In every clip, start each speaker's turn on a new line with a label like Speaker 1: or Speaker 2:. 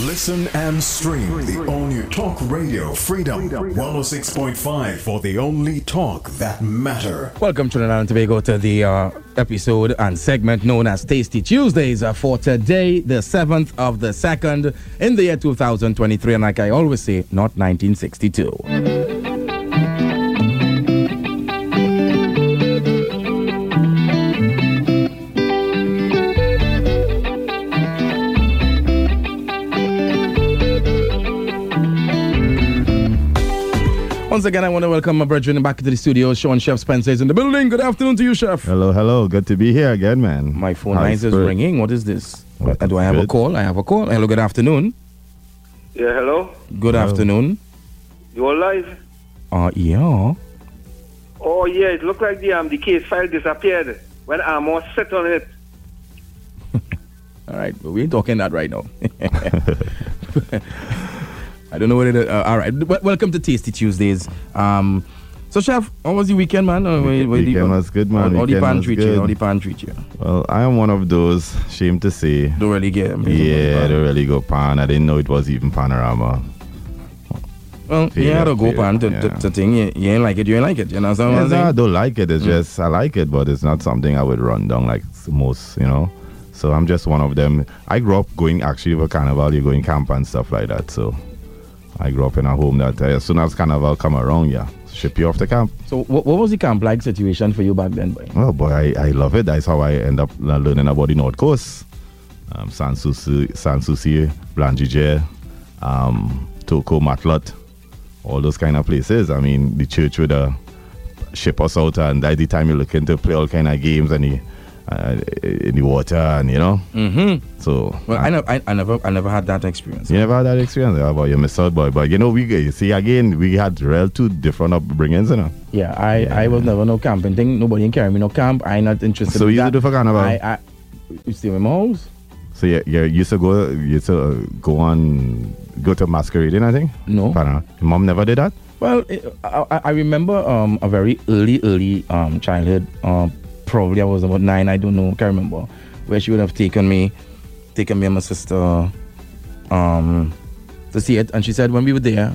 Speaker 1: Listen and stream the all new Talk Radio Freedom 106.5 for the only talk that matter.
Speaker 2: Welcome to and Tobago to the uh, episode and segment known as Tasty Tuesdays uh, for today, the 7th of the 2nd in the year 2023. And like I always say, not 1962. Once again, I want to welcome my brethren back to the studio. Sean Chef Spencer is in the building. Good afternoon to you, Chef.
Speaker 3: Hello, hello. Good to be here again, man.
Speaker 2: My phone
Speaker 3: How
Speaker 2: lines is
Speaker 3: good?
Speaker 2: ringing. What is this?
Speaker 3: Well,
Speaker 2: Uh, Do I have a
Speaker 3: good.
Speaker 2: call? I have a call. Hello, good afternoon.
Speaker 4: Yeah, hello.
Speaker 2: Good afternoon.
Speaker 4: You're live.
Speaker 2: Uh, yeah.
Speaker 4: Oh yeah, it looked like the um the case file disappeared when Amos sit on it.
Speaker 2: All right, but we ain't talking that right now. I don't know what it is. Uh, all right, w- welcome to Tasty Tuesdays. Um, so, Chef, how was your weekend, man? Uh, where- where the-
Speaker 3: Weekend was good, man.
Speaker 2: How, how the
Speaker 3: Weekend
Speaker 2: pan
Speaker 3: was
Speaker 2: treat
Speaker 3: good.
Speaker 2: you? How the pan treat you?
Speaker 3: Well, I am one of those, shame to say.
Speaker 2: Don't really get. I'm just-
Speaker 3: Yeah, they really go pan. I didn't know it was even panorama.
Speaker 2: Well,
Speaker 3: Fair,
Speaker 2: you had to go
Speaker 3: fair,
Speaker 2: pan to, to,
Speaker 3: yeah.
Speaker 2: to thing. You, you ain't like it. You ain't like it. You know what
Speaker 3: Yeah,
Speaker 2: I'm
Speaker 3: no, I
Speaker 2: saying? Mm.
Speaker 3: don't like it. It's just I like it, but it's not something I would run down like s- most, you know. So I'm just one of them. I grew up going actually for carnival. You go in camp and stuff like that. So I grew up in a home that uh, as soon as carnival come around, yeah, ship you off to camp.
Speaker 2: So, what, what was the camp like situation for you back then, boy?
Speaker 3: Oh boy, I, I love it. That's how I end up le- learning about the North Coast. Um, San Souci, Blanjige, um, Toko, Matlot, all those kind of places. I mean, the church would uh, ship us out, and at the time you're looking to play all kind of games and the, uh, in the water, and you know. Mm-hmm. So,
Speaker 2: Well, I, never, I, I never, I never had that experience.
Speaker 3: you never had that experience yeah, about your miss out, boy. But you know, we you see again, we had real two different upbringings, you know.
Speaker 2: Yeah, I, I was never no camping thing. Nobody ain't carry me no camp. I not interested.
Speaker 3: So
Speaker 2: in
Speaker 3: you used
Speaker 2: that.
Speaker 3: to do for carnival?
Speaker 2: I, I, you stay in my house?
Speaker 3: So yeah, yeah, you used to go, you used to go on, go to masquerading, I think.
Speaker 2: No.
Speaker 3: Pana. Your mom never did that.
Speaker 2: Well, it, I, I- I remember um, a very early, early um, childhood. Um, probably I was about nine. I don't know. Can't remember where she would have taken me, taken me and my sister, um, to see it. And she said when we were there,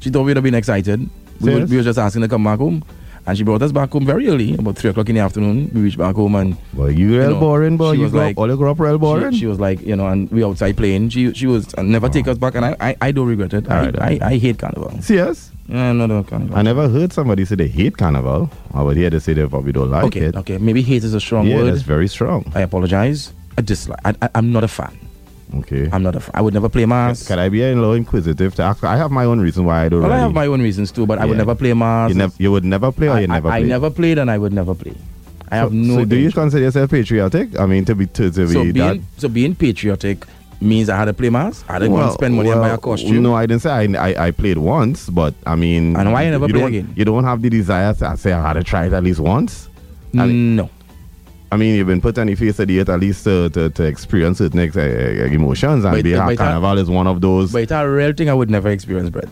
Speaker 2: she thought we'd have been excited. We were,
Speaker 3: Serious?
Speaker 2: we were just asking to come back home, and she brought us back home very early, about three o'clock in the afternoon. We reached back home and.
Speaker 3: But you real
Speaker 2: know,
Speaker 3: boring, boy.
Speaker 2: she
Speaker 3: You
Speaker 2: was
Speaker 3: grew
Speaker 2: like-
Speaker 3: up, all you grew up real boring.
Speaker 2: She, she was like, you know, and we outside playing. She she was and never take us back, and I I, I don't regret it. I,
Speaker 3: Alright, alright.
Speaker 2: I, I hate carnival.
Speaker 3: Serious?
Speaker 2: Yeah, no, no carnival.
Speaker 3: I never heard somebody say they hate carnival. I would hear they say they probably don't like
Speaker 2: okay,
Speaker 3: it.
Speaker 2: okay, maybe hate is a strong
Speaker 3: yeah,
Speaker 2: word.
Speaker 3: that's very strong.
Speaker 2: I apologize. I dislike. I, I, I'm not a fan.
Speaker 3: Okay.
Speaker 2: I'm not a fan. I would never play mass.
Speaker 3: Can I be a little inquisitive? To ask? I have my own reason why I don't.
Speaker 2: well, I
Speaker 3: really-
Speaker 2: have my own reasons too, but I would
Speaker 3: Yeah.
Speaker 2: never play mass.
Speaker 3: You, nev- you would never play, or
Speaker 2: I,
Speaker 3: you never
Speaker 2: I,
Speaker 3: play.
Speaker 2: I never played, and I would never play. I have no.
Speaker 3: so do you
Speaker 2: interest.
Speaker 3: consider yourself patriotic? I mean, to be to, to
Speaker 2: so
Speaker 3: be
Speaker 2: being
Speaker 3: that
Speaker 2: so being patriotic means I had to play mass. I had to go and spend money and buy a costume.
Speaker 3: No, I didn't say I, I, I played once, but I mean,
Speaker 2: And why you never play
Speaker 3: don't,
Speaker 2: again?
Speaker 3: You don't have the desire to say I had to try it at least once. I mean,
Speaker 2: no.
Speaker 3: I mean, you've been put on the face of the earth at least to, to, to experience certain ex- uh, uh, emotions, and
Speaker 2: But-
Speaker 3: being
Speaker 2: but-
Speaker 3: a carnival is one of those.
Speaker 2: But it's a real thing I would never experience, Brett.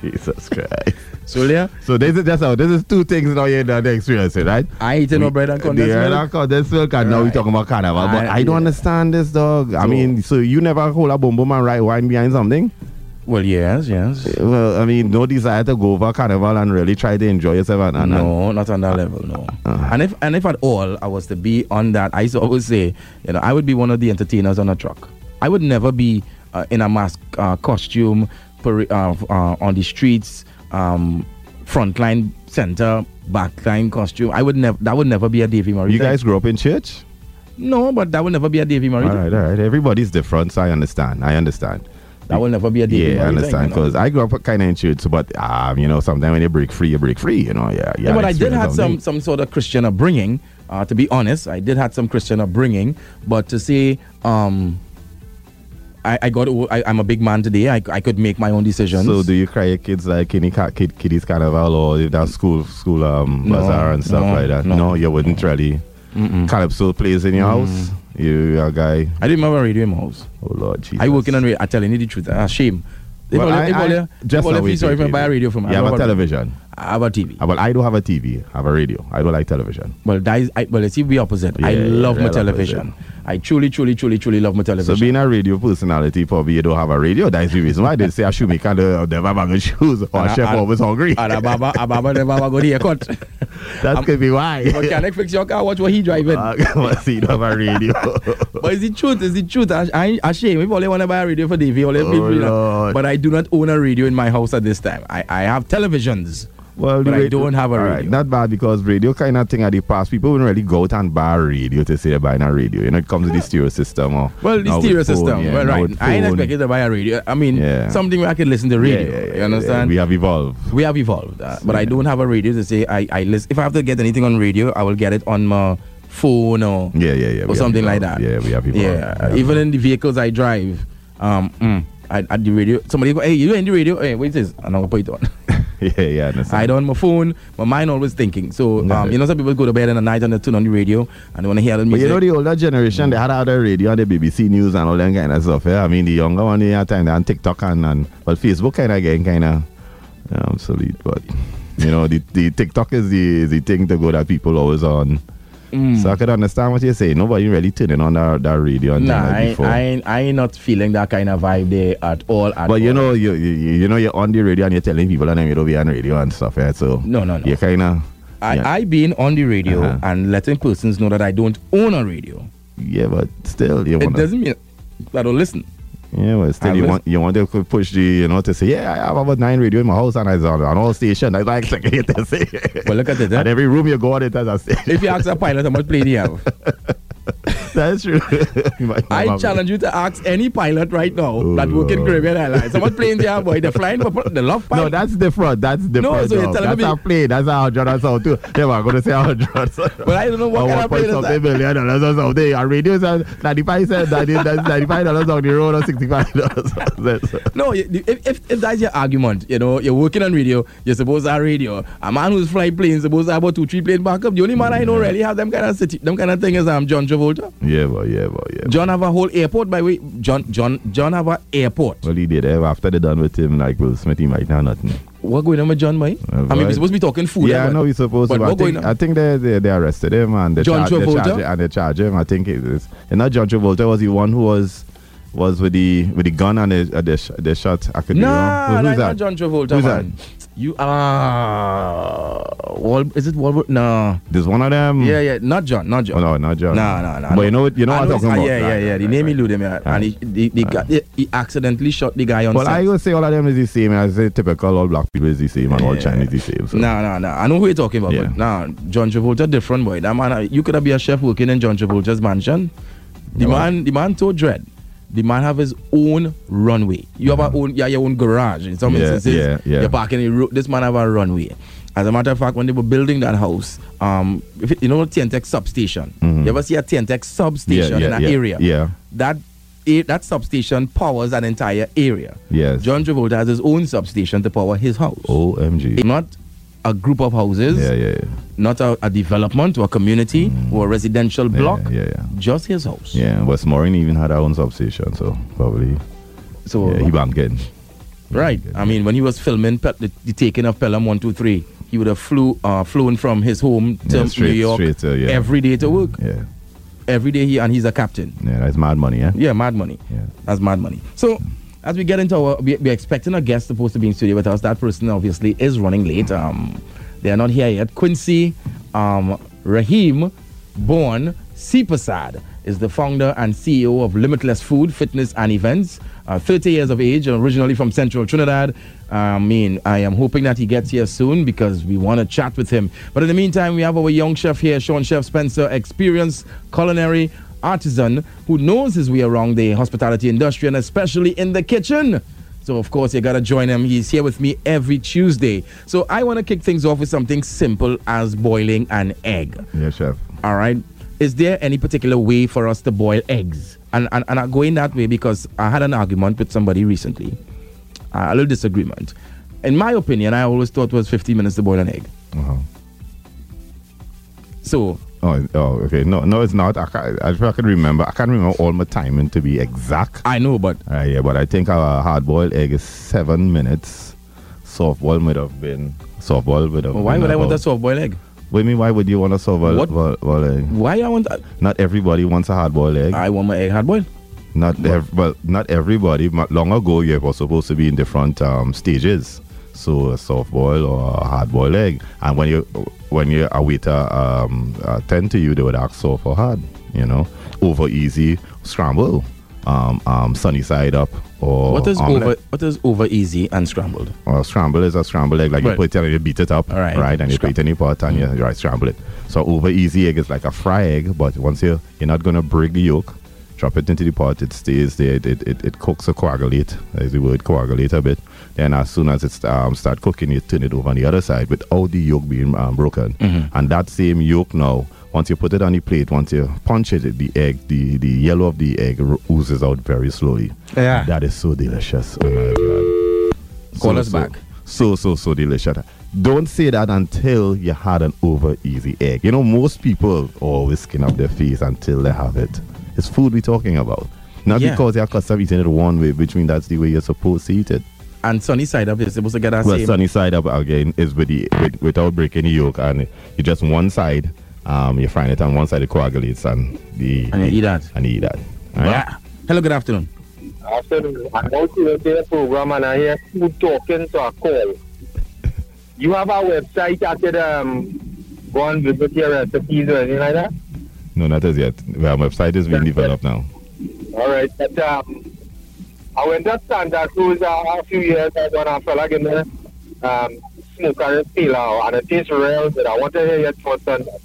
Speaker 3: Jesus Christ!
Speaker 2: So there,
Speaker 3: so this is that's how this is two things now you're not experiencing, right?
Speaker 2: I eat no bread and condensed
Speaker 3: The earth
Speaker 2: milk.
Speaker 3: and condensed milk, and now we
Speaker 2: Right.
Speaker 3: talking about carnival. But
Speaker 2: I-
Speaker 3: I, don't
Speaker 2: yeah.
Speaker 3: understand this, dog. I
Speaker 2: So-
Speaker 3: mean, so you never hold a boom boom and right wine behind something? Eh,
Speaker 2: Well, yes, yes.
Speaker 3: Well, I mean, no desire to go over carnival and really try to enjoy yourself. And, and, and-
Speaker 2: No, not on that level, no.
Speaker 3: Uh-huh.
Speaker 2: and if and if at all I was to be on that, I used to always say, you know, I would be one of the entertainers on a truck. I would never be uh, in a mask uh, costume pari- uh, f- uh, on the streets, um, frontline center, backline costume. I would never. That would never be a Davy Murray.
Speaker 3: you
Speaker 2: thing.
Speaker 3: guys grew up in church?
Speaker 2: No, but that would never be a Davy Murray.
Speaker 3: All
Speaker 2: thing.
Speaker 3: right, all right. Everybody's different. So I understand. I understand.
Speaker 2: That will never be a Davy Murray.
Speaker 3: yeah, I understand.
Speaker 2: thing, you know.
Speaker 3: Because I grew up kind of in church, but um, you know, sometimes when you break free, you break free. You know, yeah, yeah.
Speaker 2: Yeah, but I did have some some sort of Christian upbringing. Uh, to be honest, I did have some Christian upbringing. But to say, um, I, I got o- I, am a big man today. I, I could make my own decisions.
Speaker 3: So do you cry your kids like any ca- kid, kiddies carnival or if that's school school um
Speaker 2: No,
Speaker 3: bazaar and stuff
Speaker 2: no,
Speaker 3: like that?
Speaker 2: no.
Speaker 3: No, you wouldn't really. Calypso plays in your house. You a guy?
Speaker 2: I didn't remember radio in my house.
Speaker 3: Oh Lord, Jesus.
Speaker 2: I working on radio. I telling you the truth. A shame. If
Speaker 3: Well,
Speaker 2: all-
Speaker 3: I-
Speaker 2: if all-
Speaker 3: I-
Speaker 2: if
Speaker 3: just
Speaker 2: all
Speaker 3: now
Speaker 2: if
Speaker 3: we
Speaker 2: you saw
Speaker 3: did
Speaker 2: if I buy a radio from
Speaker 3: You have
Speaker 2: I
Speaker 3: a
Speaker 2: have a-
Speaker 3: television.
Speaker 2: I have a TV.
Speaker 3: Ah, Well, I don't have a TV. I have a radio. I don't like television.
Speaker 2: Well, that is, I, well, it's the opposite. I
Speaker 3: Yeah,
Speaker 2: love my
Speaker 3: real opposite.
Speaker 2: television. I truly, truly, truly, truly love my television.
Speaker 3: So being a radio personality, probably you don't have a radio. That's the reason why they say a shoemaker don't have a bag of shoes or
Speaker 2: And
Speaker 3: a
Speaker 2: I-
Speaker 3: Oh, chef
Speaker 2: and-
Speaker 3: always hungry.
Speaker 2: and a barber, a barber never ever go to haircut.
Speaker 3: That could be why.
Speaker 2: Mechanic fix your car, watch what he driving.
Speaker 3: Uh, but see, you don't have a radio.
Speaker 2: but it's the truth, it's the truth. I, I, I shame. If only want to buy a radio for Davey, only
Speaker 3: Oh,
Speaker 2: people, you know.
Speaker 3: Lord.
Speaker 2: But I do not own a radio in my house at this time. I, I have televisions.
Speaker 3: Well,
Speaker 2: But
Speaker 3: the
Speaker 2: I don't have a
Speaker 3: All
Speaker 2: radio.
Speaker 3: not bad because radio kind of thing at the past. People wouldn't really go out and buy a radio to say they're buying a radio. You know, it comes with the stereo system or
Speaker 2: Well, the
Speaker 3: now with
Speaker 2: stereo
Speaker 3: phone,
Speaker 2: system.
Speaker 3: yeah,
Speaker 2: well,
Speaker 3: now
Speaker 2: right.
Speaker 3: with
Speaker 2: I ain't
Speaker 3: phone.
Speaker 2: expected to buy a radio. I mean,
Speaker 3: Yeah.
Speaker 2: something where I can listen to
Speaker 3: Yeah,
Speaker 2: radio.
Speaker 3: yeah, yeah,
Speaker 2: you
Speaker 3: yeah.
Speaker 2: understand?
Speaker 3: We have evolved.
Speaker 2: we have evolved, uh, but I
Speaker 3: Yeah.
Speaker 2: don't have a radio to say I, I listen. If I have to get anything on radio, I will get it on my phone or
Speaker 3: Yeah, yeah, yeah. we
Speaker 2: or
Speaker 3: have
Speaker 2: something like
Speaker 3: evolved.
Speaker 2: that.
Speaker 3: Yeah, we have evolved.
Speaker 2: yeah. uh,
Speaker 3: We have
Speaker 2: even in the vehicles I drive, um, mm, I, at the radio, somebody go, hey, you in the radio? Hey, what is this? And I'll put it on.
Speaker 3: yeah, yeah, I understand.
Speaker 2: I don't my phone. My mind always thinking. So
Speaker 3: Yeah.
Speaker 2: um, you know, some people go to bed in the night and they turn on the radio and they want to hear the
Speaker 3: But
Speaker 2: music.
Speaker 3: you know, the older generation, they had other radio and the BBC News and all that kind of stuff. Yeah? I mean, the younger one, they had time on TikTok and, and well, Facebook kind of getting kind of um, obsolete. But, you know, the, the TikTok is the, is the thing to go that people always on.
Speaker 2: Mm.
Speaker 3: So I could understand what you're saying. Nobody really turning on that, that radio and
Speaker 2: nah,
Speaker 3: thing like
Speaker 2: I,
Speaker 3: before.
Speaker 2: I, ain't- I ain't not feeling that kind of vibe there at all. At
Speaker 3: but you
Speaker 2: all.
Speaker 3: know, you, you you know you're on the radio and you're telling people and then you don't be on radio and stuff, yeah. So
Speaker 2: No, no, no.
Speaker 3: You kind of
Speaker 2: I,
Speaker 3: yeah,
Speaker 2: I being on the radio
Speaker 3: Uh-huh.
Speaker 2: and letting persons know that I don't own a radio.
Speaker 3: yeah, but still you
Speaker 2: It
Speaker 3: wanna
Speaker 2: doesn't mean I don't listen.
Speaker 3: Yeah, well, still
Speaker 2: I
Speaker 3: you
Speaker 2: was-
Speaker 3: want you want to co- push the you know to say yeah I have about nine radio in my house and it's on on all station. That's like second hit to say.
Speaker 2: But look at it.
Speaker 3: And
Speaker 2: Huh?
Speaker 3: every room you go on it has a station.
Speaker 2: if you ask a pilot how much plane he have,
Speaker 3: That's true. You might not
Speaker 2: I
Speaker 3: have-
Speaker 2: challenge you to ask any pilot right now
Speaker 3: Oh,
Speaker 2: that work in
Speaker 3: Lord.
Speaker 2: Caribbean Airlines how much plane they have, boy. They're flying for the love
Speaker 3: No,
Speaker 2: pilot.
Speaker 3: that's different. That's different.
Speaker 2: so you're
Speaker 3: dog.
Speaker 2: telling
Speaker 3: that's
Speaker 2: me-
Speaker 3: a plane. That's a hundred or so too. They were going to say a hundred.
Speaker 2: but I don't know what
Speaker 3: Or
Speaker 2: kind of plane is
Speaker 3: something
Speaker 2: that.
Speaker 3: million dollars or something. Our radios are ninety five cents. That is that's ninety five dollars on the road or sixty five dollars.
Speaker 2: No, you- you- if, if, if that's your argument, you know, you're working on radio, you're supposed to have radio. A man who's flying planes supposed to have about two, three planes backup. The only man I know really have them kind of city, them kind of thing is um John Travolta.
Speaker 3: Yeah, boy. Yeah, boy. Yeah.
Speaker 2: John have a whole airport by way. John John John have a airport.
Speaker 3: Well, he did. eh, After they done with him, like Will Smith, he might not nothing.
Speaker 2: What going on with John, boy? I
Speaker 3: Uh,
Speaker 2: mean, we're
Speaker 3: right.
Speaker 2: supposed to be talking food.
Speaker 3: yeah,
Speaker 2: eh,
Speaker 3: I know he's supposed
Speaker 2: but
Speaker 3: to. But I
Speaker 2: what
Speaker 3: think,
Speaker 2: going on?
Speaker 3: I think they, they they arrested him and they,
Speaker 2: John
Speaker 3: charge, they
Speaker 2: Travolta?
Speaker 3: charge and they charge him. I think it is. And not John Travolta was the one who was was with the with the gun and the uh, the, sh- the shot. I could be wrong.
Speaker 2: Nah,
Speaker 3: Who-
Speaker 2: nah,
Speaker 3: who's
Speaker 2: not
Speaker 3: that?
Speaker 2: John Travolta.
Speaker 3: Who's
Speaker 2: man. You are. Ah, Wal- is it Walbert? No.
Speaker 3: There's one of them.
Speaker 2: Yeah, yeah. Not John. Not John.
Speaker 3: Oh, no, not John.
Speaker 2: No, no, no.
Speaker 3: But you know what? You know
Speaker 2: I
Speaker 3: what I'm
Speaker 2: it's-
Speaker 3: talking
Speaker 2: ah,
Speaker 3: about.
Speaker 2: Yeah, yeah,
Speaker 3: Right,
Speaker 2: yeah. The
Speaker 3: right,
Speaker 2: name
Speaker 3: right.
Speaker 2: he him, yeah. And he, the, the guy, he- he accidentally shot the guy on
Speaker 3: Well, I
Speaker 2: set.
Speaker 3: would say all of them is the same. I say typical all black people is the same and all
Speaker 2: Yeah.
Speaker 3: Chinese is the same. So.
Speaker 2: No, no, no. I know who you're talking about,
Speaker 3: Yeah.
Speaker 2: but nah, John Travolta different boy. That man, uh, you could have been a chef working in John Travolta's mansion. The
Speaker 3: Yeah.
Speaker 2: man, the man told dread. The man have his own runway. You have a own, yeah, your own garage. In some
Speaker 3: Uh-huh. Yeah,
Speaker 2: instances,
Speaker 3: yeah, yeah.
Speaker 2: you're parking in the road. This man have a runway. As a matter of fact, when they were building that house, um, if it, you know, Tientex substation. You ever see a Tientex substation in an
Speaker 3: Mm-hmm. yeah,
Speaker 2: area?
Speaker 3: Yeah.
Speaker 2: That a, that substation powers an entire area.
Speaker 3: Yes.
Speaker 2: John Travolta has his own substation to power his house
Speaker 3: OMG.
Speaker 2: not a group of houses,
Speaker 3: Yeah, yeah, yeah.
Speaker 2: not a, a development or a community or a residential
Speaker 3: Yeah,
Speaker 2: block,
Speaker 3: yeah, yeah.
Speaker 2: just his house.
Speaker 3: Yeah, West Maureen even had her own substation, so probably
Speaker 2: So,
Speaker 3: yeah, he banking.
Speaker 2: right. I mean, when he was filming Pe- the, the taking of Pelham 123, he would have flew, uh, flown from his home to
Speaker 3: Yeah, straight-
Speaker 2: New York
Speaker 3: straight to, yeah.
Speaker 2: every day to work.
Speaker 3: Yeah,
Speaker 2: Every day, he and he's a captain.
Speaker 3: yeah, that's mad money, eh?
Speaker 2: Yeah, mad money.
Speaker 3: Yeah.
Speaker 2: That's mad money. So, as we get into our, we, we're expecting a guest supposed to be in studio with us. That person obviously is running late. Um, they are not here yet. Quincy, um, Raheem, born Sipasad is the founder and CEO of Limitless Food, Fitness and Events. Uh, 30 years of age, originally from Central Trinidad. Uh, I mean, I am hoping that he gets here soon because we want to chat with him. But in the meantime, we have our young chef here, Sean Chef Spencer, experienced culinary artisan who knows his way around the hospitality industry and especially in the kitchen. So, of course, you gotta join him. He's here with me every Tuesday. So, I wanna kick things off with something simple as boiling an egg.
Speaker 3: Yeah, chef.
Speaker 2: All right. Is there any particular way for us to boil eggs? And, and, and I'm going that way because I had an argument with somebody recently, uh, a little disagreement. In my opinion, I always thought it was 15 minutes to boil an egg.
Speaker 3: Uh-huh.
Speaker 2: So,
Speaker 3: Oh, oh, okay. No, no, it's not. I can't, I, I can remember. I can't remember all my timing to be exact.
Speaker 2: I know, but
Speaker 3: Uh, yeah, but I think our hard-boiled egg is seven minutes. Softball would have been softball would have.
Speaker 2: why
Speaker 3: been
Speaker 2: would I want a
Speaker 3: about-
Speaker 2: soft boiled egg?
Speaker 3: What do you mean? Why would you want to serve a
Speaker 2: What?
Speaker 3: vo- vo- egg?
Speaker 2: Why I want?
Speaker 3: Not everybody wants a hard boiled egg.
Speaker 2: I want my egg hard boiled.
Speaker 3: Not ev- well, not everybody. Ma- Long ago, you were supposed to be in different um, stages. So a soft boil or a hard boiled egg, and when you when you a waiter um, attend to you, they would ask soft or hard. You know, over easy, scramble, um, um, sunny side up, or
Speaker 2: what is
Speaker 3: omelette.
Speaker 2: over? What is over easy and scrambled?
Speaker 3: Or scramble is a scramble egg, like
Speaker 2: Right.
Speaker 3: you put it and you beat it up,
Speaker 2: All right. Mm.
Speaker 3: And you put it in your pot and you right, scramble it. So over easy egg is like a fry egg, but once you you're not gonna break the yolk, drop it into the pot, it stays there, it it, it, it cooks or coagulate, is the word coagulate a bit. Then as soon as it's um, start cooking, you turn it over on the other side without the yolk being um, broken,
Speaker 2: Mm-hmm.
Speaker 3: and that same yolk now. Once you put it on the plate, once you punch it, the egg, the, the yellow of the egg ro- oozes out very slowly.
Speaker 2: Yeah.
Speaker 3: That is so delicious. Oh my God.
Speaker 2: Call us back.
Speaker 3: So, so, so delicious. Don't say that until you had an over easy egg. You know, most people always skin up their face until they have it. It's food we're talking about. Not
Speaker 2: Yeah.
Speaker 3: because you're accustomed eating it one way, which means that's the way you're supposed to eat it.
Speaker 2: And sunny side up is supposed to get that
Speaker 3: Well,
Speaker 2: same.
Speaker 3: sunny side up again is with the with, without breaking the yolk, and you just one side, um, you fry it on one side, it coagulates, and the
Speaker 2: And you eat that.
Speaker 3: and you eat that. All right?
Speaker 2: Yeah. Hello, good afternoon.
Speaker 5: After I'm out here to the program and I hear food talking, so I call. You have a website I could um, go and visit your recipes or anything like that?
Speaker 3: No, not as yet. Well, my website is being developed now.
Speaker 5: All right. But, um, I went to Santa Cruz uh, a few years ago and I fell again there. Um, smoke and pila and it tastes real, but I want to hear your thoughts on that.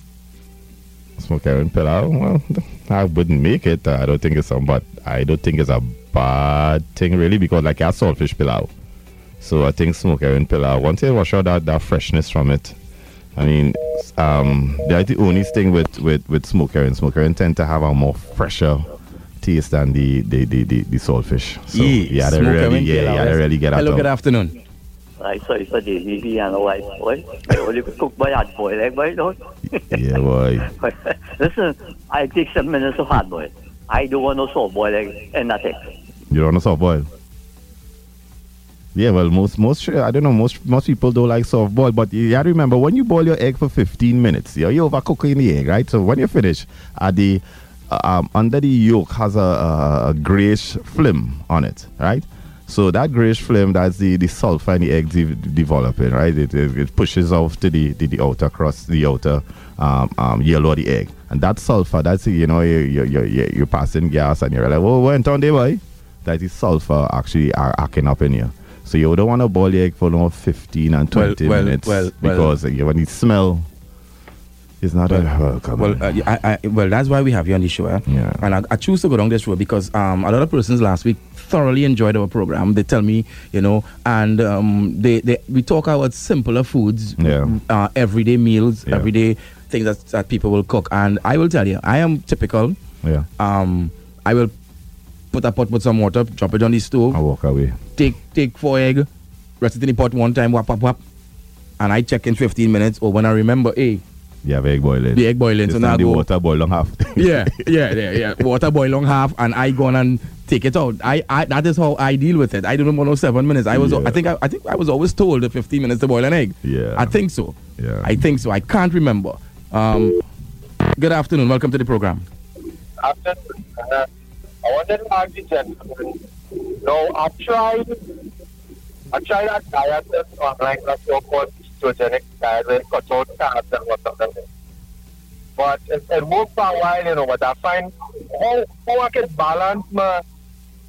Speaker 3: Smoke Aaron Pillar. Well, I wouldn't make it. I don't think it's a but I don't think it's a bad thing really because like I saw fish pillar. So I think smoke Aaron Pillar. Once you wash out that, that freshness from it. I mean, um, that's the only thing with with with smoke Aaron. Smoke Aaron tend to have a more fresher taste than the the the the, the saltfish. So yeah, they
Speaker 2: smoke
Speaker 3: really
Speaker 2: and
Speaker 3: yeah,
Speaker 2: tail
Speaker 3: yeah,
Speaker 2: hours.
Speaker 3: they really get out.
Speaker 2: eh? Hello, good
Speaker 3: of-
Speaker 2: afternoon.
Speaker 6: I saw you saw the TV and all I boy. I only cook by hard boil egg, but you know.
Speaker 3: Yeah, boy.
Speaker 6: Listen, I take some minutes of hard boil. I don't want no soft boil egg and nothing.
Speaker 3: You're on a soft boil. Yeah, well, most most I don't know most most people don't like soft boil, but you gotta remember when you boil your egg for 15 minutes, you're, you're overcooking the egg, right? So when you finish, uh, the uh, um, under the yolk has a, a, a grayish film on it, right? So that grayish film, that's the, the sulfur in the egg de- developing, right? It, it, it pushes off to the, the, the outer crust, the outer um, um, yellow of the egg, and that sulfur, that's you know you you you you you're passing gas, and you're like, oh, went on there, boy that is sulfur actually are acting up in here. So you don't want to boil your egg for no 15 and
Speaker 2: Well,
Speaker 3: 20
Speaker 2: well,
Speaker 3: minutes
Speaker 2: well, well.
Speaker 3: because you, when the smell is not a well, come
Speaker 2: Well,
Speaker 3: on.
Speaker 2: uh, I, I, well, that's why we have you on the show. eh?
Speaker 3: Yeah.
Speaker 2: And I, I choose to go down this road because um, a lot of persons last week thoroughly enjoyed our program. They tell me, you know, and um, they, they we talk about simpler foods,
Speaker 3: Yeah.
Speaker 2: uh, everyday meals,
Speaker 3: Yeah.
Speaker 2: everyday things that, that people will cook. And I will tell you, I am typical.
Speaker 3: yeah,
Speaker 2: Um, I will put a pot with some water, drop it on the stove,
Speaker 3: I walk away.
Speaker 2: take take four egg, rest it in the pot one time, whap, whap, whap. And I check in 15 minutes, or when I remember, hey,
Speaker 3: You have egg boiling.
Speaker 2: The egg boiling,
Speaker 3: This
Speaker 2: so
Speaker 3: time
Speaker 2: now
Speaker 3: the
Speaker 2: go-
Speaker 3: water boil on half.
Speaker 2: yeah, yeah, yeah, yeah. Water boil long half, and I go on and take it out. I, I that is how I deal with it. I don't know seven minutes. I was,
Speaker 3: Yeah.
Speaker 2: I think, I, I think I was always told that fifteen minutes to boil an egg.
Speaker 3: Yeah.
Speaker 2: I think so.
Speaker 3: Yeah.
Speaker 2: I think so. I can't remember. Um, good afternoon. Welcome to the program.
Speaker 5: after uh, I wanted to ask the gentleman. No, I tried. I tried a diet that's online that's so called ketogenic diet where it cuts out carbs and whatnot. But it, it worked for a while, you know. But I find how how I can balance my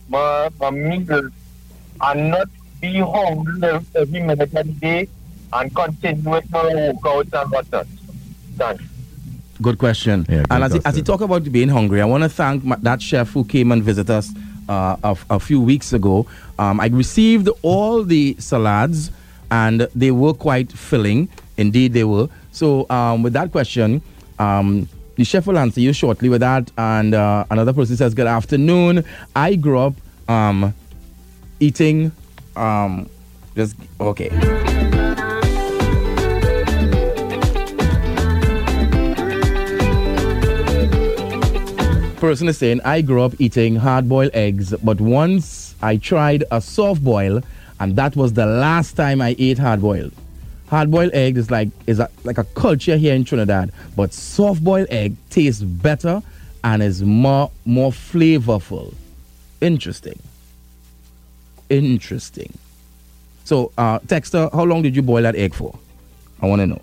Speaker 5: my my meals and not be hungry every minute of the day and continue with my workouts and whatnot. Thanks.
Speaker 2: Good question.
Speaker 3: Yeah, good
Speaker 2: and as, he- as you
Speaker 3: question.
Speaker 2: talk about being hungry, I want to thank my, that chef who came and visited us uh, a, a few weeks ago. Um, I received all the salads, and they were quite filling. Indeed, they were. So, um, with that question, um, the chef will answer you shortly with that. And uh, another person says, "Good afternoon. I grew up um, eating." Um, just okay. person is saying, I grew up eating hard boiled eggs, but once I tried a soft boil, and that was the last time I ate hard boiled. Hard boiled egg is like is a, like a culture here in Trinidad, but soft boiled egg tastes better and is more more flavorful. Interesting. Interesting. So, uh, Texter, how long did you boil that egg for? I want to know.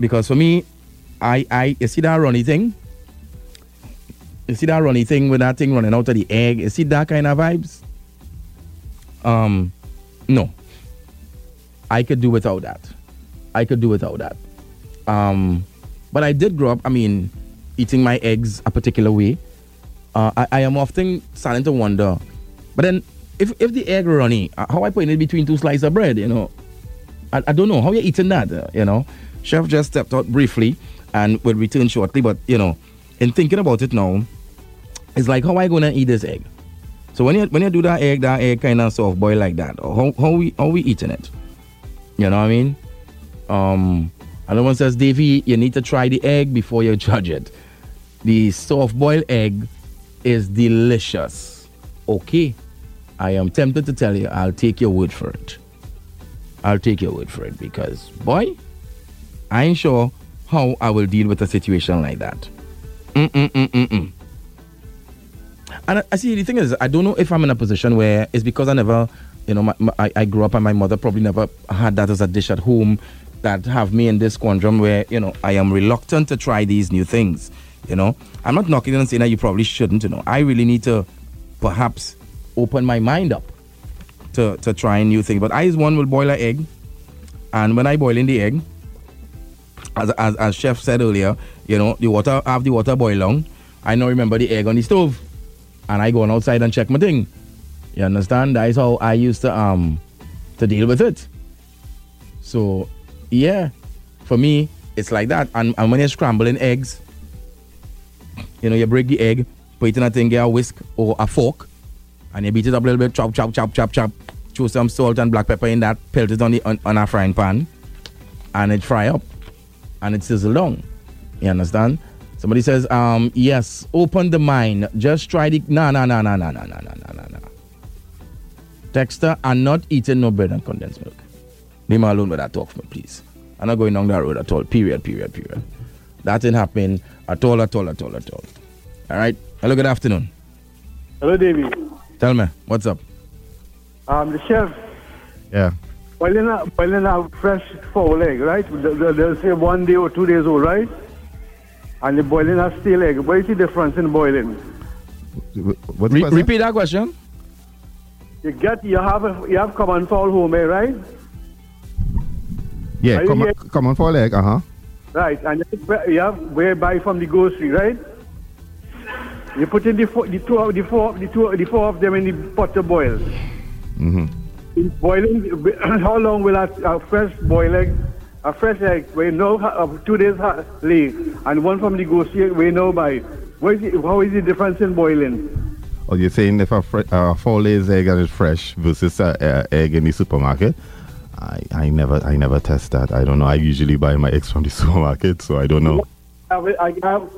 Speaker 2: Because for me, I I you see that runny thing. You see that runny thing with that thing running out of the egg. You see that kind of vibes. Um, no. I could do without that. I could do without that. Um, but I did grow up. I mean, eating my eggs a particular way. Uh, I, I am often starting to wonder. But then, if if the egg runny, uh, how I put it between two slices of bread, you know, I, I don't know how you eating that. uh, you know, chef just stepped out briefly and will return shortly. But you know, in thinking about it now, it's like how I gonna eat this egg. So when you when you do that egg, that egg kind of soft boil like that. Or how how we how we eating it? You know what I mean? Um, another one says, Davey, you need to try the egg before you judge it. The soft boiled egg is delicious. Okay, I am tempted to tell you, I'll take your word for it. I'll take your word for it because, boy, I ain't sure how I will deal with a situation like that. Mm-mm-mm-mm-mm. And I- I see the thing is, I don't know if I'm in a position where it's because I never, you know, my, my, I, I grew up and my mother probably never had that as a dish at home that have me in this quandrum where, you know, I am reluctant to try these new things. You know, I'm not knocking it and saying that you probably shouldn't, you know. I really need to perhaps open my mind up to, to trying new things. But I is one will boil an egg. And when I boil in the egg, as, as, as chef said earlier, you know, the water, have the water boil long. I now remember the egg on the stove. And I go on outside and check my thing. You understand? That is how I used to um to deal with it. So yeah, for me, it's like that. And, and when you're scrambling eggs, you know, you break the egg, put it in a thing, get a whisk or a fork, and you beat it up a little bit, chop, chop, chop, chop, chop. Throw some salt and black pepper in that, pelt it on the on, on a frying pan, and it fry up, and it sizzle down. You understand? Somebody says, um, yes, open the mind. Just try the no no no no no no no no no no no. Texter, I'm not eating no bread and condensed milk. Leave me alone with that talk, please. I'm not going down that road at all. Period, period, period. That didn't happen at all, at all, at all, at all. All right. Hello, good afternoon.
Speaker 7: Hello, David.
Speaker 2: Tell me, what's up?
Speaker 7: Um, the chef,
Speaker 3: Yeah.
Speaker 7: boiling a, boiling a fresh fowl egg, right? They- they- They'll say one day or two days old, right? And the boiling a steel egg. What is the difference in boiling?
Speaker 3: Wh- What's
Speaker 2: Re-
Speaker 3: the question?
Speaker 2: repeat that question.
Speaker 7: You get, you have, a, you have common fowl home, eh, right?
Speaker 3: Yeah,
Speaker 7: Are you
Speaker 3: come on,
Speaker 7: here?
Speaker 3: come on for a leg. Uh huh.
Speaker 7: Right, and you have- you have where buy from the grocery, right? You put in the four, the two, of- the four, the two, the four of them in the pot to boil.
Speaker 2: Mm-hmm.
Speaker 3: Mhm.
Speaker 7: In boiling, how long will a, a fresh boil egg, a fresh egg, we know ho- of two days ho- lay, and one from the grocery we know by. What is it, how is the difference in boiling?
Speaker 3: Or you're saying if a fre- uh, four lays egg and it's fresh versus a, a egg in the supermarket? I, I never I never test that. I don't know. I usually buy my eggs from the supermarket, so I don't know.
Speaker 7: I, will- I have,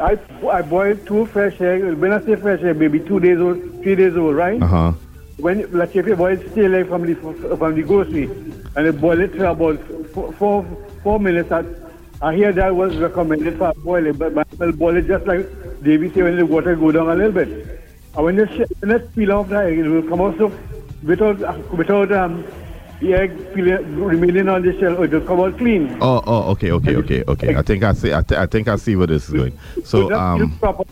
Speaker 7: I, I boil two fresh eggs. When I say fresh egg, maybe two days old, three days old, right?
Speaker 3: Uh huh.
Speaker 7: when like if you boil steel egg from the from the grocery and you boil it for about four four, four minutes I, I hear that was recommended for boiling but my will boil it just like Davy say when the water go down a little bit and when you sh- when you peel off the egg it will come out so without without um the egg peeling, remaining on the shell it will come out clean
Speaker 3: Oh oh okay okay okay okay. I think I see I, thi- I think I see where this is going. So
Speaker 7: just
Speaker 3: um.
Speaker 7: use proper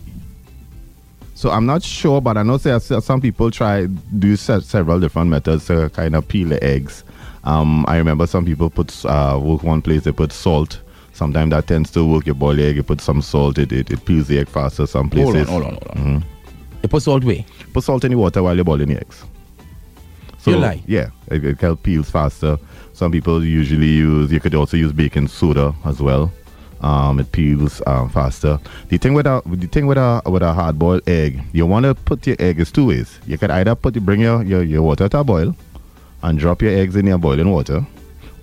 Speaker 3: So I'm not sure, but I know say- say some people try do se- several different methods to kind of peel the eggs. Um, I remember some people put uh, work one place they put salt. Sometimes that tends to work. You boil the egg, you put some salt, it, it, it peels the egg faster. Some
Speaker 2: Hold on,
Speaker 3: places Mm-hmm.
Speaker 2: hold on, hold on. It puts all the way.
Speaker 3: put salt in the water while you're boiling the eggs.
Speaker 2: You lie.
Speaker 3: Yeah, it, it helps peels faster. Some people usually use. You could also use baking soda as well. Um, it peels um, faster. The thing with a the thing with a with a hard boiled egg, you want to put your egg is two ways. You could either put bring your, your your water to a boil, and drop your eggs in your boiling water,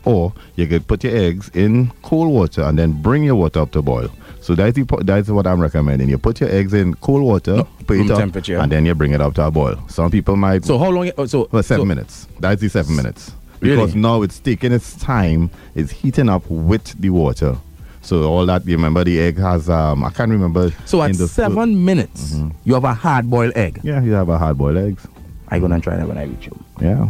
Speaker 3: or you could put your eggs in cold water and then bring your water up to boil. So that's the, po- that's what I'm recommending. You put your eggs in cold water, put
Speaker 2: Oh, room
Speaker 3: it up,
Speaker 2: temperature.
Speaker 3: and then you bring it up to a boil. Some people might
Speaker 2: So how long? oh, So
Speaker 3: well, seven
Speaker 2: so-
Speaker 3: minutes. That's the seven minutes.
Speaker 2: Really?
Speaker 3: Because now it's taking its time. It's heating up with the water. So all that you remember the egg has um I can't remember.
Speaker 2: So at
Speaker 3: in the- Mm-hmm.
Speaker 2: seven minutes, you have a hard boiled egg.
Speaker 3: Yeah, you have a hard boiled eggs.
Speaker 2: I gonna try that when I reach home.
Speaker 3: Yeah.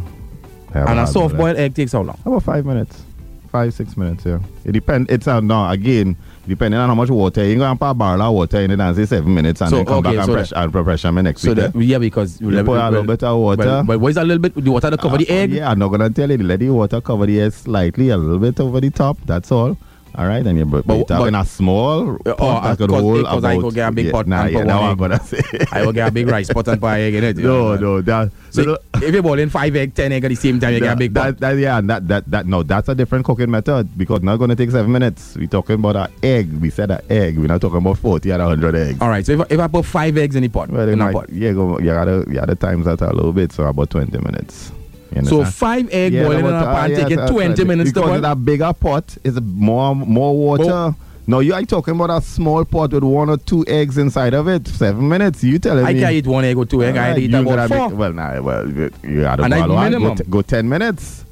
Speaker 3: Have
Speaker 2: and a
Speaker 3: hard-boiled
Speaker 2: soft
Speaker 3: egg.
Speaker 2: boiled egg takes how long?
Speaker 3: About five minutes. Five, six minutes, yeah. It depends. It's uh, now again, depending on how much water you're gonna put a barrel of water in it and say seven minutes and
Speaker 2: So,
Speaker 3: then come
Speaker 2: okay,
Speaker 3: back
Speaker 2: so
Speaker 3: and, press,
Speaker 2: that-
Speaker 3: and pressure my next
Speaker 2: So
Speaker 3: week.
Speaker 2: that
Speaker 3: yeah?
Speaker 2: yeah, because
Speaker 3: You put a little bit of water.
Speaker 2: Well, but where's a little bit the water to cover the
Speaker 3: Uh,
Speaker 2: egg?
Speaker 3: Yeah, I'm not gonna tell you. Let the water cover the egg slightly, a little bit over the top. That's all. All right, and you but,
Speaker 2: But-
Speaker 3: but,
Speaker 2: but-
Speaker 3: in a small
Speaker 2: Uh,
Speaker 3: pot
Speaker 2: oh,
Speaker 3: that could
Speaker 2: because-
Speaker 3: hold
Speaker 2: because I
Speaker 3: about-
Speaker 2: go get a big
Speaker 3: yeah,
Speaker 2: pot
Speaker 3: Nah,
Speaker 2: and
Speaker 3: yeah,
Speaker 2: put
Speaker 3: now
Speaker 2: one
Speaker 3: I'm
Speaker 2: egg.
Speaker 3: gonna say.
Speaker 2: I will get a big rice pot and pie egg in it. you
Speaker 3: No,
Speaker 2: know.
Speaker 3: no, that
Speaker 2: So
Speaker 3: no, no,
Speaker 2: if you boil in five egg, ten egg at the same time, you get a
Speaker 3: that,
Speaker 2: big pot.
Speaker 3: that, that- yeah, that that that no, that's a different cooking method because not gonna take seven minutes. We're talking about an egg. We said an egg. We're not talking about forty or hundred eggs.
Speaker 2: All right. So if, I- if I put five eggs in the pot,
Speaker 3: Well,
Speaker 2: in a
Speaker 3: might-
Speaker 2: pot.
Speaker 3: yeah, go, you gotta you gotta times that a little bit, so about twenty minutes. You
Speaker 2: So
Speaker 3: understand?
Speaker 2: five egg
Speaker 3: Yeah,
Speaker 2: boiling in
Speaker 3: but,
Speaker 2: a
Speaker 3: uh,
Speaker 2: pot,
Speaker 3: yes,
Speaker 2: take it
Speaker 3: uh,
Speaker 2: twenty minutes to
Speaker 3: because
Speaker 2: boil.
Speaker 3: that bigger pot is more more water. no, you are talking about a small pot with one or two eggs inside of it. Seven minutes. You telling
Speaker 2: I
Speaker 3: me?
Speaker 2: can eat one egg or two egg. I
Speaker 3: Alright,
Speaker 2: eat
Speaker 3: you
Speaker 2: about
Speaker 3: gotta make-
Speaker 2: four.
Speaker 3: well, nah, well, you, you gotta
Speaker 2: And I
Speaker 3: boil one, go,
Speaker 2: minimum.
Speaker 3: t- go ten minutes.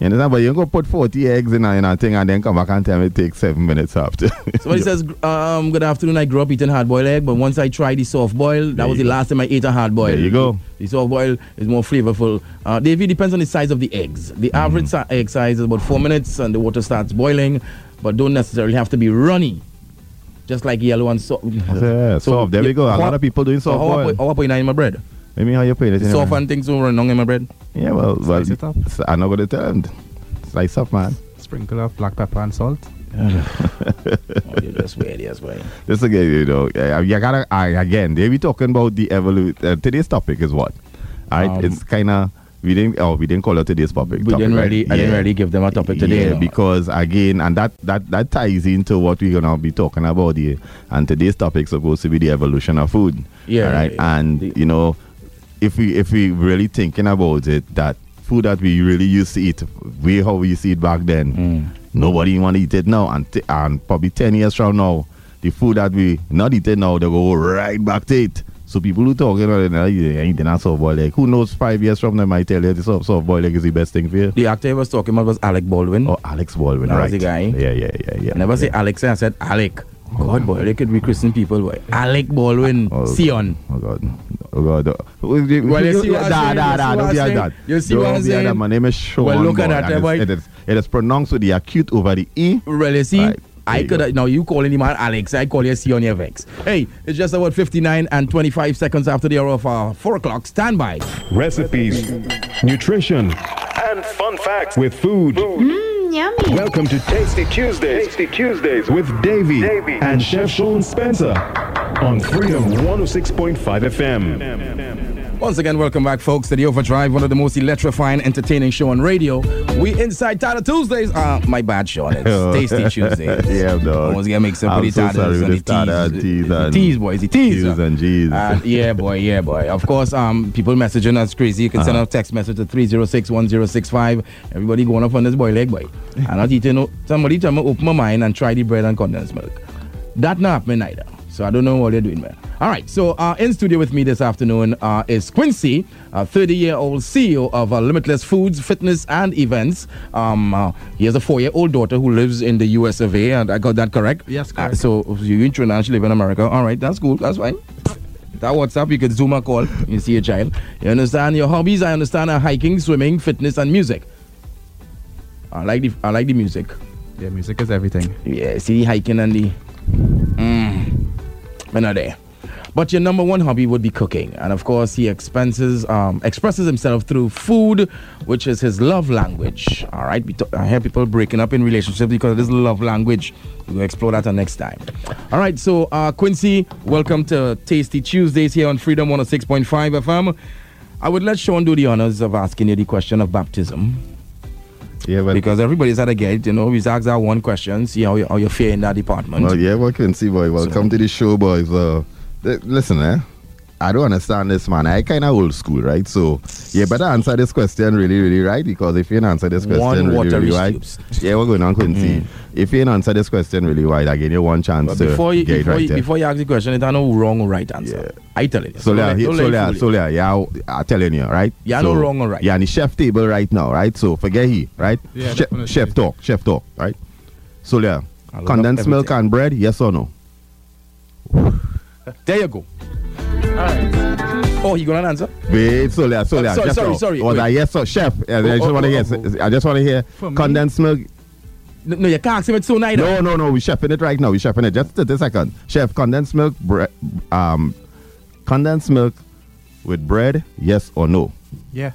Speaker 3: You understand? But you go put forty eggs in a, in a thing and then come back and tell me it takes seven minutes after.
Speaker 2: Somebody says, "Gr- um, good afternoon. I grew up eating hard boiled egg, but once I tried the soft boil, that
Speaker 3: There
Speaker 2: was
Speaker 3: you
Speaker 2: the
Speaker 3: go.
Speaker 2: last time I ate a hard boil.
Speaker 3: There you go.
Speaker 2: The soft boil is more flavorful. Uh, Davey, depends on the size of the eggs. The
Speaker 3: Mm-hmm.
Speaker 2: average si- egg size is about four minutes, and the water starts boiling, but don't necessarily have to be runny. Just like yellow and soft.
Speaker 3: yeah, soft. There we go. A
Speaker 2: how-
Speaker 3: lot of people doing
Speaker 2: So
Speaker 3: soft
Speaker 2: how I
Speaker 3: boil.
Speaker 2: put- how I put it in my bread?
Speaker 3: I mean, how you put it?
Speaker 2: The
Speaker 3: in
Speaker 2: soft
Speaker 3: there?
Speaker 2: and things don't run long in my bread.
Speaker 3: Yeah, well, well
Speaker 8: Slice it up.
Speaker 3: s- I'm not gonna tell them. Slice up, man.
Speaker 8: Sprinkle of black pepper and salt.
Speaker 2: Oh, you just weird, yes, boy.
Speaker 3: This again, you know, uh, you gotta I, again. They be talking about the evolution. Uh, today's topic is what? All right,
Speaker 2: Um,
Speaker 3: it's kind of we didn't. Oh, we didn't call it today's topic.
Speaker 2: We
Speaker 3: topic,
Speaker 2: didn't
Speaker 3: right?
Speaker 2: really, I didn't
Speaker 3: Yeah.
Speaker 2: really give them a topic today.
Speaker 3: Yeah,
Speaker 2: no.
Speaker 3: because again, and that that that ties into what we're gonna be talking about here. And today's topic supposed to be the evolution of food.
Speaker 2: Yeah,
Speaker 3: all right,
Speaker 2: yeah,
Speaker 3: and
Speaker 2: the-
Speaker 3: you know, if we if we really thinking about it, that food that we really used to eat, we how we used to eat back then,
Speaker 2: Hmm.
Speaker 3: nobody want to eat it now, and t- and probably ten years from now, the food that we not eating now, they go right back to it. So people who talking about it, you ain't that soft boiled egg. Who knows? Five years from now, might tell you this soft soft boiled egg is the best thing for you.
Speaker 2: The actor I was talking about was Alec Baldwin.
Speaker 3: Oh, Alex Baldwin,
Speaker 2: That
Speaker 3: right?
Speaker 2: was the guy.
Speaker 3: Yeah, yeah, yeah, yeah.
Speaker 2: I never say Alex, I said Alec. God, boy, they could rechristen people, boy. Alec Baldwin,
Speaker 3: Oh, God.
Speaker 2: Sion.
Speaker 3: Oh God, oh God. Oh, you, you,
Speaker 2: Well, you see
Speaker 3: you-
Speaker 2: what I'm
Speaker 3: nah,
Speaker 2: saying,
Speaker 3: nah,
Speaker 2: you
Speaker 3: nah,
Speaker 2: see what
Speaker 3: don't
Speaker 2: I'm
Speaker 3: be like
Speaker 2: saying?
Speaker 3: that.
Speaker 2: You see
Speaker 3: don't
Speaker 2: what I'm
Speaker 3: be like that.
Speaker 2: saying?
Speaker 3: My name is Sean.
Speaker 2: Well, look at
Speaker 3: boy,
Speaker 2: that,
Speaker 3: and
Speaker 2: boy.
Speaker 3: it's- It is, it is pronounced with the acute over the e.
Speaker 2: Well, you see,
Speaker 3: Right, there
Speaker 2: I
Speaker 3: you
Speaker 2: could
Speaker 3: go.
Speaker 2: have, now you calling him man Alex, I call you Sion, you vex. Hey, it's just about 59 and 25 seconds after the hour of uh, 4 o'clock. Stand by.
Speaker 1: Recipes, nutrition,
Speaker 9: And fun facts
Speaker 1: with food.
Speaker 10: Yummy.
Speaker 1: Welcome to Tasty Tuesdays. Tasty Tuesdays with Davey,
Speaker 9: Davey.
Speaker 1: and Chef Sean Spencer on Freedom 106.5 FM.
Speaker 2: Once again, welcome back, folks, to the Overdrive, one of the most electrifying, entertaining show on radio. We inside Tyler Tuesdays. Uh, my bad, Sean.
Speaker 3: Oh.
Speaker 2: It's Tasty eh? Tuesdays.
Speaker 3: Yeah, dog.
Speaker 2: Once again, make some
Speaker 3: I'm
Speaker 2: pretty
Speaker 3: so
Speaker 2: tatters
Speaker 3: sorry with
Speaker 2: and the
Speaker 3: this tatter and
Speaker 2: tees.
Speaker 3: tees
Speaker 2: The
Speaker 3: and-
Speaker 2: tees, boys. The tees.
Speaker 3: Tees and G's.
Speaker 2: Uh, yeah, boy. Yeah, boy. Of course, um, people messaging us crazy. You can
Speaker 3: Uh-huh.
Speaker 2: send a text message to 306-1065. Everybody going up on this boy leg, boy. I'm not eating no. Somebody tell me open my mind and try the bread and condensed milk. That not happening either. So I don't know what they're doing, man. All right. So uh, in studio with me this afternoon uh, is Quincy, a 30-year-old CEO of uh, Limitless Foods, Fitness and Events. Um, uh, he has a four-year-old daughter who lives in the U.S. of A. And I got that correct.
Speaker 8: Yes,
Speaker 2: Uh,
Speaker 8: correct.
Speaker 2: so you internationally live in America. All right, that's cool. That's fine. That WhatsApp, you can zoom a call. You see a child. You understand your hobbies. I understand are hiking, swimming, fitness, and music. I like the I like the music.
Speaker 8: Yeah, music is everything.
Speaker 2: Yeah, see the hiking and the. Mm, we're not there. But your number one hobby would be cooking, and of course he expenses um, expresses himself through food, which is his love language. All right, we talk- I hear people breaking up in relationships because of this love language. We'll explore that uh, next time. All right, so uh, Quincy, welcome to Tasty Tuesdays here on Freedom 106.5 FM. I would let Sean do the honors of asking you the question of baptism
Speaker 3: Yeah, well,
Speaker 2: because everybody's at a gate, you know. We ask that one question, see how you, how you fare in that department.
Speaker 3: well, yeah, well, Quincy boy, welcome to the show, boys. Uh, th- listen, eh, I don't understand this, man. I kind of old school, right? So, you better answer this question really, really right because if you ain't answer this question
Speaker 2: One
Speaker 3: really,
Speaker 2: watery
Speaker 3: really right,
Speaker 2: stoops.
Speaker 3: yeah, we're going on Quincy. If you ain't answer this question really right, I give you one chance
Speaker 2: Hmm. But
Speaker 3: to
Speaker 2: before you
Speaker 3: get it
Speaker 2: before,
Speaker 3: right.
Speaker 2: you
Speaker 3: there.
Speaker 2: before you ask the question, it ain't no wrong or right answer. I tell it.
Speaker 3: So yeah,
Speaker 2: let-
Speaker 3: he-
Speaker 2: don't
Speaker 3: so
Speaker 2: let it
Speaker 3: yeah,
Speaker 2: fool you.
Speaker 3: so yeah, yeah, I telling you, right?
Speaker 2: Yeah,
Speaker 3: so,
Speaker 2: no wrong or right.
Speaker 3: Yeah, and the chef table right now, right? So forget he, right?
Speaker 8: Yeah,
Speaker 3: chef,
Speaker 8: definitely.
Speaker 3: chef talk, chef talk, right? So yeah,
Speaker 2: I love
Speaker 3: condensed milk
Speaker 2: everything.
Speaker 3: and bread, yes or no?
Speaker 2: There you go. Oh, you gonna answer?
Speaker 3: Wait, so yeah, so
Speaker 2: Oh,
Speaker 3: yeah,
Speaker 2: sorry,
Speaker 3: just
Speaker 2: sorry,
Speaker 3: now.
Speaker 2: sorry,
Speaker 3: Was
Speaker 2: wait.
Speaker 3: I yes or chef? Yeah, I just
Speaker 2: oh,
Speaker 3: want to
Speaker 2: oh,
Speaker 3: hear.
Speaker 2: oh,
Speaker 3: I just want to hear
Speaker 8: For me?
Speaker 3: condensed milk.
Speaker 2: No, no, you can't ask him it soon either.
Speaker 3: No, no, no. We chefing it right now. We chefing it. Just a second. Chef, condensed milk, bre- um, condensed milk with bread, yes or no?
Speaker 8: Yeah.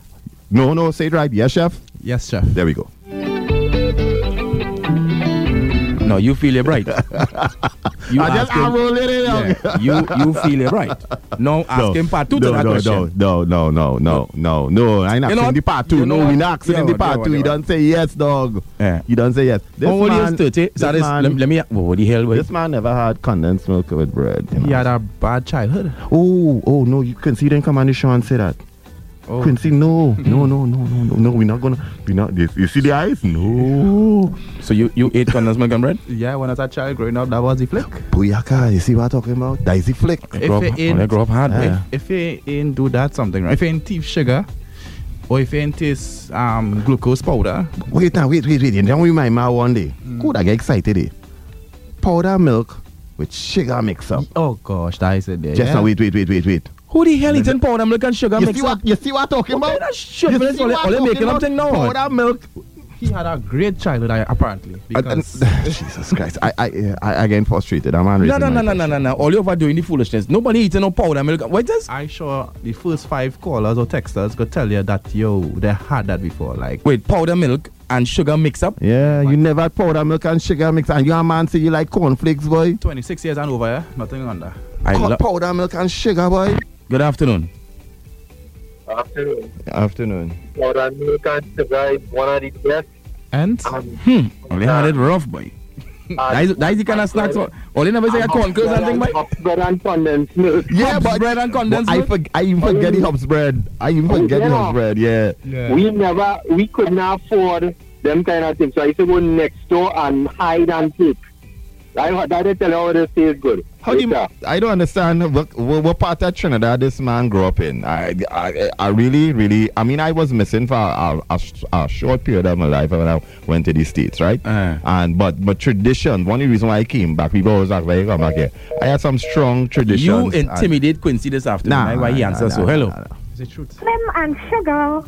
Speaker 3: No, no. Say it right. Yes, chef.
Speaker 8: Yes, chef.
Speaker 3: There we go.
Speaker 2: No, you feel it right. you
Speaker 3: I
Speaker 2: ask
Speaker 3: just
Speaker 2: him,
Speaker 3: I roll it in.
Speaker 2: yeah, you you feel it right. No, ask him part two
Speaker 3: no,
Speaker 2: to that
Speaker 3: no,
Speaker 2: question.
Speaker 3: No, no, no, no, no, no, no. I ain't asking
Speaker 2: know
Speaker 3: the
Speaker 2: what?
Speaker 3: part two.
Speaker 2: You know
Speaker 3: No,
Speaker 2: what?
Speaker 3: we not asking
Speaker 2: Yeah,
Speaker 3: the
Speaker 2: well,
Speaker 3: part
Speaker 2: yeah,
Speaker 3: two.
Speaker 2: well,
Speaker 3: You
Speaker 2: yeah,
Speaker 3: don't say yes, dog.
Speaker 2: Yeah.
Speaker 3: You don't say yes. This
Speaker 2: How old
Speaker 3: man,
Speaker 2: is 30?
Speaker 3: This
Speaker 2: That is,
Speaker 3: man,
Speaker 2: let, let me, what the hell? Wait.
Speaker 3: this man never had condensed milk with bread. you know.
Speaker 8: He had a bad childhood.
Speaker 3: Oh, oh no, you can see them come on the show and say that.
Speaker 8: Oh.
Speaker 3: Quincy, no, no, no, no, no, no, no, we're not gonna, we're not, this. you see the eyes? No.
Speaker 2: So you, you ate condensed milk and bread?
Speaker 8: Yeah, when I was a child growing up, that was the flick.
Speaker 3: Booyaka, you see what I'm talking about? That is the flick.
Speaker 8: If
Speaker 2: Grow up-
Speaker 8: it
Speaker 2: well,
Speaker 8: ain't-
Speaker 2: they grow up hard,
Speaker 3: oh, Yeah.
Speaker 2: way.
Speaker 8: If you ain't do that something, right? If you ain't thief sugar, or if you ain't taste um, glucose powder, Hmm.
Speaker 3: Wait now, wait, wait, wait, you don't remind me one day. Could I get excited eh? Powder milk with sugar mix up.
Speaker 8: oh gosh, that is it there.
Speaker 3: Just
Speaker 8: yeah.
Speaker 3: now, wait, wait, wait, wait, wait.
Speaker 2: Who the hell eating powder milk and sugar
Speaker 3: You see
Speaker 2: mixed up?
Speaker 3: what, you see what I'm talking
Speaker 2: What
Speaker 3: about?
Speaker 2: kind of shit
Speaker 3: You
Speaker 2: man,
Speaker 3: see
Speaker 2: all they-
Speaker 3: what
Speaker 2: all they
Speaker 3: I'm
Speaker 2: making
Speaker 3: talking
Speaker 2: up thing
Speaker 3: about?
Speaker 2: now.
Speaker 3: Powder milk.
Speaker 8: He had a great childhood, I- apparently.
Speaker 3: And- and-
Speaker 8: Because
Speaker 3: Jesus Christ, I, I, I, I getting frustrated. I'm not
Speaker 2: No, no, no, no, no, no, no. All you ever doing the foolishness. Nobody eating no powder milk. What does?
Speaker 8: I sure the first five callers or texters could tell you that yo, they had that before. Like
Speaker 2: Wait, powder milk and sugar mix up?
Speaker 3: Yeah, you never had powder milk and sugar mix, and your man say you like cornflakes, boy.
Speaker 8: twenty six years and over, yeah? Nothing under.
Speaker 2: I
Speaker 3: Co-
Speaker 2: lo-
Speaker 3: powder milk and sugar, boy.
Speaker 2: Good afternoon.
Speaker 5: Afternoon.
Speaker 3: Afternoon.
Speaker 5: Powder milk and sugar is one of the best.
Speaker 8: And Uh,
Speaker 5: And,
Speaker 2: Only Hmm. had it rough, boy. That is, that is the kind of snacks. what- All you never say a corn curls and thing, boy.
Speaker 5: Bread and condensed milk.
Speaker 3: Yeah,
Speaker 2: Hops
Speaker 3: but,
Speaker 2: bread and
Speaker 3: but
Speaker 2: condensed
Speaker 3: I,
Speaker 2: milk.
Speaker 3: forg I even forget the hops bread. I even
Speaker 5: Oh,
Speaker 3: forget the
Speaker 5: yeah.
Speaker 3: hops bread. Yeah.
Speaker 5: We
Speaker 2: Mm.
Speaker 5: never, we could not afford them kind of things. So I used to go next door and hide and take. I that they tell you how this tastes good.
Speaker 3: How do you?
Speaker 5: Later.
Speaker 3: I don't understand what, what, what part of Trinidad this man grew up in. I, I, I really, really. I mean, I was missing for a, a, a short period of my life when I went to the states, right?
Speaker 2: Uh.
Speaker 3: And but but tradition. One of the reason why I came back, people always ask, "Why you come back here?" I had some strong traditions.
Speaker 2: You
Speaker 3: and-
Speaker 2: intimidate Quincy this afternoon.
Speaker 3: Nah,
Speaker 2: Nah, why he
Speaker 3: nah,
Speaker 2: answers
Speaker 3: nah,
Speaker 2: so?
Speaker 3: nah,
Speaker 2: Hello.
Speaker 3: nah, nah.
Speaker 8: is it truth?
Speaker 9: Slim
Speaker 11: er
Speaker 9: and sugar.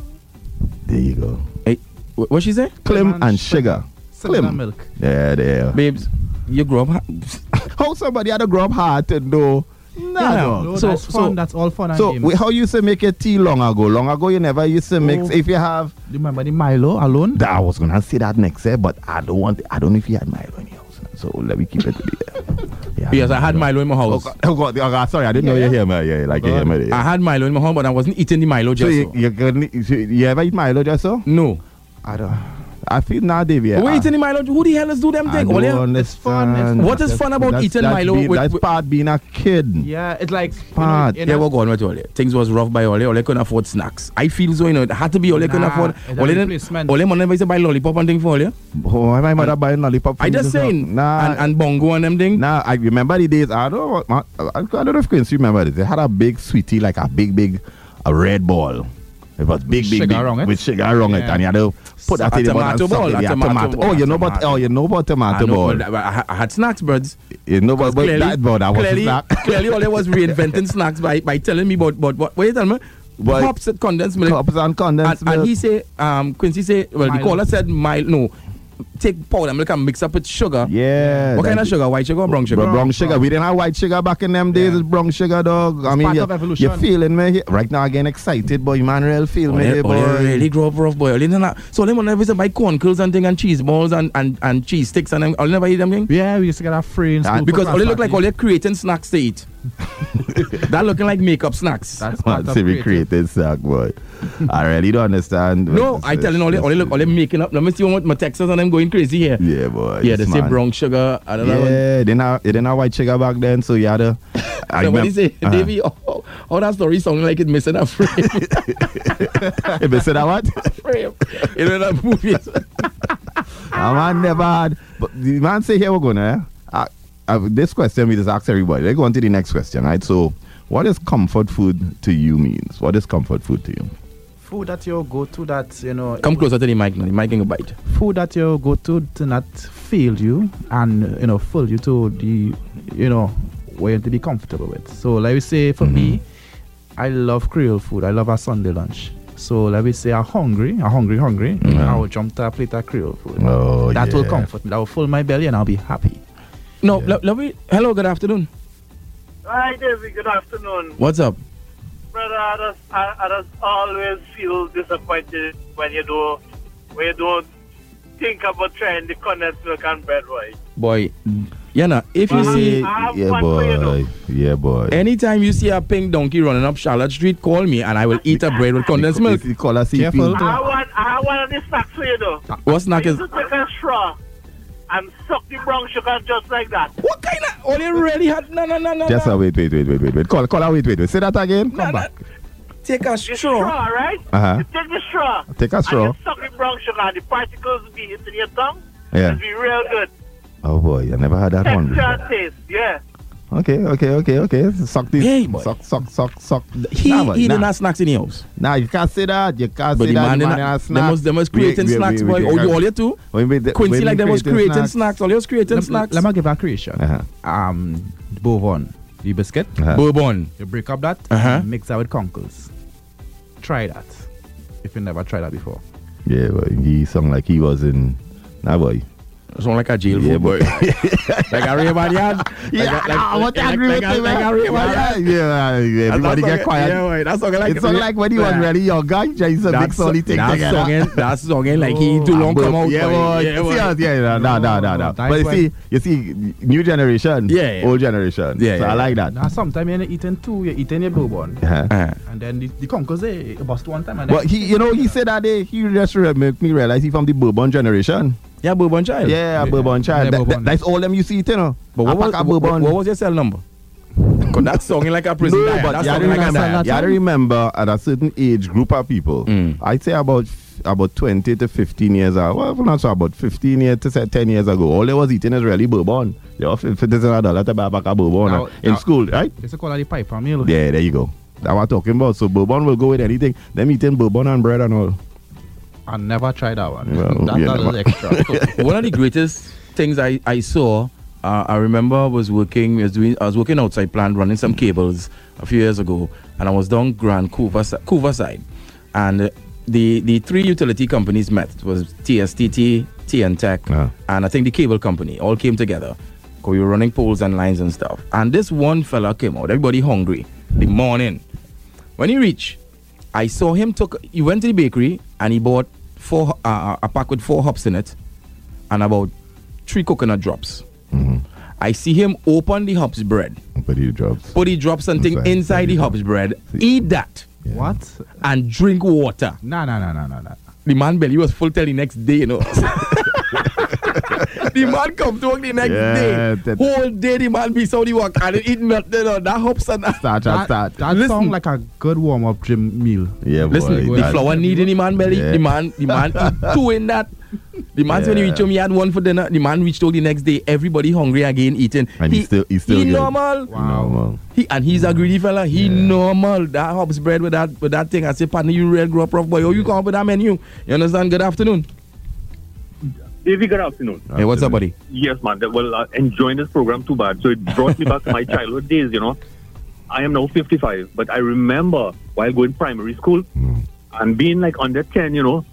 Speaker 3: There you go.
Speaker 2: Hey, wh- what she say?
Speaker 3: Clem
Speaker 8: and
Speaker 3: and sugar.
Speaker 8: Cinnamon
Speaker 3: Slim.
Speaker 8: milk.
Speaker 3: There, there.
Speaker 2: Babes, you grow up. ha-
Speaker 3: How somebody had a grub heart to do? Nah,
Speaker 2: Yeah,
Speaker 3: dog.
Speaker 8: No,
Speaker 2: So-
Speaker 8: that's fun.
Speaker 2: so-
Speaker 8: that's all fun and
Speaker 3: Oh. So
Speaker 8: games.
Speaker 3: we, how you say make your tea long ago? Long ago you never used to mix.
Speaker 8: Oh.
Speaker 3: If you have,
Speaker 8: You remember the Milo alone?
Speaker 3: that, I was gonna say that next, eh, but I don't want. I don't know if you had Milo in your house. eh. So let me keep it. eh. to the- yeah.
Speaker 2: Yes, I had Milo in my
Speaker 3: Oh
Speaker 2: house.
Speaker 3: God, oh God, oh God, sorry, I didn't know you hear me. Yeah, like you hear me.
Speaker 2: I
Speaker 3: Yeah.
Speaker 2: had Milo in my home, but I wasn't eating the Milo
Speaker 3: so
Speaker 2: just
Speaker 3: you,
Speaker 2: so.
Speaker 3: you, couldn't- you, you ever eat Milo just so?
Speaker 2: No.
Speaker 3: I don't. I feel now, Dave. Yeah.
Speaker 2: Who
Speaker 3: I-
Speaker 2: eating the Milo? Who the hell is do them
Speaker 3: I
Speaker 2: thing? All
Speaker 3: don't
Speaker 2: you-
Speaker 8: It's fun, it's-
Speaker 3: understand.
Speaker 2: What is fun about
Speaker 3: That's-
Speaker 2: eating
Speaker 3: that's
Speaker 2: Milo
Speaker 3: being-
Speaker 2: with-
Speaker 3: That's
Speaker 2: with-
Speaker 3: part being a kid.
Speaker 8: Yeah, it's like you know,
Speaker 3: Smart.
Speaker 8: in
Speaker 2: Yeah,
Speaker 8: a-
Speaker 2: we're going with Ole. Things was rough by Ole. Ole couldn't afford snacks. I feel so, you know, it had to be Ole couldn't
Speaker 8: Nah,
Speaker 2: afford.
Speaker 8: it had
Speaker 2: Ole
Speaker 8: replacement.
Speaker 2: didn't. Ole money to buy lollipop and thing for Ole.
Speaker 3: Oh, why my mother buying lollipop? for
Speaker 2: I
Speaker 3: me
Speaker 2: just
Speaker 3: this month?
Speaker 2: saying.
Speaker 3: Nah,
Speaker 2: And, and bongo and them thing.
Speaker 3: Now I remember the days. I don't. I, I don't know if Quincy remember this. They had a big sweetie, like a big, big, a red ball. It was big, big,
Speaker 8: sugar
Speaker 3: big
Speaker 8: on it?
Speaker 3: with sugar on it,
Speaker 8: Yeah.
Speaker 3: and you had to put that
Speaker 2: A
Speaker 3: in the bottom
Speaker 2: tomato
Speaker 3: and suck
Speaker 2: ball,
Speaker 3: it.
Speaker 2: a
Speaker 3: Yeah,
Speaker 2: tomato ball,
Speaker 3: Oh, you know
Speaker 2: a
Speaker 3: about.
Speaker 2: tomato.
Speaker 3: Oh, you know about
Speaker 2: I
Speaker 3: tomato
Speaker 2: know,
Speaker 3: ball.
Speaker 2: but I, I- I had snacks, birds.
Speaker 3: You know about
Speaker 2: clearly,
Speaker 3: that ball. That was
Speaker 2: clearly,
Speaker 3: that.
Speaker 2: clearly Ole was reinventing snacks by, by telling me about, about what, what you tell me?
Speaker 3: Why-
Speaker 2: Pops at condensed milk.
Speaker 3: Cups and
Speaker 2: and,
Speaker 3: condensed
Speaker 2: and
Speaker 3: milk.
Speaker 2: he say, um, Quincy say, well, the
Speaker 8: Milo.
Speaker 2: caller said, Milo, no, take powder milk and mix up with sugar.
Speaker 3: yeah.
Speaker 2: What
Speaker 3: that-
Speaker 2: kind of sugar? White sugar or brown sugar?
Speaker 3: Brown, sugar. We didn't have white sugar back in them days.
Speaker 8: Yeah.
Speaker 3: It's brown sugar, dog. I mean,
Speaker 8: part
Speaker 3: you,
Speaker 8: of evolution.
Speaker 3: you're feeling me here. right now. I'm getting excited, boy. Emmanuel, feel me,
Speaker 2: Ole-
Speaker 3: here,
Speaker 2: Ole really
Speaker 3: boy.
Speaker 2: grow up rough boy. Ole not, so them never used to buy corn curls and thing and cheese balls and, and, and cheese sticks and them. Ole never eat them thing.
Speaker 8: Yeah, we used to get our friends.
Speaker 3: Ah,
Speaker 2: Because Ole look like Ole creating snacks to eat. that looking like makeup snacks.
Speaker 8: That's part
Speaker 3: Want
Speaker 8: of
Speaker 3: to be
Speaker 8: creating.
Speaker 3: created, sack boy. I really don't understand.
Speaker 2: No, I telling Ole, Ole look, Ole making up. Let me see what my Texas and them going crazy here.
Speaker 3: Yeah, boy.
Speaker 2: Yeah, they
Speaker 3: this
Speaker 2: say
Speaker 3: man.
Speaker 2: brown sugar. I don't know.
Speaker 3: Yeah, they not they didn't have white sugar back then, so you had to. I
Speaker 2: Somebody
Speaker 3: remem-
Speaker 2: say,
Speaker 3: Uh-huh.
Speaker 2: Davey, oh, All that story sounding like it's missing a frame.
Speaker 3: If they say that what?
Speaker 2: frame. You know that movie.
Speaker 3: A man Oh, never had. But the man say here we're gonna. Uh, uh, this question we just ask everybody. Let's go on to the next question, right? So, what is comfort food to you means? What is comfort food to you?
Speaker 8: Food that you go to that, you know,
Speaker 2: Come closer to the mic now. The mic ain't gonna bite.
Speaker 8: food that you go to to not feel you and you know fill you to the you know where to be comfortable with. So let me say for
Speaker 3: Mm-hmm.
Speaker 8: me, I love Creole food. I love a Sunday lunch. So let me say I'm hungry, I'm hungry, hungry. I will jump to a plate of Creole food.
Speaker 3: Mm-hmm. Oh,
Speaker 8: that will
Speaker 3: yeah.
Speaker 8: comfort me. That will fill my belly and I'll be happy.
Speaker 2: No, let let me. Hello, good afternoon.
Speaker 9: Hi, David. Good afternoon.
Speaker 2: What's up?
Speaker 9: Brother, I just, I, I just always feel disappointed when you do, when you don't think about trying the condensed milk and bread right.
Speaker 2: Boy, Yana, if you
Speaker 9: Well,
Speaker 2: see.
Speaker 9: I have
Speaker 3: yeah,
Speaker 9: one for you, though.
Speaker 3: boy. Yeah, boy.
Speaker 2: Anytime you see a pink donkey running up Charlotte Street, call me and I will eat a bread with condensed milk.
Speaker 3: They call us
Speaker 8: Careful.
Speaker 3: CP.
Speaker 9: I want, I want this snack for you though.
Speaker 2: What snack
Speaker 9: you
Speaker 2: is.
Speaker 9: just take a straw and suck the brown sugar just like that.
Speaker 2: What kind of. Oh, they really had. No, no, no, no.
Speaker 3: Just
Speaker 2: no.
Speaker 3: a wait, wait, wait, wait, wait, wait. Call, call, her, wait, wait, wait. Say that again. Come back.
Speaker 2: Take a
Speaker 9: The
Speaker 2: straw.
Speaker 9: straw, right?
Speaker 3: Uh-huh.
Speaker 9: You take the straw.
Speaker 3: Take a straw.
Speaker 9: And you suck the brown sugar and the particles will be hitting your tongue.
Speaker 3: Yeah.
Speaker 9: It'll be real good.
Speaker 3: Oh boy, I never had that one.
Speaker 9: Texture
Speaker 3: Before.
Speaker 9: and taste, yeah.
Speaker 3: Okay, okay, okay, okay. Suck this.
Speaker 2: Hey, boy.
Speaker 3: Suck, suck, suck, suck.
Speaker 2: He
Speaker 3: nah, boy,
Speaker 2: he
Speaker 3: nah.
Speaker 2: didn't have snacks in the house.
Speaker 3: Nah, you can't say that. You can't
Speaker 2: But
Speaker 3: say
Speaker 2: the
Speaker 3: that.
Speaker 2: man
Speaker 3: the
Speaker 2: didn't.
Speaker 3: man has
Speaker 2: They was, they was
Speaker 3: We-
Speaker 2: creating
Speaker 3: we- we-
Speaker 2: snacks,
Speaker 3: we
Speaker 2: boy.
Speaker 3: can-
Speaker 2: Oh, you all you too?
Speaker 3: When we- when
Speaker 2: Quincy
Speaker 3: we
Speaker 2: like them was creating snacks. All you was creating
Speaker 8: Let,
Speaker 2: snacks.
Speaker 8: let me give a creation.
Speaker 3: Uh-huh.
Speaker 8: Um, bourbon, the biscuit.
Speaker 3: Uh-huh.
Speaker 2: Bourbon.
Speaker 8: You break up that,
Speaker 2: Uh-huh.
Speaker 8: mix that with conkles. Try that. If you never tried that before.
Speaker 3: Yeah, boy. He sound like he was in. Nah, boy.
Speaker 2: Sound like a jail
Speaker 3: Yeah,
Speaker 2: food, boy. like a real bad yard. Like a- like- like- like a- like a real bad yard.
Speaker 3: Yeah, yeah, yeah.
Speaker 2: That's
Speaker 3: Everybody
Speaker 2: not
Speaker 3: get
Speaker 2: song-
Speaker 3: quiet.
Speaker 2: Yeah, boy, that's something like
Speaker 3: It's not like when you was
Speaker 2: Yeah.
Speaker 3: really young, eh? guy. Just used to
Speaker 2: That
Speaker 3: mix
Speaker 2: so-
Speaker 3: only things
Speaker 2: that
Speaker 3: together.
Speaker 2: song eh? ain't- that song ain't like he too long come out.
Speaker 3: Oh, Yeah,
Speaker 2: boy.
Speaker 3: boy.
Speaker 2: Yeah, boy.
Speaker 3: See us, yeah, yeah, no, no, no, no.
Speaker 8: No,
Speaker 3: But you
Speaker 8: that's
Speaker 3: see, you see, new generation,
Speaker 2: Yeah, yeah.
Speaker 3: old generation.
Speaker 2: Yeah,
Speaker 3: so
Speaker 2: yeah.
Speaker 3: I like that.
Speaker 8: Now sometimes you're eating two, you're eating your bourbon.
Speaker 3: Uh-huh.
Speaker 2: Uh,
Speaker 8: And then the, the conkles they bust one time and
Speaker 3: But
Speaker 8: then
Speaker 3: he, you know, he said that day, he just re- make me realize he from the Bourbon generation.
Speaker 2: yeah, bourbon child.
Speaker 3: Yeah,
Speaker 8: Yeah.
Speaker 3: Bourbon child.
Speaker 8: Yeah,
Speaker 3: That-
Speaker 8: Bourbon.
Speaker 3: that- that's all them you see, it, you know.
Speaker 2: But
Speaker 3: A
Speaker 2: what was,
Speaker 3: pack of
Speaker 2: what,
Speaker 3: Bourbon.
Speaker 2: what was your cell number? 'Cause that song ain't like a prison.
Speaker 3: No,
Speaker 2: diet.
Speaker 3: but
Speaker 2: That
Speaker 3: you
Speaker 2: song
Speaker 3: have to
Speaker 2: ain't like a
Speaker 3: remember,
Speaker 2: diet.
Speaker 3: you have to remember at a certain age group of people,
Speaker 2: Mm.
Speaker 3: I'd say about f- about 20 to 15 years ago, well, not so about 15 years to say 10 years ago, all they was eating is really bourbon. They were $50 dollar to buy a pack of bourbon
Speaker 8: Now-
Speaker 3: in
Speaker 8: now-
Speaker 3: school, right?
Speaker 8: it's a call the pipe for meal.
Speaker 3: Yeah, there you go. That what I'm talking about. So bourbon will go with anything. Them eating bourbon and bread and all.
Speaker 8: I never tried that one.
Speaker 3: Well,
Speaker 8: that
Speaker 3: yeah,
Speaker 8: that was
Speaker 3: never-
Speaker 8: extra. So,
Speaker 2: one of the greatest things I, I saw, uh, I remember was working, was doing, I was working outside plant running some cables a few years ago, and I was down Grand Coover, si- Coover side, and uh, the the three utility companies met. It was TSTT, TN Tech,
Speaker 3: Uh-huh.
Speaker 2: and I think the cable company all came together. Cause we were running poles and lines and stuff. And this one fella came out, everybody hungry, the morning. When he reached, I saw him took. He went to the bakery and he bought four uh, a pack with four hops in it, and about three coconut drops.
Speaker 3: Mm-hmm.
Speaker 2: I see him open the hops bread,
Speaker 3: But he drops.
Speaker 2: put the drops and thing
Speaker 3: Inside,
Speaker 2: inside the hops bread, eat that,
Speaker 8: What?
Speaker 2: and drink water.
Speaker 8: No, no, no, no, no, no.
Speaker 2: The man belly was full till the next day, you know. the man come to work the next
Speaker 3: Yeah,
Speaker 2: day.
Speaker 3: that-
Speaker 2: Whole day the man be so the work and he eat nothing on that hops and that.
Speaker 3: Start, start,
Speaker 8: That,
Speaker 3: start.
Speaker 8: that, sound like a good warm up gym meal.
Speaker 3: yeah,
Speaker 2: Listen,
Speaker 3: boy,
Speaker 2: the
Speaker 3: that-
Speaker 2: flour need any man belly.
Speaker 3: Yeah.
Speaker 2: The man, the man eat two in that. The man when he reached home, he had one for dinner. The man reached home the next day. Everybody hungry again, eating.
Speaker 3: And he's still- he's still
Speaker 2: he
Speaker 3: good.
Speaker 2: normal.
Speaker 3: You know, man.
Speaker 2: He and he's a greedy fella. He normal. That hops bread with that with that thing. I say, partner, you real grow up rough boy. Oh, you come up with that menu. You understand? Good afternoon.
Speaker 10: David, good afternoon.
Speaker 2: Hey, what's up, buddy?
Speaker 10: Yes, man. That- Well, uh, enjoying this program too bad. So it brought me back to my childhood days, you know. I am now 55, but I remember while going primary school
Speaker 2: Mm-hmm.
Speaker 10: and being like under 10, you know.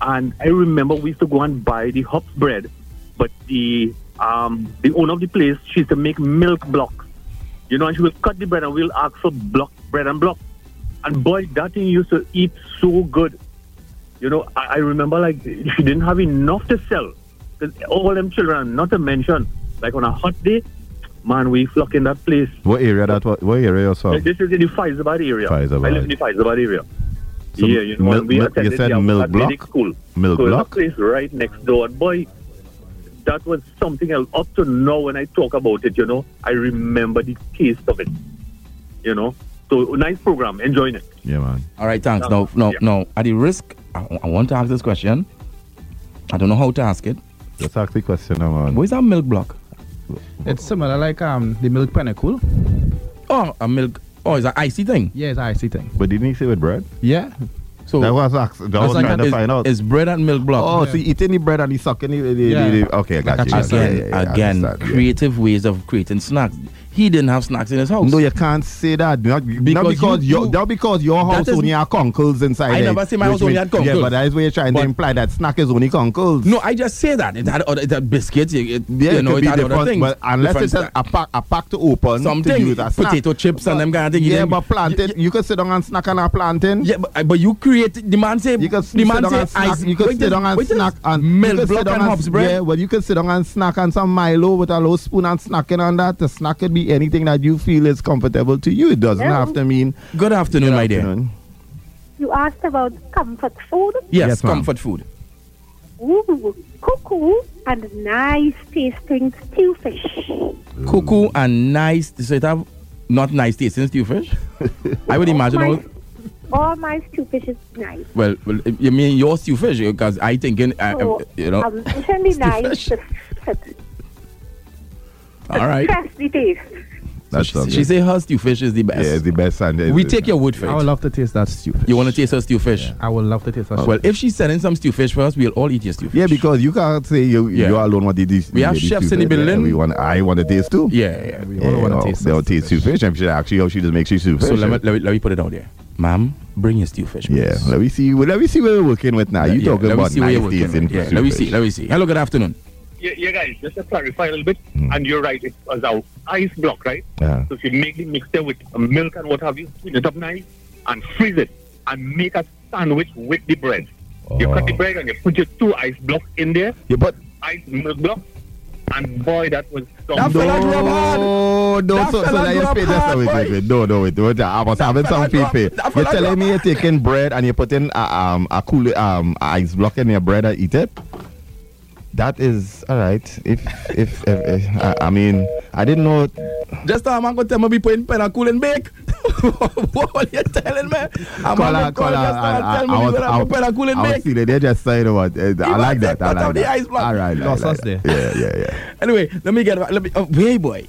Speaker 10: And I remember we used to go and buy the hops bread, but the um, the owner of the place, she used to make milk blocks. You know, and she will cut the bread and we'll ask for block bread and block. And boy, that thing used to eat so good. You know, I, I remember like she didn't have enough to sell. 'Cause all them children, not to mention, like on a hot day, man, we flock in that place.
Speaker 3: What area that was? What area was
Speaker 10: Like, this is in the Faizabad area.
Speaker 3: Faizabad.
Speaker 10: I live in the Faizabad area.
Speaker 3: So
Speaker 10: yeah, you know,
Speaker 3: milk-
Speaker 10: and we
Speaker 3: milk- you
Speaker 10: attended
Speaker 3: said
Speaker 10: the
Speaker 3: milk
Speaker 10: athletic
Speaker 3: block?
Speaker 10: school.
Speaker 3: Milk
Speaker 10: so
Speaker 3: block?
Speaker 10: That place right next door. And boy, that was something else. Up to now, when I talk about it, you know, I remember the taste of it. You know, So nice program, enjoying it.
Speaker 3: Yeah, man.
Speaker 2: All right, thanks. No, no, no. At the risk, I, I want to ask this question. I don't know how to ask it.
Speaker 3: Let's ask the question, man.
Speaker 2: Where's our milk block?
Speaker 8: It's similar like um the milk pinnacle.
Speaker 2: Oh, a milk. Oh, it's an icy thing.
Speaker 8: Yeah, it's an icy thing.
Speaker 3: But didn't he say with bread?
Speaker 8: Yeah.
Speaker 2: So
Speaker 3: that was ax- that was trying to
Speaker 2: it's,
Speaker 3: find out.
Speaker 2: It's bread and milk block.
Speaker 3: Oh, so you eating the bread and you sucking the, the, the-
Speaker 8: Yeah.
Speaker 3: the- okay, I got
Speaker 8: Like
Speaker 3: you.
Speaker 8: a
Speaker 3: got you.
Speaker 2: again,
Speaker 3: Yeah, yeah, yeah, I
Speaker 2: again,
Speaker 3: understand, yeah.
Speaker 2: creative ways of creating snacks. He didn't have snacks in his house.
Speaker 3: No, you can't say that. Not, not
Speaker 2: Because
Speaker 3: because
Speaker 2: you-
Speaker 3: your
Speaker 2: you-
Speaker 3: that because your house
Speaker 2: is-
Speaker 3: only have conkles inside.
Speaker 2: I
Speaker 3: it,
Speaker 2: never say my
Speaker 3: which
Speaker 2: house only
Speaker 3: means-
Speaker 2: had conkles.
Speaker 3: Yeah, but that is what you're trying to imply that snack is only conkles.
Speaker 2: No, I just say that. It had other, it had biscuits. It, it-
Speaker 3: Yeah,
Speaker 2: you
Speaker 3: it
Speaker 2: know,
Speaker 3: could
Speaker 2: it
Speaker 3: be
Speaker 2: had other
Speaker 3: different,
Speaker 2: things.
Speaker 3: but unless
Speaker 2: Different
Speaker 3: it's a,
Speaker 2: snack.
Speaker 3: a pack a pack to open to
Speaker 2: something,
Speaker 3: use as snack.
Speaker 2: potato chips and them kind of thing. you
Speaker 3: Yeah,
Speaker 2: didn't-
Speaker 3: but plantain, you could sit down and snack on a plantain.
Speaker 2: yeah, but, but you create the man say
Speaker 3: You could
Speaker 2: the
Speaker 3: sit
Speaker 2: man
Speaker 3: down
Speaker 2: say
Speaker 3: and snack.
Speaker 2: ice.
Speaker 3: You could
Speaker 2: wait
Speaker 3: sit
Speaker 2: a-
Speaker 3: down and
Speaker 2: wait a-
Speaker 3: snack and you
Speaker 2: milk
Speaker 3: could sit
Speaker 2: block
Speaker 3: down
Speaker 2: and hops
Speaker 3: Yeah,
Speaker 2: bread.
Speaker 3: well, you could sit down and snack on some Milo with a low spoon and snacking on that. The snack could be anything that you feel is comfortable to you. It doesn't
Speaker 11: Hello.
Speaker 3: have to mean.
Speaker 2: Good afternoon, my
Speaker 3: you
Speaker 2: dear.
Speaker 3: know.
Speaker 11: You asked about comfort food.
Speaker 2: Yes,
Speaker 3: Yes, ma'am.
Speaker 2: comfort food.
Speaker 11: Ooh, cuckoo and nice tasting stew fish.
Speaker 2: Cuckoo and nice. So it have not nice tasting stew fish. I would imagine
Speaker 11: Oh
Speaker 2: all.
Speaker 11: All my stew fish is nice.
Speaker 2: Well, well, if- you mean your stew fish? Because I thinking, I,
Speaker 11: So,
Speaker 2: uh, you know.
Speaker 11: um, it can be
Speaker 2: stew
Speaker 11: nice
Speaker 2: fish.
Speaker 11: to, to, to
Speaker 2: all right.
Speaker 11: test the taste.
Speaker 3: That's
Speaker 2: she,
Speaker 3: not
Speaker 2: she
Speaker 3: good.
Speaker 2: say her stew fish is the best.
Speaker 3: Yeah, it's the best. And it's-
Speaker 2: we take your wood
Speaker 8: I would
Speaker 2: fish.
Speaker 8: love to taste that stew.
Speaker 2: You want to taste her stew fish?
Speaker 8: I would love to taste that.
Speaker 2: Well, if she's selling some stew fish for us, we'll all eat your stew fish.
Speaker 3: Yeah, because you can't say you
Speaker 2: Yeah.
Speaker 3: you alone want to taste.
Speaker 2: We have
Speaker 3: taste
Speaker 2: chefs in the
Speaker 3: fish. Yeah,
Speaker 2: building.
Speaker 3: We want. I want to taste too.
Speaker 2: Yeah, yeah.
Speaker 8: We all want to taste
Speaker 3: They'll
Speaker 8: that.
Speaker 3: taste soup fish. I'm sure actually how she just makes you soup fish.
Speaker 2: So let me, let, me, let me put it out there. Ma'am, bring your stew fish.
Speaker 3: yeah,
Speaker 2: please.
Speaker 3: let me see. Let me see what we're working with now. You
Speaker 2: Yeah,
Speaker 3: talking
Speaker 2: let me
Speaker 3: about
Speaker 2: see where
Speaker 3: nice
Speaker 2: you're working
Speaker 3: tasting
Speaker 2: with. Yeah,
Speaker 3: soup
Speaker 2: let me
Speaker 3: fish.
Speaker 2: see. Let me see. Hello, good afternoon.
Speaker 10: Yeah, yeah, guys, just to clarify a little bit,
Speaker 3: Hmm.
Speaker 10: and you're right, it was our ice block, right?
Speaker 3: Yeah.
Speaker 10: So if you make the mixture with milk and what have you, sweeten it up nice and freeze it and make a sandwich with the bread. You cut the
Speaker 3: Oh.
Speaker 10: bread and you put your two ice blocks in there,
Speaker 3: Yeah, but
Speaker 10: ice milk block, and boy, that was some
Speaker 2: That fella
Speaker 10: No.
Speaker 2: drop hard.
Speaker 3: no, no,
Speaker 2: That
Speaker 3: so, so
Speaker 2: fella
Speaker 3: that you
Speaker 2: drop
Speaker 3: pay that's
Speaker 2: hard,
Speaker 3: wait, wait,
Speaker 2: boy.
Speaker 3: wait, no, no, wait, wait. Ah, I was having some
Speaker 2: fella drop-
Speaker 3: people.
Speaker 2: that
Speaker 3: You're
Speaker 2: fella
Speaker 3: telling
Speaker 2: drop
Speaker 3: me you're taking bread and you're putting uh, um a cool um ice block in your bread and eat it. That is all right. If if, if, if I, I mean, I didn't know.
Speaker 2: Just now, I'm going to tell me we putting pen and cool and bake. what are you telling me? I'm
Speaker 3: Call
Speaker 2: gonna
Speaker 3: her, call her.
Speaker 2: just now
Speaker 3: I,
Speaker 2: and
Speaker 3: I,
Speaker 2: tell
Speaker 3: I
Speaker 2: me we
Speaker 3: was,
Speaker 2: gonna
Speaker 3: I
Speaker 2: put pen and cool
Speaker 3: was,
Speaker 2: and
Speaker 3: I was
Speaker 2: bake.
Speaker 3: feeling they just saying what. eh, I
Speaker 2: man
Speaker 3: like that.
Speaker 2: said
Speaker 3: I
Speaker 2: cut
Speaker 3: like
Speaker 2: off the ice
Speaker 3: that.
Speaker 2: block.
Speaker 3: All right,
Speaker 8: Lost
Speaker 3: like
Speaker 8: us
Speaker 3: that. Yeah, yeah, yeah.
Speaker 2: Anyway, let me get back. Let me, oh, hey, boy.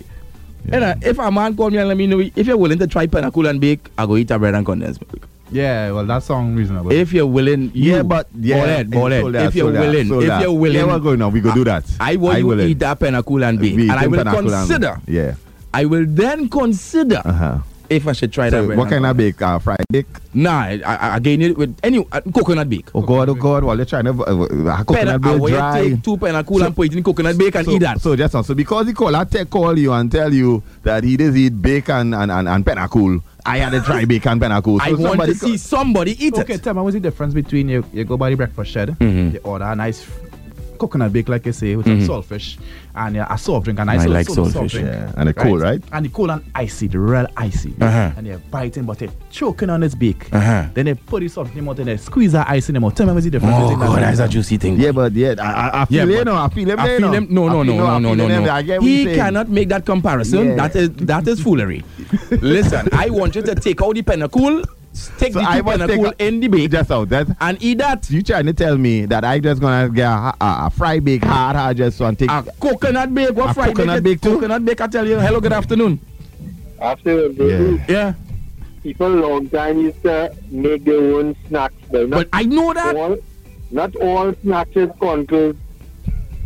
Speaker 2: You know, if a man call me and let me know if you're willing to try pen and cool and bake, I go eat a bread and condensed milk.
Speaker 8: yeah, well, that sounds reasonable.
Speaker 2: If you're willing, you,
Speaker 3: yeah, but yeah,
Speaker 2: Ball
Speaker 3: eh,
Speaker 2: head, ball head.
Speaker 3: sold out,
Speaker 2: if you're
Speaker 3: sold out,
Speaker 2: willing,
Speaker 3: sold
Speaker 2: if
Speaker 3: out.
Speaker 2: you're willing,
Speaker 3: yeah, we're going now. We go do that.
Speaker 2: I want you
Speaker 3: willing.
Speaker 2: eat that penacul and bake,
Speaker 3: We
Speaker 2: and I
Speaker 3: eating
Speaker 2: will
Speaker 3: panakul and-
Speaker 2: consider.
Speaker 3: Yeah.
Speaker 2: I will then consider
Speaker 3: Uh huh.
Speaker 2: if I should try
Speaker 3: So
Speaker 2: that. bread
Speaker 3: what
Speaker 2: and
Speaker 3: kind of bake? Uh, fried bake?
Speaker 2: Nah, I, I, I gain it with any uh, coconut bake.
Speaker 3: Oh God, oh God! While they're trying to uh, uh,
Speaker 2: Pena-
Speaker 3: coconut
Speaker 2: I
Speaker 3: bake
Speaker 2: will
Speaker 3: dry.
Speaker 2: take two penacul and put it in coconut bake and
Speaker 3: so,
Speaker 2: eat that.
Speaker 3: so just now, so because he call, I take call you and tell you that he does eat bacon and and, and penacol. I had a dry bacon penacol.
Speaker 2: I
Speaker 3: So
Speaker 2: want
Speaker 3: somebody
Speaker 2: to see somebody eat
Speaker 8: okay,
Speaker 2: it. Mm-hmm.
Speaker 8: tell me what's the difference between you, you go by the breakfast shed, you order a nice f- coconut bake, like you say, with some saltfish, and uh, a soft drink, a nice
Speaker 2: I
Speaker 8: salt-
Speaker 2: like
Speaker 8: salt-
Speaker 2: saltfish.
Speaker 8: soft drink.
Speaker 3: Yeah, and it cold, right?
Speaker 8: And the cold and icy, the real icy.
Speaker 2: Uh-huh.
Speaker 8: And they're biting, but they're choking on its beak.
Speaker 2: Uh-huh.
Speaker 8: Then they put the salt in them out and they squeeze the ice in them out. Tell me what's the difference
Speaker 2: Oh
Speaker 8: between that
Speaker 2: God,
Speaker 8: and
Speaker 2: that's a
Speaker 8: that.
Speaker 2: juicy thing.
Speaker 3: Yeah, but yeah, I, I, I feel
Speaker 2: Yeah,
Speaker 3: it
Speaker 2: but
Speaker 3: now. I feel him.
Speaker 2: I
Speaker 3: there
Speaker 2: feel
Speaker 3: now.
Speaker 2: him. No, no,
Speaker 3: I feel-
Speaker 2: no,
Speaker 3: I
Speaker 2: no,
Speaker 3: feel
Speaker 2: no,
Speaker 3: him
Speaker 2: no,
Speaker 3: there. I
Speaker 2: no.
Speaker 3: get what you're
Speaker 2: He
Speaker 3: saying.
Speaker 2: cannot make that comparison.
Speaker 3: Yeah.
Speaker 2: That is that is foolery. Listen, I want you to take out the penacul, take
Speaker 3: So
Speaker 2: the
Speaker 3: I
Speaker 2: two
Speaker 3: must take
Speaker 2: penacul
Speaker 3: out-
Speaker 2: in the bake,
Speaker 3: Just out. That's
Speaker 2: and eat that.
Speaker 3: you trying to tell me that I just gonna get a, a, a fry bake hard hard just so and take
Speaker 2: A coconut bake, what
Speaker 3: A
Speaker 2: fried
Speaker 3: coconut
Speaker 2: bake?
Speaker 3: bake too?
Speaker 2: Coconut bake, I tell you. Hello, good afternoon.
Speaker 5: After
Speaker 3: yeah.
Speaker 2: Yeah,
Speaker 5: people long time used to make their own snacks, but
Speaker 2: but
Speaker 5: not
Speaker 2: I know that.
Speaker 5: all, not all snacks is concrete.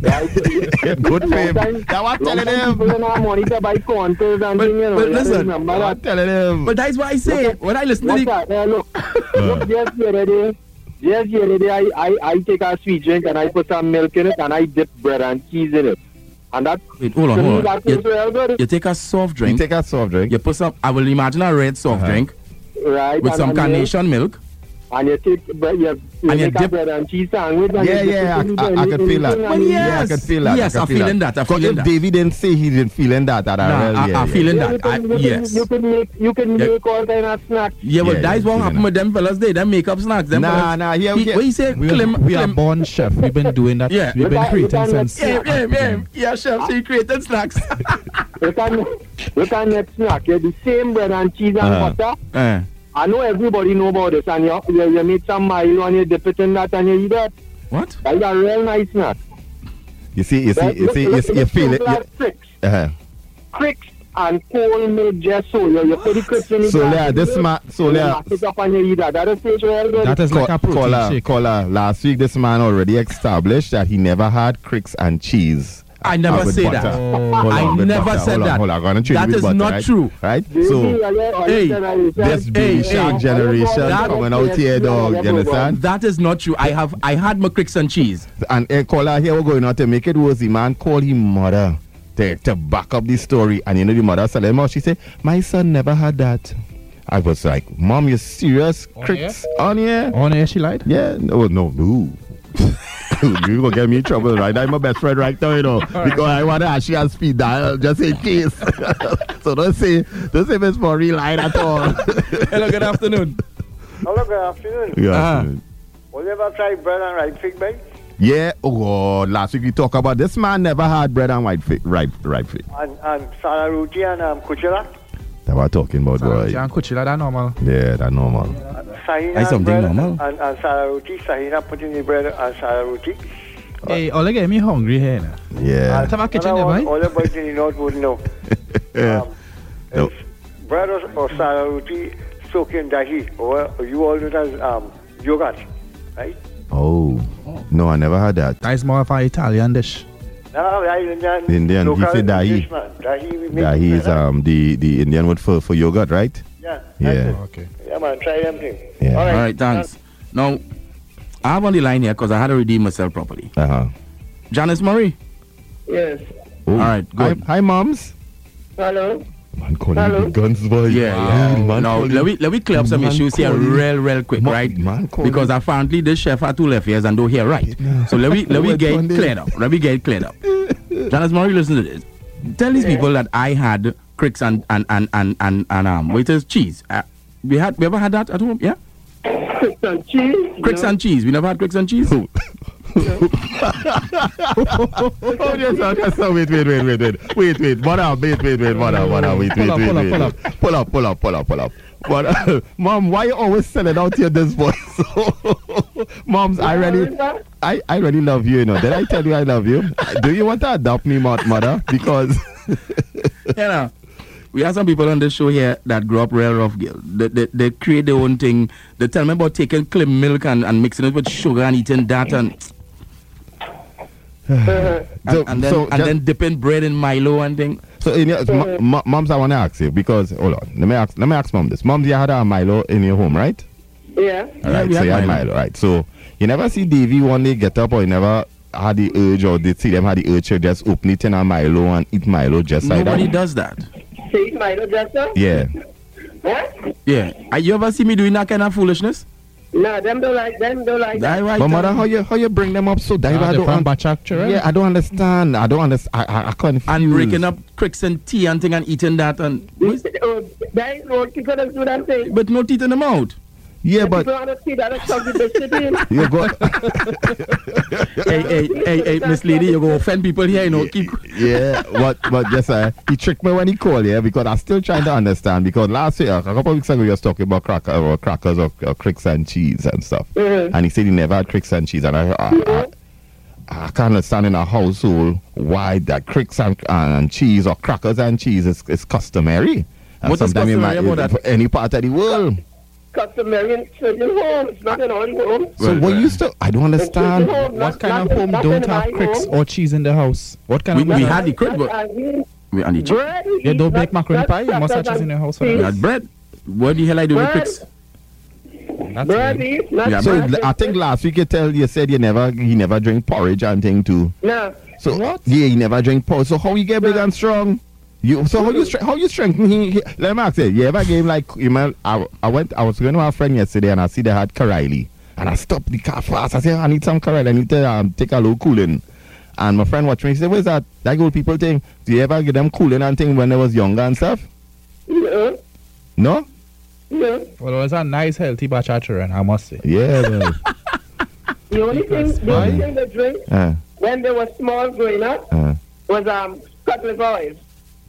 Speaker 3: Good for him. That was telling
Speaker 5: People
Speaker 3: him.
Speaker 5: in our monitor by contours and
Speaker 2: But-
Speaker 5: thing, you know.
Speaker 2: but
Speaker 5: you have to
Speaker 2: listen,
Speaker 5: remember
Speaker 3: That was
Speaker 5: that.
Speaker 3: telling him.
Speaker 2: But that's why I say when I listen to
Speaker 5: What's
Speaker 2: the
Speaker 5: that? Now look, look, just the other day, just the other day, I, I, I take a sweet drink and I put some milk in it and I dip bread and cheese in it. And that,
Speaker 2: wait, hold on,
Speaker 5: to me,
Speaker 2: hold on.
Speaker 5: that tastes
Speaker 2: You,
Speaker 5: real good.
Speaker 2: you take a soft
Speaker 3: You
Speaker 2: drink. You,
Speaker 3: take a soft drink.
Speaker 2: put some. I will imagine a red soft
Speaker 3: Uh-huh.
Speaker 2: drink
Speaker 5: Right?
Speaker 2: with
Speaker 5: and,
Speaker 2: some
Speaker 5: and milk.
Speaker 2: carnation milk.
Speaker 5: and you take bread, you, you
Speaker 2: And you
Speaker 5: make a
Speaker 2: dip-
Speaker 5: bread and cheese sandwich. And
Speaker 3: Yeah,
Speaker 5: you dip
Speaker 3: yeah,
Speaker 5: it in
Speaker 3: I- I- I
Speaker 5: any-
Speaker 3: could feel that.
Speaker 5: anything
Speaker 2: Well,
Speaker 5: and you-
Speaker 2: yeah.
Speaker 3: Yeah, I
Speaker 2: Yes.
Speaker 3: can feel that.
Speaker 2: Yes,
Speaker 3: I
Speaker 2: I'm
Speaker 3: can feel
Speaker 2: feeling that, I'm
Speaker 3: Because
Speaker 2: feeling
Speaker 3: if
Speaker 2: that.
Speaker 3: Davy didn't say he didn't feeling that, that
Speaker 2: Nah,
Speaker 3: I,
Speaker 2: I-
Speaker 3: yeah,
Speaker 2: I
Speaker 3: yeah.
Speaker 2: feeling
Speaker 5: You
Speaker 2: that. I,
Speaker 5: can, you,
Speaker 2: yes.
Speaker 5: can, you can make, you can
Speaker 2: Yeah.
Speaker 5: make all kind of snacks.
Speaker 2: Yeah,
Speaker 3: Yeah,
Speaker 2: but that is
Speaker 3: yeah,
Speaker 2: what
Speaker 3: feeling
Speaker 2: happened
Speaker 3: that.
Speaker 2: with them fellas. They them make up snacks. Them
Speaker 3: Nah,
Speaker 2: fellas,
Speaker 3: nah, yeah,
Speaker 2: he,
Speaker 3: yeah.
Speaker 2: What he say?
Speaker 8: We,
Speaker 2: Clem,
Speaker 8: are, we are
Speaker 2: Clem-
Speaker 8: born chef. We've been doing that.
Speaker 2: Yeah.
Speaker 8: We've
Speaker 5: You
Speaker 8: been
Speaker 5: can- you
Speaker 8: creating
Speaker 5: can-
Speaker 8: sense.
Speaker 2: Yeah, yeah, yeah, yeah, chef. She created snacks.
Speaker 12: You can, you can make snack. eh, the same bread and cheese and
Speaker 2: Uh-huh.
Speaker 12: butter.
Speaker 2: Eh.
Speaker 12: I know everybody know about this, and you, you, you make some Milo and you dip it in that and you eat that.
Speaker 2: What?
Speaker 12: That is a real nice snack.
Speaker 3: You see, you see,
Speaker 12: But
Speaker 3: you
Speaker 12: look-
Speaker 3: see, you,
Speaker 12: look-
Speaker 3: see, you
Speaker 12: look
Speaker 3: feel it.
Speaker 12: simple
Speaker 3: you-
Speaker 12: as Cricks,
Speaker 3: uh-huh.
Speaker 12: cricks and cold milk just so. You, you put the cricks in the
Speaker 3: So,
Speaker 12: glass,
Speaker 3: Leah,
Speaker 12: you
Speaker 3: this
Speaker 12: do it,
Speaker 3: ma- so,
Speaker 12: and you
Speaker 3: Leah-
Speaker 12: knock it up and you eat that. That is real good.
Speaker 3: Co- caller, caller, last week this man already established that he never had cricks and cheese.
Speaker 2: I never
Speaker 3: uh, with
Speaker 2: say
Speaker 3: butter.
Speaker 2: that.
Speaker 3: Hold
Speaker 2: I
Speaker 3: on, with
Speaker 2: never
Speaker 3: butter.
Speaker 2: said
Speaker 3: Hold on,
Speaker 2: that.
Speaker 3: hold on, I'm gonna treat
Speaker 2: That
Speaker 3: you with
Speaker 2: is
Speaker 3: butter,
Speaker 2: not
Speaker 3: right?
Speaker 2: true.
Speaker 3: Right?
Speaker 2: Baby,
Speaker 3: So,
Speaker 2: Hey,
Speaker 3: this baby shark generation coming out here, dog. You understand?
Speaker 2: That is not true. I have I had my cricks and cheese.
Speaker 3: And uh, caller here, we're going on to make it worse. The man called his mother to, to back up the story. And you know, the mother said, him out. She said, My son never had that. I was like, Mom, you serious? Cricks on here?
Speaker 8: On air, she lied?
Speaker 3: Yeah. No, no, no. you gonna get me in trouble, right? I'm my best friend right now, you know, because I wanna actually on speed dial just in case. so don't say don't say it's for real line at all.
Speaker 2: Hello, good afternoon. Uh-huh.
Speaker 13: Hello, good afternoon.
Speaker 3: Yeah.
Speaker 12: Uh-huh.
Speaker 13: Will you ever try bread and ripe fig bite?
Speaker 3: Yeah. Oh, God. last week we talked about this man never had bread and white fig, ripe, ripe fig.
Speaker 13: And, and Salaruti and um, Kuchela?
Speaker 3: That we're talking about, boy.
Speaker 8: Jan Kuchila, that normal.
Speaker 3: Yeah, that normal.
Speaker 13: Sahina
Speaker 3: That's something
Speaker 13: bread
Speaker 3: normal.
Speaker 13: And, and Salaruti, Sahina put in the bread and Salaruti.
Speaker 8: Hey, all get me hungry here now.
Speaker 3: Yeah.
Speaker 8: Tava kitchen there,
Speaker 13: Another one,
Speaker 8: boy.
Speaker 13: All the boys in the north would know.
Speaker 3: Yeah. No.
Speaker 13: Bread or, or Salaruti soak in dahi, or you all know it as um, yogurt, right?
Speaker 3: Oh. No, I never had that.
Speaker 8: That is more of an Italian dish.
Speaker 13: No, I Indian.
Speaker 3: Indian, you
Speaker 13: local
Speaker 3: say dahi.
Speaker 13: dish, man. Dahi, we make
Speaker 3: Yeah,
Speaker 13: it
Speaker 3: he's
Speaker 13: better.
Speaker 3: um the, the Indian word for, for yogurt, right?
Speaker 13: Yeah.
Speaker 3: Yeah.
Speaker 13: Okay. Yeah, man, try them thing.
Speaker 3: Yeah.
Speaker 2: All right, thanks. Now, I have on the line here because I had to redeem myself properly.
Speaker 3: Uh huh.
Speaker 2: Janice Murray.
Speaker 5: Yes.
Speaker 2: All right, good.
Speaker 3: Hi, moms.
Speaker 5: Hello.
Speaker 3: Man calling the guns, boy.
Speaker 2: Yeah, yeah.
Speaker 3: Dude, man
Speaker 2: now,
Speaker 3: calling-
Speaker 2: let me, let me clear up some
Speaker 3: man
Speaker 2: issues here
Speaker 3: calling-
Speaker 2: real, real quick, right? because apparently this chef had two left ears and do here right. So let me, let me
Speaker 3: Which
Speaker 2: get
Speaker 3: one
Speaker 2: it
Speaker 3: did?
Speaker 2: cleared up. Let me get it cleared up. Janice Murray, listen to this. Tell these people that I had cricks and, and, and, and, and, and um, waiters cheese. Uh, we had, we ever had that at home? Yeah?
Speaker 5: Cricks and cheese.
Speaker 2: Cricks and cheese. We never had cricks and cheese?
Speaker 3: oh, yes, sir, yes, sir. Wait, wait, wait, wait, wait. Wait, wait. Mother, wait, wait, wait, mother, mother. Wait,
Speaker 8: Pull
Speaker 3: wait,
Speaker 8: up,
Speaker 3: wait,
Speaker 8: pull up,
Speaker 3: wait.
Speaker 8: pull
Speaker 3: wait. Pull up, pull up, pull up, pull up. But, mom, why you always selling out here this voice? Moms, I really, I, I really love you, you know. Did I tell you I love you? Do you want to adopt me, mo- mother? Because,
Speaker 2: you know, we have some people on this show here that grew up real rough. girl. They, they, they create their own thing. They tell me about taking clean milk and, and mixing it with sugar and eating that and and,
Speaker 3: So-
Speaker 2: and then
Speaker 3: so
Speaker 2: and
Speaker 3: just-
Speaker 2: then dipping bread in Milo and thing.
Speaker 3: so, in your, mo- mo- moms, I want to ask you because, hold on. Let me ask, let me ask mom this. Moms, you had a Milo in your home, right?
Speaker 5: Yeah.
Speaker 3: All right, so you had Milo. Right, so you never see Davy one day get up, or you never had the urge, or did see them had the urge to just open it in a Milo and eat Milo just like
Speaker 2: Nobody
Speaker 3: that.
Speaker 2: does that.
Speaker 5: Say Milo Jester?
Speaker 3: Yeah,
Speaker 5: Huh?
Speaker 2: Yeah. Uh, You ever see me doing that kind of foolishness?
Speaker 5: No, them don't like them don't like
Speaker 2: That
Speaker 3: but mother, how you how you bring them up so Davy? I
Speaker 2: they
Speaker 3: don't
Speaker 2: from
Speaker 3: un- Yeah, I don't understand. I don't understand. I I, I confused.
Speaker 2: And breaking up cricks and tea and thing and eating that and
Speaker 5: Oh, they road kicker does do that thing.
Speaker 2: but not eating them out.
Speaker 3: Yeah,
Speaker 5: People want to see that it's something they should in.
Speaker 3: you go.
Speaker 2: hey, hey, hey, hey, Miss Lady, you go offend people here, you know. Keep
Speaker 3: yeah, but but yes, sir. He tricked me when he called, yeah, because I'm still trying to understand. Because last week, a couple of weeks ago, you was talking about cracker or crackers or, or cricks and cheese and stuff,
Speaker 5: Mhm.
Speaker 3: and he said he never had cricks and cheese, and I. I, I I can't understand in a household why that cricks and, and cheese or crackers and cheese is, is customary. And
Speaker 2: What is
Speaker 3: sometime it might-
Speaker 2: customary about
Speaker 3: it- for any part of the world.
Speaker 5: Customary in certain homes, not in all homes.
Speaker 3: So what used to I don't understand.
Speaker 5: It's home,
Speaker 8: What
Speaker 5: not-
Speaker 8: kind
Speaker 5: not-
Speaker 8: of home
Speaker 5: not
Speaker 8: don't
Speaker 5: in
Speaker 8: have
Speaker 5: my
Speaker 8: cricks
Speaker 5: home.
Speaker 8: or cheese in the house? What kind
Speaker 2: We-
Speaker 8: of
Speaker 2: we
Speaker 8: house?
Speaker 2: had the crick, but-
Speaker 5: I mean,
Speaker 2: we and the cheese.
Speaker 5: bread.
Speaker 8: They don't
Speaker 5: not-
Speaker 8: bake macaroni
Speaker 5: not
Speaker 8: pie? You must have
Speaker 5: crackers
Speaker 8: cheese in your
Speaker 5: and
Speaker 8: house for
Speaker 2: We
Speaker 8: that.
Speaker 2: had bread. What the hell I do with cricks?
Speaker 5: Bread is not
Speaker 3: so
Speaker 5: bread.
Speaker 3: I think last week you tell you said you never he never drink porridge and thing too.
Speaker 5: No.
Speaker 3: So yeah, he never drink porridge. So how you get big and strong? You so how you stre- how you strengthen? He, he- let me ask you. You ever game like you man? I, I went. I was going to my friend yesterday and I see they had Kareli and I stopped the car fast. I said I need some Kareli. I need to um, take a little cooling. And my friend watched me. He said, "Where's that? That old people thing? Do you ever get them cooling and thing when I was younger and stuff?
Speaker 5: No,
Speaker 3: No?
Speaker 5: no.
Speaker 8: Well, it was a nice, healthy batch of children, I must say.
Speaker 3: Yeah. man.
Speaker 5: The only thing, the only thing they drink
Speaker 3: uh,
Speaker 5: when they were small growing up
Speaker 3: uh.
Speaker 5: was um cutlet oil.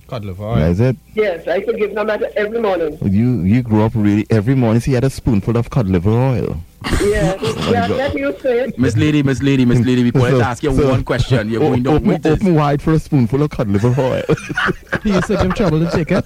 Speaker 13: Cod liver.
Speaker 3: That's it.
Speaker 14: Yes, I could give them that every morning.
Speaker 3: You you grew up really every morning. She had a spoonful of cod liver oil.
Speaker 14: Yeah,
Speaker 3: my
Speaker 14: yeah,
Speaker 3: God.
Speaker 14: that you say.
Speaker 2: Miss Lady, Miss Lady, Miss Lady, we wanted to ask you one question. You're
Speaker 3: o-
Speaker 2: going down
Speaker 3: open,
Speaker 2: with this.
Speaker 3: open wide for a spoonful of cod liver oil.
Speaker 8: Please save him trouble to take it.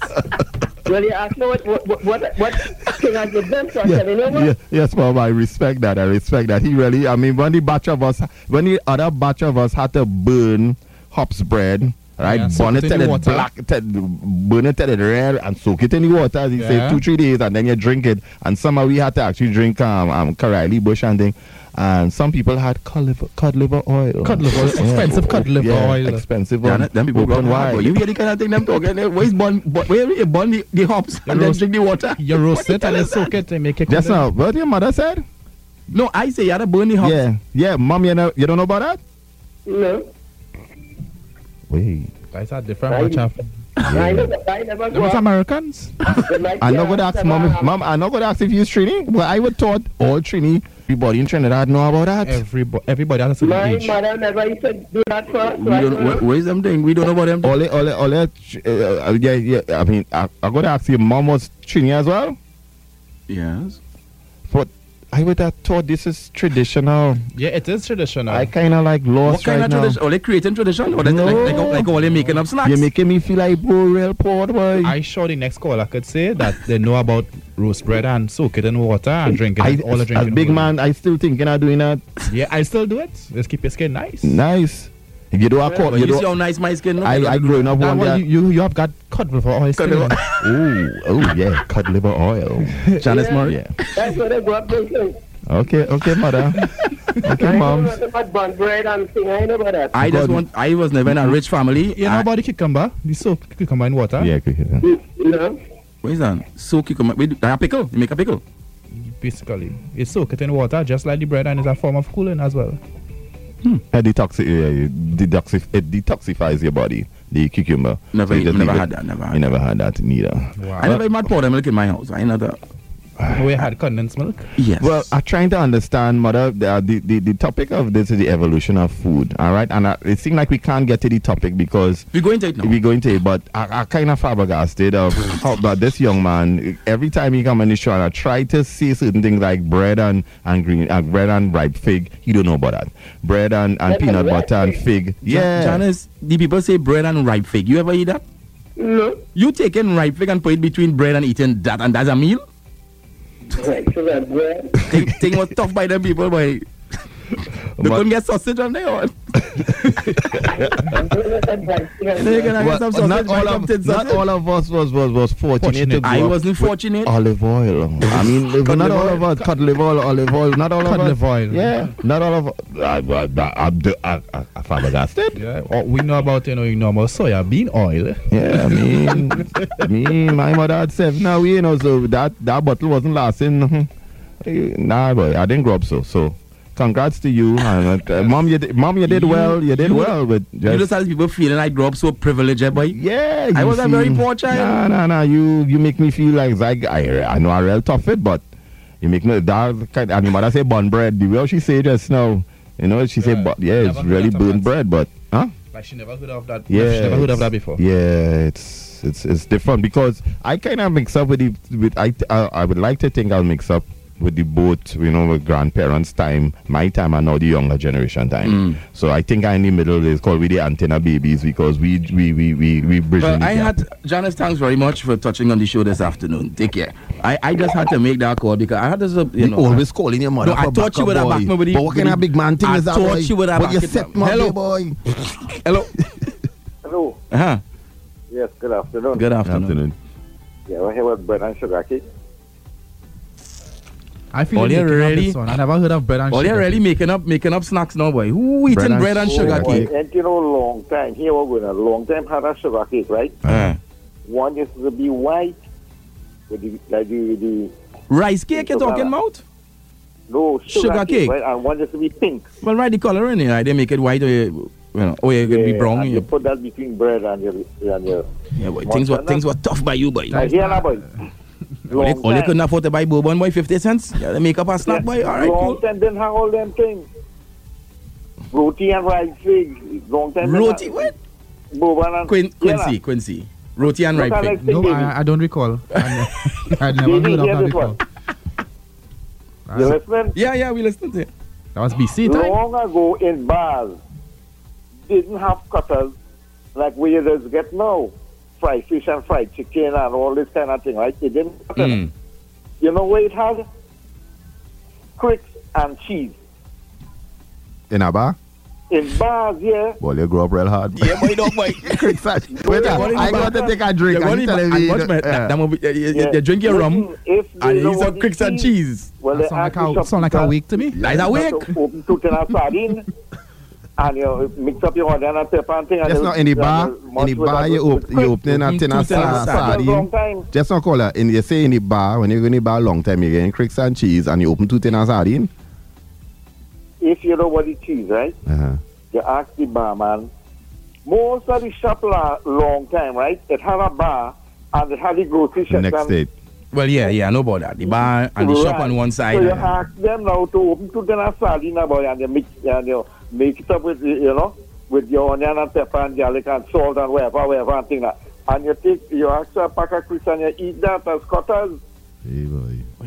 Speaker 14: Well, you ask me what, what, what, what can I give them, so I said, you know what?
Speaker 3: yeah, yes, Mom, I respect that. I respect that. He really, I mean, when the batch of us, when the other batch of us had to burn hops bread, right?
Speaker 13: Yeah, soak
Speaker 3: burn
Speaker 13: it in
Speaker 3: it till
Speaker 13: the
Speaker 3: it
Speaker 13: water.
Speaker 3: black, till, burn it till it red, and soak it in the water, as he
Speaker 13: Yeah.
Speaker 3: said, two, three days, and then you drink it. And somehow we had to actually drink um, um Karali Bush and thing. And some people had cod liver, cod liver oil.
Speaker 13: Cod liver,
Speaker 3: Yeah,
Speaker 13: expensive
Speaker 3: oh,
Speaker 13: cod liver
Speaker 3: yeah,
Speaker 13: oil.
Speaker 3: Expensive
Speaker 2: Yeah,
Speaker 3: one.
Speaker 2: that- them people
Speaker 3: Open
Speaker 2: broke hard,
Speaker 3: wide.
Speaker 2: boy. You hear the kind of thing them talking? eh, Where is burn, burn, where you burn the, the hops and
Speaker 3: roast-
Speaker 2: then drink the water?
Speaker 8: You roast it and you soak it and make it.
Speaker 3: That's not what your mother said.
Speaker 2: No, I say you had to burn the hops.
Speaker 3: Yeah, yeah, mom, you know, you don't know about that.
Speaker 14: No,
Speaker 3: Wait,
Speaker 8: Guys are different. Watch out.
Speaker 14: I never, I never
Speaker 8: Those Americans.
Speaker 3: I'm not gonna ask mom. If, mom, I'm not gonna ask if you's Trini. Well, I would thought all Trini, everybody in Trinidad know about that.
Speaker 8: Everybody, everybody has a
Speaker 14: My mother never used to do that for us. right?
Speaker 2: where's them thing? We don't know about them.
Speaker 3: Ole, ole, ole. Uh, yeah, yeah. I mean, I, I gotta ask you, mom was Trini as well.
Speaker 2: Yes.
Speaker 3: But I would have thought this is traditional.
Speaker 8: Yeah, it is traditional.
Speaker 3: I kind of like
Speaker 2: What
Speaker 3: lost
Speaker 2: kind
Speaker 3: right
Speaker 2: of tradition? Are they creating tradition? Or they,
Speaker 3: No.
Speaker 2: like, like, like all they making up
Speaker 3: now.
Speaker 2: snacks?
Speaker 3: You're making me feel like bro, real poor boy.
Speaker 8: I sure the next call I could say that they know about roast bread and soak it in water and drink it.
Speaker 3: I,
Speaker 8: and all the
Speaker 3: as
Speaker 8: drinking.
Speaker 3: big
Speaker 8: water.
Speaker 3: man, I still thinking of doing that.
Speaker 8: Yeah, I still do it. Just keep your skin nice.
Speaker 3: Nice. If you do a
Speaker 2: But
Speaker 3: call,
Speaker 2: you,
Speaker 3: you do.
Speaker 2: see how nice my skin look?
Speaker 3: I, I growing up
Speaker 8: That
Speaker 3: one
Speaker 8: one,
Speaker 3: day.
Speaker 8: you, you, you have got cod liver oil.
Speaker 2: Cod
Speaker 8: still
Speaker 2: liver-
Speaker 8: in it.
Speaker 3: Ooh, oh yeah, cod liver oil.
Speaker 2: Janice Murray.
Speaker 3: Yeah.
Speaker 14: That's what I grew up drinking.
Speaker 3: Okay, okay, mother. okay,
Speaker 14: I
Speaker 3: mom.
Speaker 14: know nothing about bun bread and thing. I know about that.
Speaker 2: I just want. I was never in a rich family.
Speaker 8: You know
Speaker 2: I-
Speaker 8: about the cucumber? The soap cucumber in water?
Speaker 3: Yeah, okay, yeah.
Speaker 14: No.
Speaker 2: What is that? So cucumber. Wait, a pickle. You make a pickle.
Speaker 8: Basically, you soak it in water just like the bread and it's a form of cooling as well.
Speaker 3: Hmm. It, detoxi- yeah, you detoxif- it detoxifies your body, the cucumber.
Speaker 2: Never-
Speaker 3: you just
Speaker 2: never
Speaker 3: leave
Speaker 2: had
Speaker 3: it-
Speaker 2: that, never
Speaker 3: you
Speaker 2: had
Speaker 3: never had that neither.
Speaker 2: I never even had powder milk in my house. I never.
Speaker 8: We had condensed milk.
Speaker 2: Yes.
Speaker 3: Well, I'm trying to understand, mother. The, uh, the, the, the topic of this is the evolution of food, all right? And uh, it seems like we can't get to the topic because
Speaker 2: we're going to it now.
Speaker 3: we're going to it, but I, I kind of flabbergasted of how that this young man, every time he come on the show and I try to say certain things like bread and, and green, uh, bread and ripe fig, he don't know about that. Bread and, and peanut butter and fig.
Speaker 2: Ja-
Speaker 3: Yeah.
Speaker 2: Janice, the people say bread and ripe fig. You ever eat that?
Speaker 14: No.
Speaker 2: You taking ripe fig and put it between bread and eating that, and that's a meal?
Speaker 14: Right, so that bread.
Speaker 2: thing, thing was tough by them people, boy. They
Speaker 3: But-
Speaker 2: couldn't get sausage on their own. They gonna get some
Speaker 3: Well,
Speaker 2: sausage
Speaker 3: not,
Speaker 2: by
Speaker 3: all
Speaker 2: some tin
Speaker 3: of, not
Speaker 2: sausage.
Speaker 3: all of us was was was fortunate. To
Speaker 8: Fortunate.
Speaker 3: grow
Speaker 2: I
Speaker 3: up
Speaker 2: wasn't
Speaker 3: with
Speaker 2: fortunate.
Speaker 3: Olive oil. I mean,
Speaker 8: Cod
Speaker 3: not
Speaker 8: liver
Speaker 3: all of us. Cod liver oil, olive oil. Not all
Speaker 8: Cod
Speaker 3: of us.
Speaker 8: liver oil.
Speaker 3: Yeah. Not all of us. I, I, I, I, I, I flabbergasted.
Speaker 8: Yeah, or we know about you know your normal soybean oil.
Speaker 3: Yeah, I mean, I mean, my mother had seven away, you know, so that, that bottle wasn't lasting. Mhm. Eh, Nah, boy, I didn't grow up so. So, congrats to you. And, uh, mom, you did, mom, you did
Speaker 2: You-
Speaker 3: well. You did
Speaker 2: you-
Speaker 3: well, but
Speaker 2: You
Speaker 3: just-
Speaker 2: just had people feeling I grew up so privileged, eh, boy.
Speaker 3: Yeah,
Speaker 2: I
Speaker 3: you
Speaker 2: was a
Speaker 3: see.
Speaker 2: very poor child.
Speaker 3: Nah, nah, nah. You you make me feel like like I I know I real tough it, but you make me that kind. And your mother say bun bread. The way she say just now, you know, she say
Speaker 8: Yeah,
Speaker 3: but yeah, it's
Speaker 8: never
Speaker 3: really
Speaker 8: thought of that.
Speaker 3: burnt bread, but huh?
Speaker 8: Like she never heard of that.
Speaker 3: Yeah,
Speaker 8: she never heard
Speaker 3: it's-
Speaker 8: of that before.
Speaker 3: Yeah, it's it's it's different because I kind of mix up with the with I, I I would like to think I'll mix up with the both you know with grandparents' time, my time, and now the younger generation time.
Speaker 8: Mm.
Speaker 3: So I think I'm in the middle. It's called we the antenna babies because we we we we we bridging.
Speaker 2: Well,
Speaker 3: the
Speaker 2: I
Speaker 3: gap.
Speaker 2: had Janice. Thanks very much for touching on the show this afternoon. Take care. I, I just had to make that call because I had this. uh, You
Speaker 3: You
Speaker 2: know,
Speaker 3: always calling your mother.
Speaker 2: No, I
Speaker 3: for
Speaker 2: thought you
Speaker 3: backup
Speaker 2: would have
Speaker 3: boy.
Speaker 2: backed me with the-
Speaker 3: But what kind
Speaker 2: with
Speaker 3: of
Speaker 2: the-
Speaker 3: big man thing
Speaker 2: I
Speaker 3: is that?
Speaker 2: thought
Speaker 3: boy?
Speaker 2: you would have
Speaker 3: But you
Speaker 2: backed it
Speaker 3: set
Speaker 2: up.
Speaker 3: my
Speaker 2: Hello.
Speaker 3: Hello. boy.
Speaker 2: hello.
Speaker 15: Hello.
Speaker 2: Uh-huh.
Speaker 15: Yes, good afternoon.
Speaker 2: Good afternoon.
Speaker 15: Yeah, we're here with Bernard Sugarcake.
Speaker 8: I feel
Speaker 2: Well,
Speaker 8: you
Speaker 2: you're
Speaker 8: making up
Speaker 2: really-
Speaker 8: this one. I never heard of bread and
Speaker 2: Well,
Speaker 8: sugar.
Speaker 2: they're really making up making up snacks now, boy. Who
Speaker 3: Bread
Speaker 2: eating
Speaker 3: and
Speaker 2: bread and, sugar
Speaker 15: boy,
Speaker 2: cake?
Speaker 15: And you know, long time. Here we're going to long time had a sugar cake, right?
Speaker 2: Uh,
Speaker 15: One used to be white. With the, like the, the,
Speaker 2: rice cake you're
Speaker 15: Sugar.
Speaker 2: talking about?
Speaker 15: no, sugar,
Speaker 2: Sugar cake.
Speaker 15: Right? And one used to be pink.
Speaker 2: Well, right, the color in it. Right? They make it white or you, you know, or it could be
Speaker 15: Yeah,
Speaker 2: brown.
Speaker 15: And you
Speaker 2: Yeah,
Speaker 15: put that between bread and your. And your
Speaker 2: yeah boy. Things were things were tough by you, boy.
Speaker 15: I hear that, boy.
Speaker 2: All you,
Speaker 15: Long
Speaker 2: all you
Speaker 15: time.
Speaker 2: couldn't afford to buy bourbon, boy, 50 cents. Yeah, they make up a snack, boy. All right,
Speaker 15: long
Speaker 2: cool.
Speaker 15: time didn't have all them things. Roti and rice figs. Long time. didn't
Speaker 2: Roti,
Speaker 15: have-
Speaker 2: what?
Speaker 15: Bourbon and
Speaker 2: Quin-
Speaker 15: Yeah,
Speaker 2: Quincy, Quincy. Roti and ripe
Speaker 8: Look, I
Speaker 2: pig.
Speaker 8: like pig, No, baby. I- I don't recall. I ne- I never heard of that before.
Speaker 13: You listening?
Speaker 2: Yeah, yeah, we listening to it.
Speaker 8: That was BC time.
Speaker 13: Long ago in bars, didn't have cutters like we just get now. Fried fish and fried chicken and all this kind of thing, right? They didn't.
Speaker 2: Mm.
Speaker 13: You know what it had? Cricks and cheese.
Speaker 3: In a bar?
Speaker 13: In bars, yeah.
Speaker 3: Well, you grew up real hard.
Speaker 2: Yeah, boy, no, boy.
Speaker 3: Crick such. Wait,
Speaker 2: Yeah,
Speaker 3: I got to take a drink.
Speaker 2: Yeah,
Speaker 3: and you
Speaker 2: what if-
Speaker 3: telling me,
Speaker 2: and watch my-
Speaker 3: yeah.
Speaker 2: that- that movie, yeah, yeah, yeah,
Speaker 3: Yeah.
Speaker 2: they drink your rum
Speaker 13: Listen, if they
Speaker 2: and
Speaker 13: don't
Speaker 2: eat some
Speaker 13: want
Speaker 2: cricks
Speaker 13: the
Speaker 2: and
Speaker 13: cheese,
Speaker 2: cheese.
Speaker 13: well, they ask you something that-
Speaker 2: Like that wake.
Speaker 13: Open to ten and sardine. And you er mix up your order and a pepper and thing. and
Speaker 3: Just
Speaker 13: you-
Speaker 3: not in the
Speaker 13: and
Speaker 3: bar.
Speaker 13: you
Speaker 3: In
Speaker 13: must
Speaker 3: the
Speaker 13: with
Speaker 3: bar,
Speaker 13: that-
Speaker 3: you
Speaker 13: with
Speaker 3: op- er you open
Speaker 13: quick.
Speaker 3: and tin and sa-
Speaker 13: Long
Speaker 3: sardine.
Speaker 13: time.
Speaker 3: Just not call it. In you say in the bar when you go in the bar long time, you getting cricks and cheese, and you open two tin and sardine.
Speaker 13: If you know what it is, right?
Speaker 3: Uh-huh.
Speaker 13: You ask the barman. Most of the shop la- long time, right? It had a bar and it had the grocery shop.
Speaker 2: Next
Speaker 13: and-
Speaker 2: day. Well, yeah, yeah, I know about that. The bar and the shop on one side.
Speaker 13: So you ask them now to open to the sardine boy and they mix and you mix it up with the- you know with your onion and pepper and garlic and salt and whatever, whatever and thing like. And you take you ask a pack of crisps and you eat that as cutters.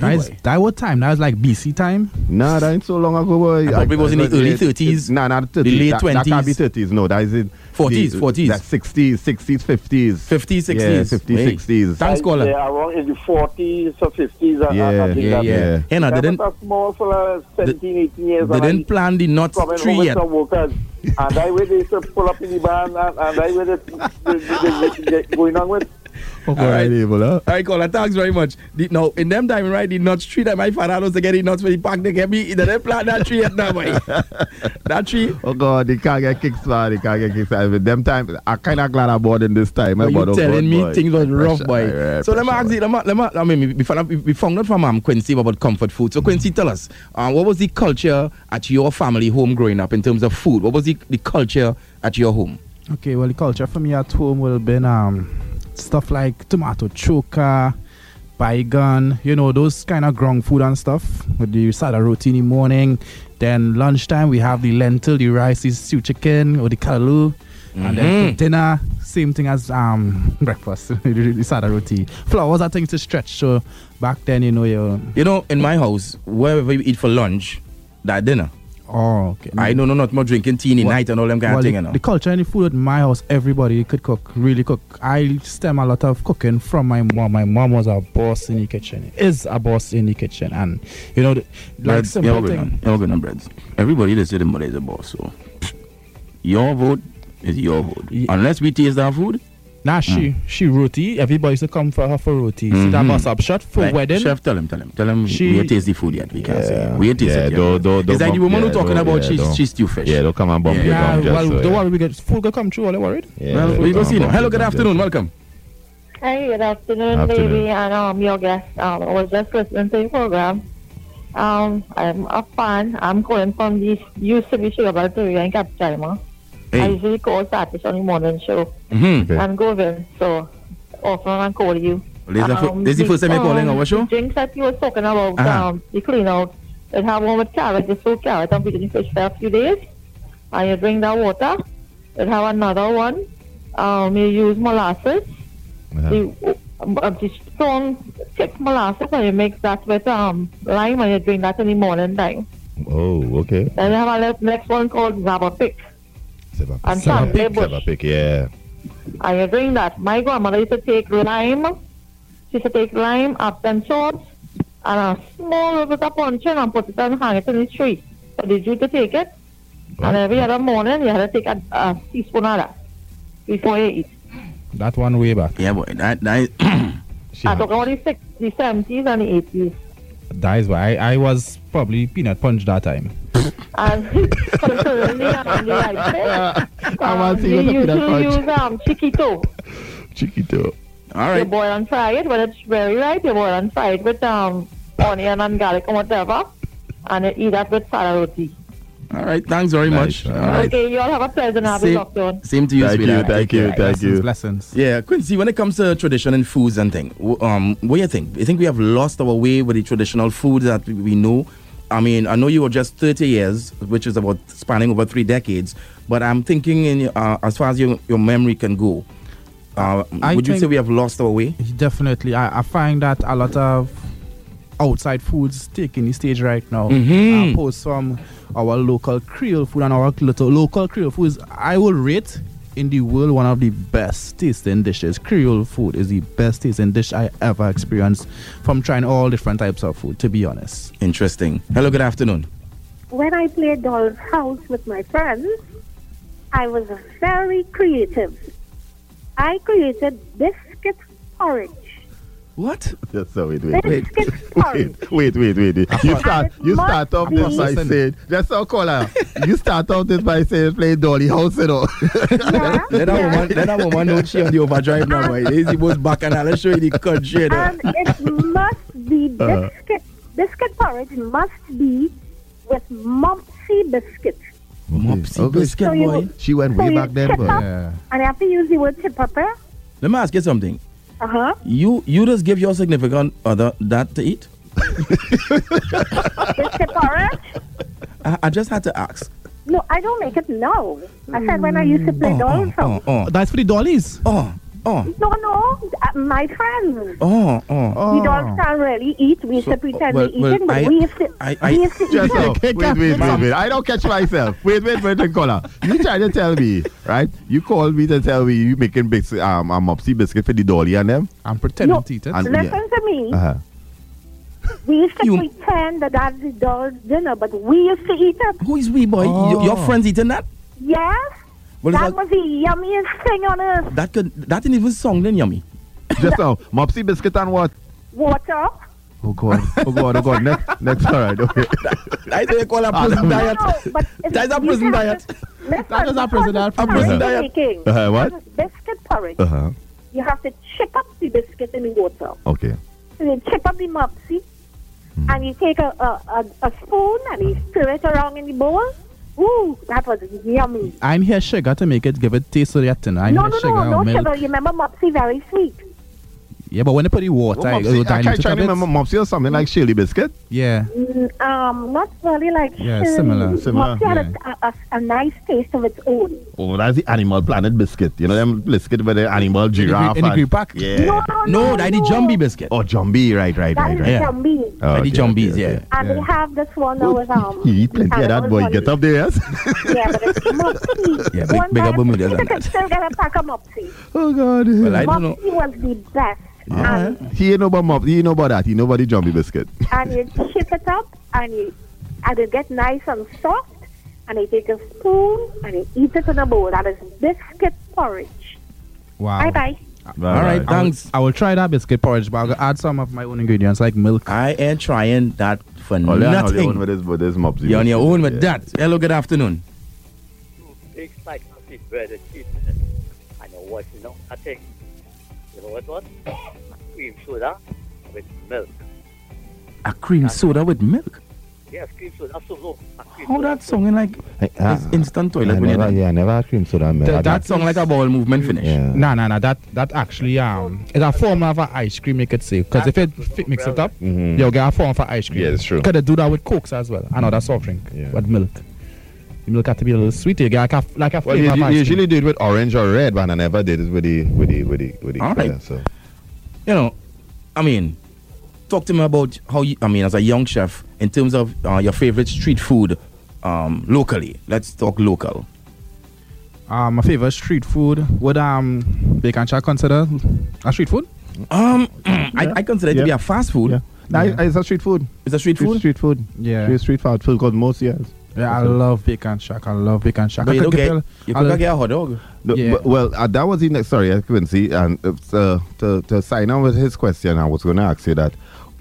Speaker 8: That is that what time? That was like BC time.
Speaker 3: Nah, that ain't so long ago, boy.
Speaker 8: probably was in the early 30s,
Speaker 3: Nah, not
Speaker 8: the
Speaker 3: 30s.
Speaker 8: late
Speaker 3: that, That can't be
Speaker 8: 20s.
Speaker 3: 30s. No, that is in
Speaker 2: 40s,
Speaker 3: the-
Speaker 2: 40s.
Speaker 3: That's 60s, 60s, 50s.
Speaker 2: 50s,
Speaker 3: Yeah,
Speaker 2: 60s.
Speaker 3: 50s,
Speaker 2: Wait.
Speaker 3: 60s.
Speaker 2: Thanks, caller.
Speaker 13: They are around in the forties or fifties and
Speaker 3: Yeah,
Speaker 13: and
Speaker 3: yeah,
Speaker 13: that.
Speaker 3: yeah.
Speaker 2: Hey, now, they
Speaker 13: That
Speaker 2: didn't-
Speaker 13: was a small fella, 17, 18 years.
Speaker 2: They
Speaker 13: and I
Speaker 2: didn't plant the nuts
Speaker 13: coming
Speaker 2: tree
Speaker 13: home with
Speaker 2: yet.
Speaker 13: some workers. And I where they used to pull up in the van and, and I where they, they, they, they, they going on with.
Speaker 2: All right, all right, caller. Thanks very much. The, now, in them time, right, the nuts tree that my father was to get the nuts when he packed the get me, they didn't plant that tree yet now, boy. that tree.
Speaker 3: Oh God, they can't get kicked man. They can't get kicked man. With them time, I kind of glad I bought in this time.
Speaker 2: But
Speaker 3: I
Speaker 2: you
Speaker 3: bought, oh,
Speaker 2: telling
Speaker 3: God,
Speaker 2: me
Speaker 3: boy.
Speaker 2: things was rough,
Speaker 3: Pressure,
Speaker 2: boy.
Speaker 3: yeah,
Speaker 2: so let me ask you, let me, let me, I mean, we found, out, we found out from um, Quincy about comfort food. So Quincy, tell us, uh, what was the culture at your family home growing up in terms of food? What was the, the culture at your home?
Speaker 8: Okay, well, the culture for me at home will been um stuff like tomato choka, baigan, you know, those kind of ground food and stuff. With the sada roti in the morning, then lunchtime we have the lentil, the rice is stew chicken or the kalaloo. And then for
Speaker 2: Mhm.
Speaker 8: dinner, same thing as um breakfast, the- the sada roti. Flowers are things to stretch. So back then, you know, you
Speaker 2: You know, in my house, wherever you eat for lunch, that dinner.
Speaker 8: oh okay.
Speaker 2: I don't know, not more drinking tea in the
Speaker 8: Well-
Speaker 2: night and all them kind
Speaker 8: well,
Speaker 2: of thing,
Speaker 8: the,
Speaker 2: you know.
Speaker 8: the culture and the food at my house, everybody could cook, really cook. I stem a lot of cooking from my mom. My mom was a boss in the kitchen, is a boss in the kitchen, and you know, the, like
Speaker 2: Breads,
Speaker 8: simple
Speaker 2: Elgin
Speaker 8: thing.
Speaker 2: and- Elgin and breads. Everybody that's sitting there is a boss. So your vote is your vote. Unless we taste our food.
Speaker 8: Nah, she
Speaker 2: Hmm.
Speaker 8: she roti. Everybody used to come for her for roti. See that
Speaker 2: Mhm.
Speaker 8: bus up shut for
Speaker 2: Right.
Speaker 8: wedding.
Speaker 2: Chef, tell him, tell him, tell him.
Speaker 8: She-
Speaker 2: we ain't taste the food yet. We can't say we ain't taste
Speaker 3: yeah,
Speaker 2: it. Yet.
Speaker 3: don't- don't- don't
Speaker 2: it's like the
Speaker 3: bump-
Speaker 2: woman
Speaker 3: yeah,
Speaker 2: who talking
Speaker 3: don't-
Speaker 2: about
Speaker 3: yeah,
Speaker 2: cheese,
Speaker 3: don't-
Speaker 2: cheese stew fish.
Speaker 3: Yeah, don't come and bump
Speaker 2: Yeah.
Speaker 3: it
Speaker 8: Yeah,
Speaker 3: down. just
Speaker 8: well,
Speaker 3: so,
Speaker 8: don't
Speaker 3: yeah.
Speaker 8: worry, we get food. Go come through. All worried.
Speaker 3: Yeah,
Speaker 2: well,
Speaker 3: yeah,
Speaker 2: we go
Speaker 3: don't
Speaker 2: see now.
Speaker 3: bump
Speaker 2: Hello,
Speaker 3: it
Speaker 2: good
Speaker 3: down,
Speaker 2: afternoon, welcome.
Speaker 16: Hi, good afternoon,
Speaker 2: Afternoon.
Speaker 16: lady, and um, your guest. Um, I was just listening to your program. Um, I'm a fan. I'm calling from the used to be Sugar to in Cap Chima. I
Speaker 2: Hey.
Speaker 16: usually call Saturdays on the morning show
Speaker 2: Mm-hmm.
Speaker 16: and go in, so often I call you.
Speaker 2: Well, this is the fir- this is the first time you're calling
Speaker 16: um,
Speaker 2: our show?
Speaker 16: The drinks that you were talking about,
Speaker 2: Uh-huh.
Speaker 16: um, the clean out, it have one with carrot, the full carrot, and put it in fish for a few days, and you drink that water. It have another one. Um, you use molasses. The, um, uh, the strong thick molasses and you mix that with um lime and you drink that in the morning time.
Speaker 3: Oh, okay.
Speaker 16: Then you have a le- next one called Zaba Pick. And
Speaker 3: Seven
Speaker 16: Sunday
Speaker 3: pick,
Speaker 16: Bush.
Speaker 3: seven pick, yeah.
Speaker 16: And you drink that. My grandmother used to take lime. She used to take lime, up and short, and a small bit of puncheon and put it and hang it in the tree. So did you to take it? And every other morning you had to take a, a teaspoon of that before you eat.
Speaker 8: That one way back.
Speaker 2: Yeah, boy. That that
Speaker 16: I talk about the, six, the 70s and the 80s.
Speaker 8: that is why I, I was probably peanut punch that time.
Speaker 16: and concerning and the right
Speaker 3: I want to see
Speaker 16: you
Speaker 3: what the peanut
Speaker 16: usually
Speaker 3: punch.
Speaker 16: use um, chiquito.
Speaker 3: Chiquito.
Speaker 2: All
Speaker 16: You boil and fry it when it's very ripe. You boil and fry it with um, onion and garlic and whatever. And you eat that with salad roti.
Speaker 2: All right. Thanks very much. All right.
Speaker 16: Okay, you all have a pleasant and happy
Speaker 2: Same-
Speaker 16: lockdown.
Speaker 2: Same to you,
Speaker 3: Thank you,
Speaker 2: sweetheart.
Speaker 3: thank
Speaker 2: Take care.
Speaker 3: you, thank Lessons, you. lessons.
Speaker 2: Yeah, Quincy. When it comes to tradition and foods and thing, wh- um, what do you think? You think we have lost our way with the traditional foods that we- we know? I mean, I know you were just 30 years, which is about spanning over three decades, but I'm thinking in uh, as far as your, your memory can go. Uh,
Speaker 8: I
Speaker 2: would you say
Speaker 8: think-
Speaker 2: we have lost our way?
Speaker 8: Definitely. I, I find that a lot of outside foods taking the stage right now.
Speaker 2: Mhm.
Speaker 8: Uh, post from our local Creole food and our little local Creole food is, I will rate in the world one of the best tasting dishes. Creole food is the best tasting dish I ever experienced from trying all different types of food, to be honest.
Speaker 2: Interesting. Hello, good afternoon.
Speaker 11: When I played Doll's House with my friends, I was very creative. I created biscuit porridge.
Speaker 2: What?
Speaker 3: Just so wait, wait, wait.
Speaker 11: porridge.
Speaker 3: Wait, wait, wait. You start you
Speaker 11: must
Speaker 3: start off this by
Speaker 11: be-
Speaker 3: saying just so call her. You start off this by saying play Dolly House you know.
Speaker 2: Let that woman, let that woman know she on the overdrive now. Right? It's the most bacchanal show in the country. You know?
Speaker 11: And Um, it must be
Speaker 2: Uh.
Speaker 11: biscuit. Biscuit porridge must be with mumpsy biscuit.
Speaker 2: Mopsy
Speaker 3: Okay.
Speaker 2: biscuit
Speaker 11: So you-
Speaker 2: boy.
Speaker 3: She went
Speaker 11: So you chip up, And I have to use the word chip up, eh?
Speaker 2: Let me ask you something.
Speaker 11: Uh-huh.
Speaker 2: You you just give your significant other that to eat?
Speaker 11: Biscuit porridge?
Speaker 2: I, I just had to ask.
Speaker 11: No, I don't make it now. I said when I used to play dolls.
Speaker 2: Oh, oh.
Speaker 8: Uh-huh. That's for the dollies.
Speaker 2: Oh, oh,
Speaker 11: No, no, uh, my friends.
Speaker 2: oh, oh.
Speaker 11: We dolls can't really eat. We used
Speaker 3: So,
Speaker 11: to pretend
Speaker 3: well-
Speaker 11: we eating, but
Speaker 3: well, I-
Speaker 11: we used to,
Speaker 2: I,
Speaker 11: we used to eat.
Speaker 3: Just so,
Speaker 11: it.
Speaker 3: wait, wait, wait, wait. I don't catch myself. Wait, wait, wait, and caller. You trying to tell me, right? You call me to tell me you making bis- um a mopsy biscuit for the dolly and them.
Speaker 8: I'm
Speaker 11: No, listen to me.
Speaker 3: Uh-huh.
Speaker 11: We used to
Speaker 3: You-
Speaker 11: pretend that that's the doll's dinner, but we used to eat it.
Speaker 2: Who is we, boy? Y-
Speaker 8: Oh.
Speaker 2: your friends eating that?
Speaker 11: Yes.
Speaker 2: Well,
Speaker 11: that
Speaker 2: that-
Speaker 11: was the yummiest thing on earth.
Speaker 2: That could that didn't even sound then yummy.
Speaker 3: Just so, mopsy biscuit and what?
Speaker 11: Water.
Speaker 3: Oh god, oh god, oh god. Next, next, all right, okay.
Speaker 2: I say call a prison
Speaker 3: Ah,
Speaker 2: diet. That's a prison diet.
Speaker 11: That
Speaker 2: is a prison diet. A
Speaker 11: Porridge
Speaker 2: prison diet.
Speaker 11: making.
Speaker 3: Uh, what?
Speaker 11: Biscuit porridge.
Speaker 3: Uh huh.
Speaker 11: You have to chip up the biscuit in the water.
Speaker 3: Okay. Hmm.
Speaker 11: So you chip up the mopsy, and you take a, a, a, a spoon and you stir it around in the bowl. Ooh, that was yummy.
Speaker 8: I ain't here sugar to make it give it taste to the thing. I ain't
Speaker 11: no,
Speaker 8: here
Speaker 11: no,
Speaker 8: sugar
Speaker 11: no,
Speaker 8: or
Speaker 11: no
Speaker 8: milk.
Speaker 11: sugar. You remember mopsy very sweet.
Speaker 8: Yeah, but when they put the water,
Speaker 3: Well,
Speaker 8: it
Speaker 3: mopsy,
Speaker 2: Oh,
Speaker 8: will
Speaker 3: I
Speaker 8: dilute
Speaker 3: can't
Speaker 8: it
Speaker 3: try
Speaker 8: a
Speaker 3: to
Speaker 8: bit.
Speaker 3: remember mopsy or something like chili biscuit.
Speaker 8: Yeah.
Speaker 11: Mm, um, not really like
Speaker 3: Yeah,
Speaker 11: chili.
Speaker 3: similar, similar,
Speaker 11: Mopsy had a, a, a nice taste of its own.
Speaker 3: Oh, that's the Animal Planet biscuit. You know them biscuit with the animal
Speaker 2: the
Speaker 3: giraffe.
Speaker 2: green- in the
Speaker 3: and-
Speaker 2: green pack?
Speaker 3: Yeah.
Speaker 11: No, no,
Speaker 3: that
Speaker 2: the Jumbie biscuit.
Speaker 3: Oh, Jumbie, right, right,
Speaker 11: That is
Speaker 3: right, right.
Speaker 11: Jumbie.
Speaker 3: Oh,
Speaker 2: Like the
Speaker 3: okay,
Speaker 2: Jumbies,
Speaker 3: okay,
Speaker 2: yeah.
Speaker 3: okay.
Speaker 11: And we have this one that was um.
Speaker 3: You eat plenty of that
Speaker 11: animal
Speaker 3: boy.
Speaker 11: one.
Speaker 3: Get up there, yes.
Speaker 11: Yeah, but it's mopsy.
Speaker 2: Yeah, big, bigger Bermudas
Speaker 11: You
Speaker 2: than
Speaker 11: can
Speaker 2: that.
Speaker 11: still get a pack of mopsy.
Speaker 3: Oh God. Well,
Speaker 2: I don't know.
Speaker 11: Mopsy was the best. And
Speaker 3: He ain't know about mop. He ain't know about that. He know about the Jumbie biscuit.
Speaker 11: and you chip it up and you and it get nice and soft and you take a spoon and you eat it in a bowl. That is biscuit porridge.
Speaker 8: Wow.
Speaker 11: Bye bye.
Speaker 2: All right,
Speaker 8: I will-
Speaker 2: thanks.
Speaker 8: I will try that biscuit porridge, but I'll add some of my own ingredients like milk.
Speaker 2: I ain't trying that for
Speaker 3: Oh, Leon, on your
Speaker 2: Mm. nothing.
Speaker 3: own with this, with this mopsy.
Speaker 2: You're on your
Speaker 3: biscuit,
Speaker 2: own with
Speaker 3: yeah.
Speaker 2: that. Hello, good afternoon.
Speaker 17: big spice on his bread and cheese. I know what you know. I think you know what what? Cream soda with milk.
Speaker 2: A cream soda with milk.
Speaker 17: Yes, cream soda. That's so low. A cream
Speaker 2: How
Speaker 17: soda.
Speaker 2: that sounding like it's instant toilet
Speaker 12: I
Speaker 2: when you're
Speaker 12: never,
Speaker 2: done.
Speaker 12: yeah, I never had cream soda. man.
Speaker 8: Th-
Speaker 12: I
Speaker 8: that
Speaker 2: Sound like a ball movement finish.
Speaker 12: Yeah.
Speaker 8: No, no, no. That that actually um is a form of a ice cream. You could say because if it fi- mix it up,
Speaker 2: Mm-hmm.
Speaker 12: Mhm.
Speaker 8: you'll get a form for ice cream.
Speaker 12: Yeah, it's true.
Speaker 8: Could they do that with cokes as well?
Speaker 2: Mm-hmm.
Speaker 8: Another soft drink
Speaker 12: Yeah.
Speaker 8: with milk. The milk had to be a little sweet. You get like a like a
Speaker 12: Well,
Speaker 8: flavor
Speaker 12: you,
Speaker 8: of
Speaker 12: you
Speaker 8: ice cream.
Speaker 12: usually do it with orange or red, but I never did it with the with the with the with the
Speaker 2: All right.
Speaker 12: color, So
Speaker 2: You know, I mean, talk to me about how you. I mean, as a young chef, in terms of uh, your favorite street food, um, locally. Let's talk local.
Speaker 8: Um, my favorite street food would um they can try consider a street food.
Speaker 2: Um, I, I consider it to be a fast food.
Speaker 3: Nah, it's a er street food.
Speaker 2: It's a street food.
Speaker 3: Street food.
Speaker 8: Yeah.
Speaker 3: Street, street food. Food called most yes.
Speaker 8: Yeah, I love bacon shack. I love bacon shack.
Speaker 2: But
Speaker 8: I
Speaker 2: you
Speaker 8: could
Speaker 2: don't get,
Speaker 8: tell-
Speaker 2: you
Speaker 8: I love-
Speaker 2: could get a hot dog.
Speaker 3: No,
Speaker 8: Yeah.
Speaker 3: but- well, uh, that was the next. Sorry, uh, Quincy, and uh, to, to to sign on with his question, I was going to ask you that.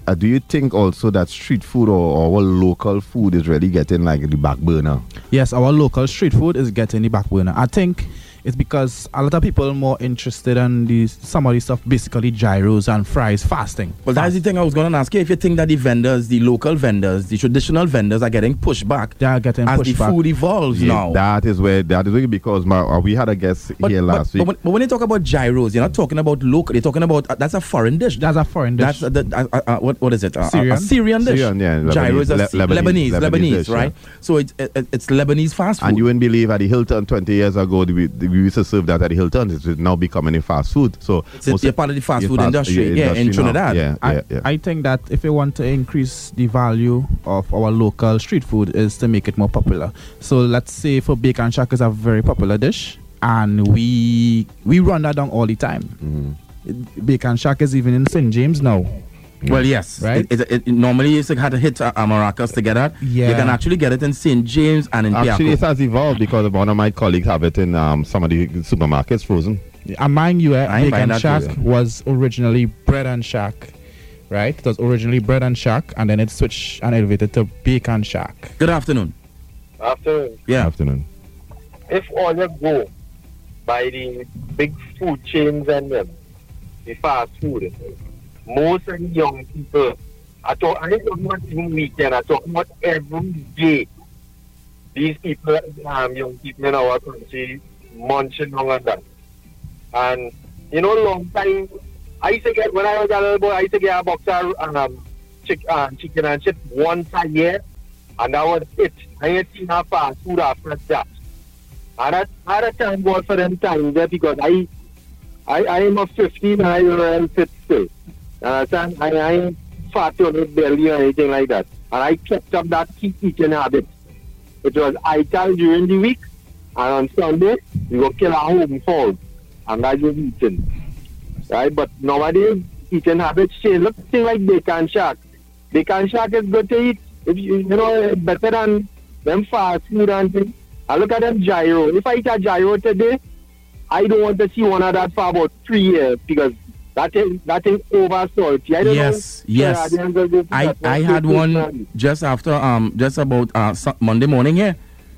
Speaker 3: Uh, do you think also that street food or, or what local food is really getting like the back burner?
Speaker 8: Yes, our local street food is getting the back burner. I think it's because a lot of people are more interested in the some of the stuff, basically gyros and fries, fasting.
Speaker 2: Well, that's the thing I was going to ask you. If you think that the vendors, the local vendors, the traditional vendors are getting pushed back,
Speaker 8: they are getting
Speaker 2: as
Speaker 8: pushed
Speaker 2: the
Speaker 8: back.
Speaker 2: food evolves
Speaker 3: Yeah,
Speaker 2: now.
Speaker 3: That is where that is where because my, uh, we had a guest here last
Speaker 2: but,
Speaker 3: week.
Speaker 2: when, but when you talk about gyros, you're not talking about local. You're talking about uh, that's a foreign dish.
Speaker 8: That's a foreign dish.
Speaker 2: That's a, the- uh, uh, uh, what what is it? Uh, uh,
Speaker 8: Syrian?
Speaker 2: A Syrian dish.
Speaker 3: Syrian, yeah, Lebanese,
Speaker 2: gyros are
Speaker 3: Le-
Speaker 2: Sy-
Speaker 3: Lebanese,
Speaker 2: Lebanese,
Speaker 3: Lebanese
Speaker 2: Lebanese,
Speaker 3: dish,
Speaker 2: right? So it's it, it's Lebanese fast food.
Speaker 3: and you wouldn't believe at the Hilton 20 years ago, we, we we used to serve that at the Hilton. It's now becoming a fast food. So
Speaker 2: It's a-
Speaker 3: most-
Speaker 2: a part of the fast
Speaker 3: it's
Speaker 2: food
Speaker 3: part-
Speaker 2: industry. Yeah, in
Speaker 3: industry now.
Speaker 2: Trinidad.
Speaker 3: Yeah,
Speaker 8: I,
Speaker 3: yeah, yeah.
Speaker 8: I think that if you want to increase the value of our local street food is to make it more popular. So let's say for bacon shack is a very popular dish and we we run that down all the time.
Speaker 3: Mm-hmm.
Speaker 8: Bacon shack is even in St. James now.
Speaker 3: Mm.
Speaker 2: Well, yes.
Speaker 8: Right?
Speaker 2: It, it, it, normally, you had to hit uh, uh, Maracas to get that. You
Speaker 8: Yeah.
Speaker 2: can actually get it in St. James and in
Speaker 3: Actually, it
Speaker 2: Piaco.
Speaker 3: has evolved because one of my colleagues have it in um, some of the supermarkets frozen.
Speaker 8: Among you, eh?
Speaker 3: I ain't buying
Speaker 8: bacon
Speaker 3: that
Speaker 8: shack
Speaker 3: too,
Speaker 8: was originally bread and shack. Right? It was originally bread and shack and then it switched and elevated to bacon shack.
Speaker 2: Good afternoon.
Speaker 5: After
Speaker 2: Yeah.
Speaker 3: Afternoon.
Speaker 5: if all you go by the big food chains and them, the fast food, most of the young people, I talk, I ain't talking about even weekend, I talk about every day. These people, um, young people in our country, munching on and that. And, you know, long time, I used to get, when I was a little boy, I used to get a box of um, chick, uh, chicken and chips once a year, and that was it. I ain't seen a fast food after that. And I, I had a time God for them time there because I, I, I am of 15 and I am fit still. And I, can't- I, I ain't fat on the belly or anything like that. And I kept up that keep eating habit. It was idle during the week and on Sunday we go kill a home fall and I just eating. Right? But nowadays eating habits change. Look thing like bacon shack. Bacon shack is good to eat. If you you know better than them fast food and things. I look at them gyro. If I eat a gyro today, I don't want to see one of that for about three years because that thing that thing over salty. I don't
Speaker 2: Yes,
Speaker 5: know.
Speaker 2: yes.
Speaker 5: Yeah, I don't know.
Speaker 2: I, I had one just after um just about uh Su- Monday morning. Yeah,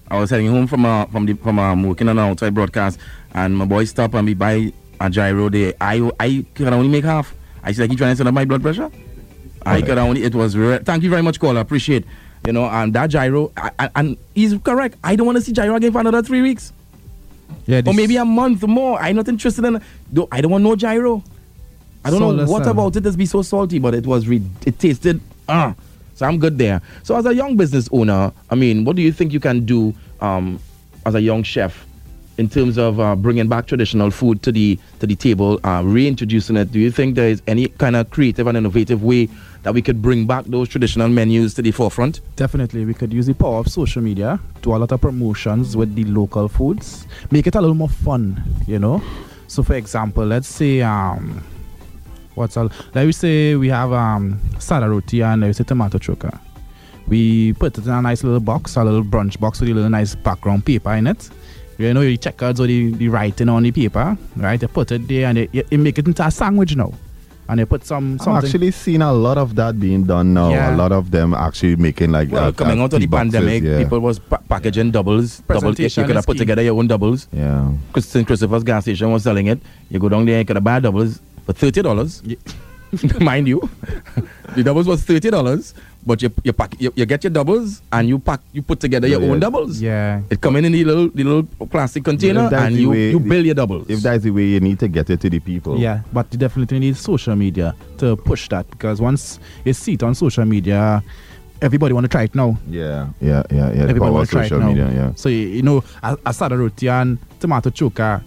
Speaker 2: I was heading home from uh from the from um working on an outside broadcast, and my boy stopped and we buy a gyro there. I I can only make half. I said, "You trying to set up my blood pressure?" I could only. It was. Re- Thank you very much, caller. Appreciate. You know, and that gyro, I, I, and he's correct. I don't want to see gyro again for another three weeks.
Speaker 8: Yeah,
Speaker 2: or
Speaker 8: this-
Speaker 2: maybe a month more. I'm not interested in. Though I don't want no gyro. I don't know
Speaker 8: Solar
Speaker 2: what
Speaker 8: cell.
Speaker 2: about it has been so salty, but it was re- it tasted ah. So I'm good there. So as a young business owner, I mean, what do you think you can do um, as a young chef in terms of uh, bringing back traditional food to the to the table, uh, reintroducing it? Do you think there is any kind of creative and innovative way that we could bring back those traditional menus to the forefront?
Speaker 8: Definitely, we could use the power of social media, do a lot of promotions with the local foods, make it a little more fun, you know. So, for example, let's say um, what's all? Let me say we have um sada roti and let me say tomato choka. We put it in a nice little box, a little brunch box with a little nice background paper in it. You know, the checkers or the, the writing on the paper, right? They put it there and they, you- you make it into a sandwich now, and they put some
Speaker 3: i have
Speaker 8: something.
Speaker 3: actually seen a lot of that being done now.
Speaker 8: Yeah.
Speaker 3: A lot of them actually making like
Speaker 2: Well,
Speaker 3: uh,
Speaker 2: coming
Speaker 3: uh,
Speaker 2: out of the
Speaker 3: tea boxes,
Speaker 2: pandemic,
Speaker 3: yeah.
Speaker 2: people was pa- packaging doubles. Double, you
Speaker 8: Presentation
Speaker 2: could have
Speaker 8: is
Speaker 2: put
Speaker 8: key.
Speaker 2: together your own doubles.
Speaker 3: Yeah.
Speaker 2: Christian Christopher's gas station was selling it. You go down there, you could have buy doubles for thirty dollars. Mind you, the doubles was thirty dollars, but you you pack you, you get your doubles and you pack you put together your own
Speaker 3: Yeah.
Speaker 2: doubles.
Speaker 8: Yeah.
Speaker 2: It come in in the little the little plastic container
Speaker 3: If that's
Speaker 2: and
Speaker 3: the
Speaker 2: you
Speaker 3: way-
Speaker 2: you build your doubles.
Speaker 3: If that's the way you need to get it to the people.
Speaker 8: Yeah, but you definitely need social media to push that because once you see it on social media, everybody want to try it now.
Speaker 3: Yeah. Yeah. Yeah. Yeah. The
Speaker 8: everybody
Speaker 3: power
Speaker 8: want
Speaker 3: of
Speaker 8: to try it
Speaker 3: social
Speaker 8: now.
Speaker 3: media. Yeah.
Speaker 8: So you, you know, I, I started roti and tomato chuka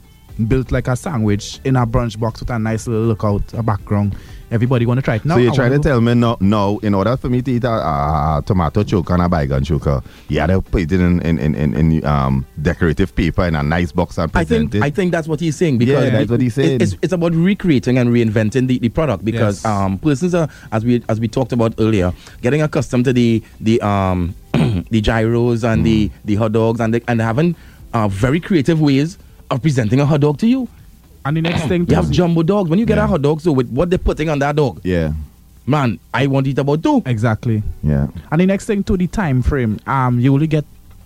Speaker 8: built like a sandwich in a brunch box with a nice little lookout, a background. Everybody want to try it now.
Speaker 3: so
Speaker 8: I
Speaker 3: you're
Speaker 8: wanna
Speaker 3: trying to
Speaker 8: go-
Speaker 3: tell me no, no, in order for me to eat a, a, a tomato choker and a bacon choker, you had to put it in in, in, in, in um, decorative paper in a nice box and
Speaker 2: I
Speaker 3: present
Speaker 2: think I
Speaker 3: it.
Speaker 2: think that's what he's saying because
Speaker 3: Yeah, that's what he's
Speaker 2: it-
Speaker 3: saying.
Speaker 2: It's, it's about recreating and reinventing the, the product because
Speaker 3: Yes.
Speaker 2: um, persons are as we as we talked about earlier getting accustomed to the the um, the gyros and
Speaker 3: Mm.
Speaker 2: the the hot dogs and the, and having uh, very creative ways of presenting a hot dog to you.
Speaker 8: And the next thing
Speaker 2: you have jumbo dogs when you get a hot dog, so with what they're putting on that dog,
Speaker 3: yeah,
Speaker 2: man, I want it about two.
Speaker 8: Exactly.
Speaker 3: Yeah.
Speaker 8: And the next thing to the time frame, um, you only get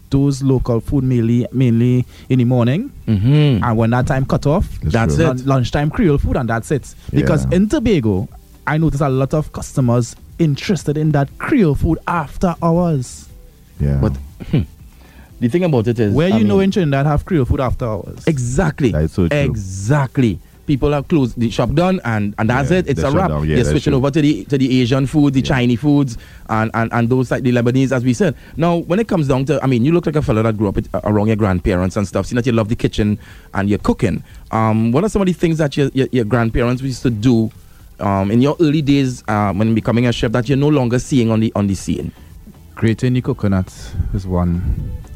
Speaker 8: those local food mainly mainly in the morning,
Speaker 2: mm-hmm.
Speaker 8: and when that time cut off,
Speaker 2: That's true. it.
Speaker 8: lun- lunchtime Creole food, and that's it. Because
Speaker 2: Yeah.
Speaker 8: in Tobago, I notice a lot of customers interested in that Creole food after hours.
Speaker 3: Yeah.
Speaker 2: But the thing about it is
Speaker 8: Where
Speaker 2: Hmm. I
Speaker 8: you know
Speaker 2: mean-
Speaker 8: in Trinidad have Creole food after hours?
Speaker 2: Exactly.
Speaker 8: That's so true.
Speaker 2: Exactly. people have closed the shop down and, and that's
Speaker 3: Yeah,
Speaker 2: it. It's
Speaker 3: they
Speaker 2: a
Speaker 3: shut
Speaker 2: wrap.
Speaker 3: down. Yeah,
Speaker 2: You're
Speaker 3: that's
Speaker 2: switching
Speaker 3: true.
Speaker 2: over to the to the Asian food, the Chinese foods, and, and, and those like the Lebanese, as we said. Now, when it comes down to, I mean, you look like a fellow that grew up with, uh, around your grandparents and stuff, seeing that you love the kitchen and you're cooking. Um, what are some of the things that your, your, your grandparents used to do um, in your early days um, when becoming a chef that you're no longer seeing on the on the scene?
Speaker 8: Grating the coconuts is one.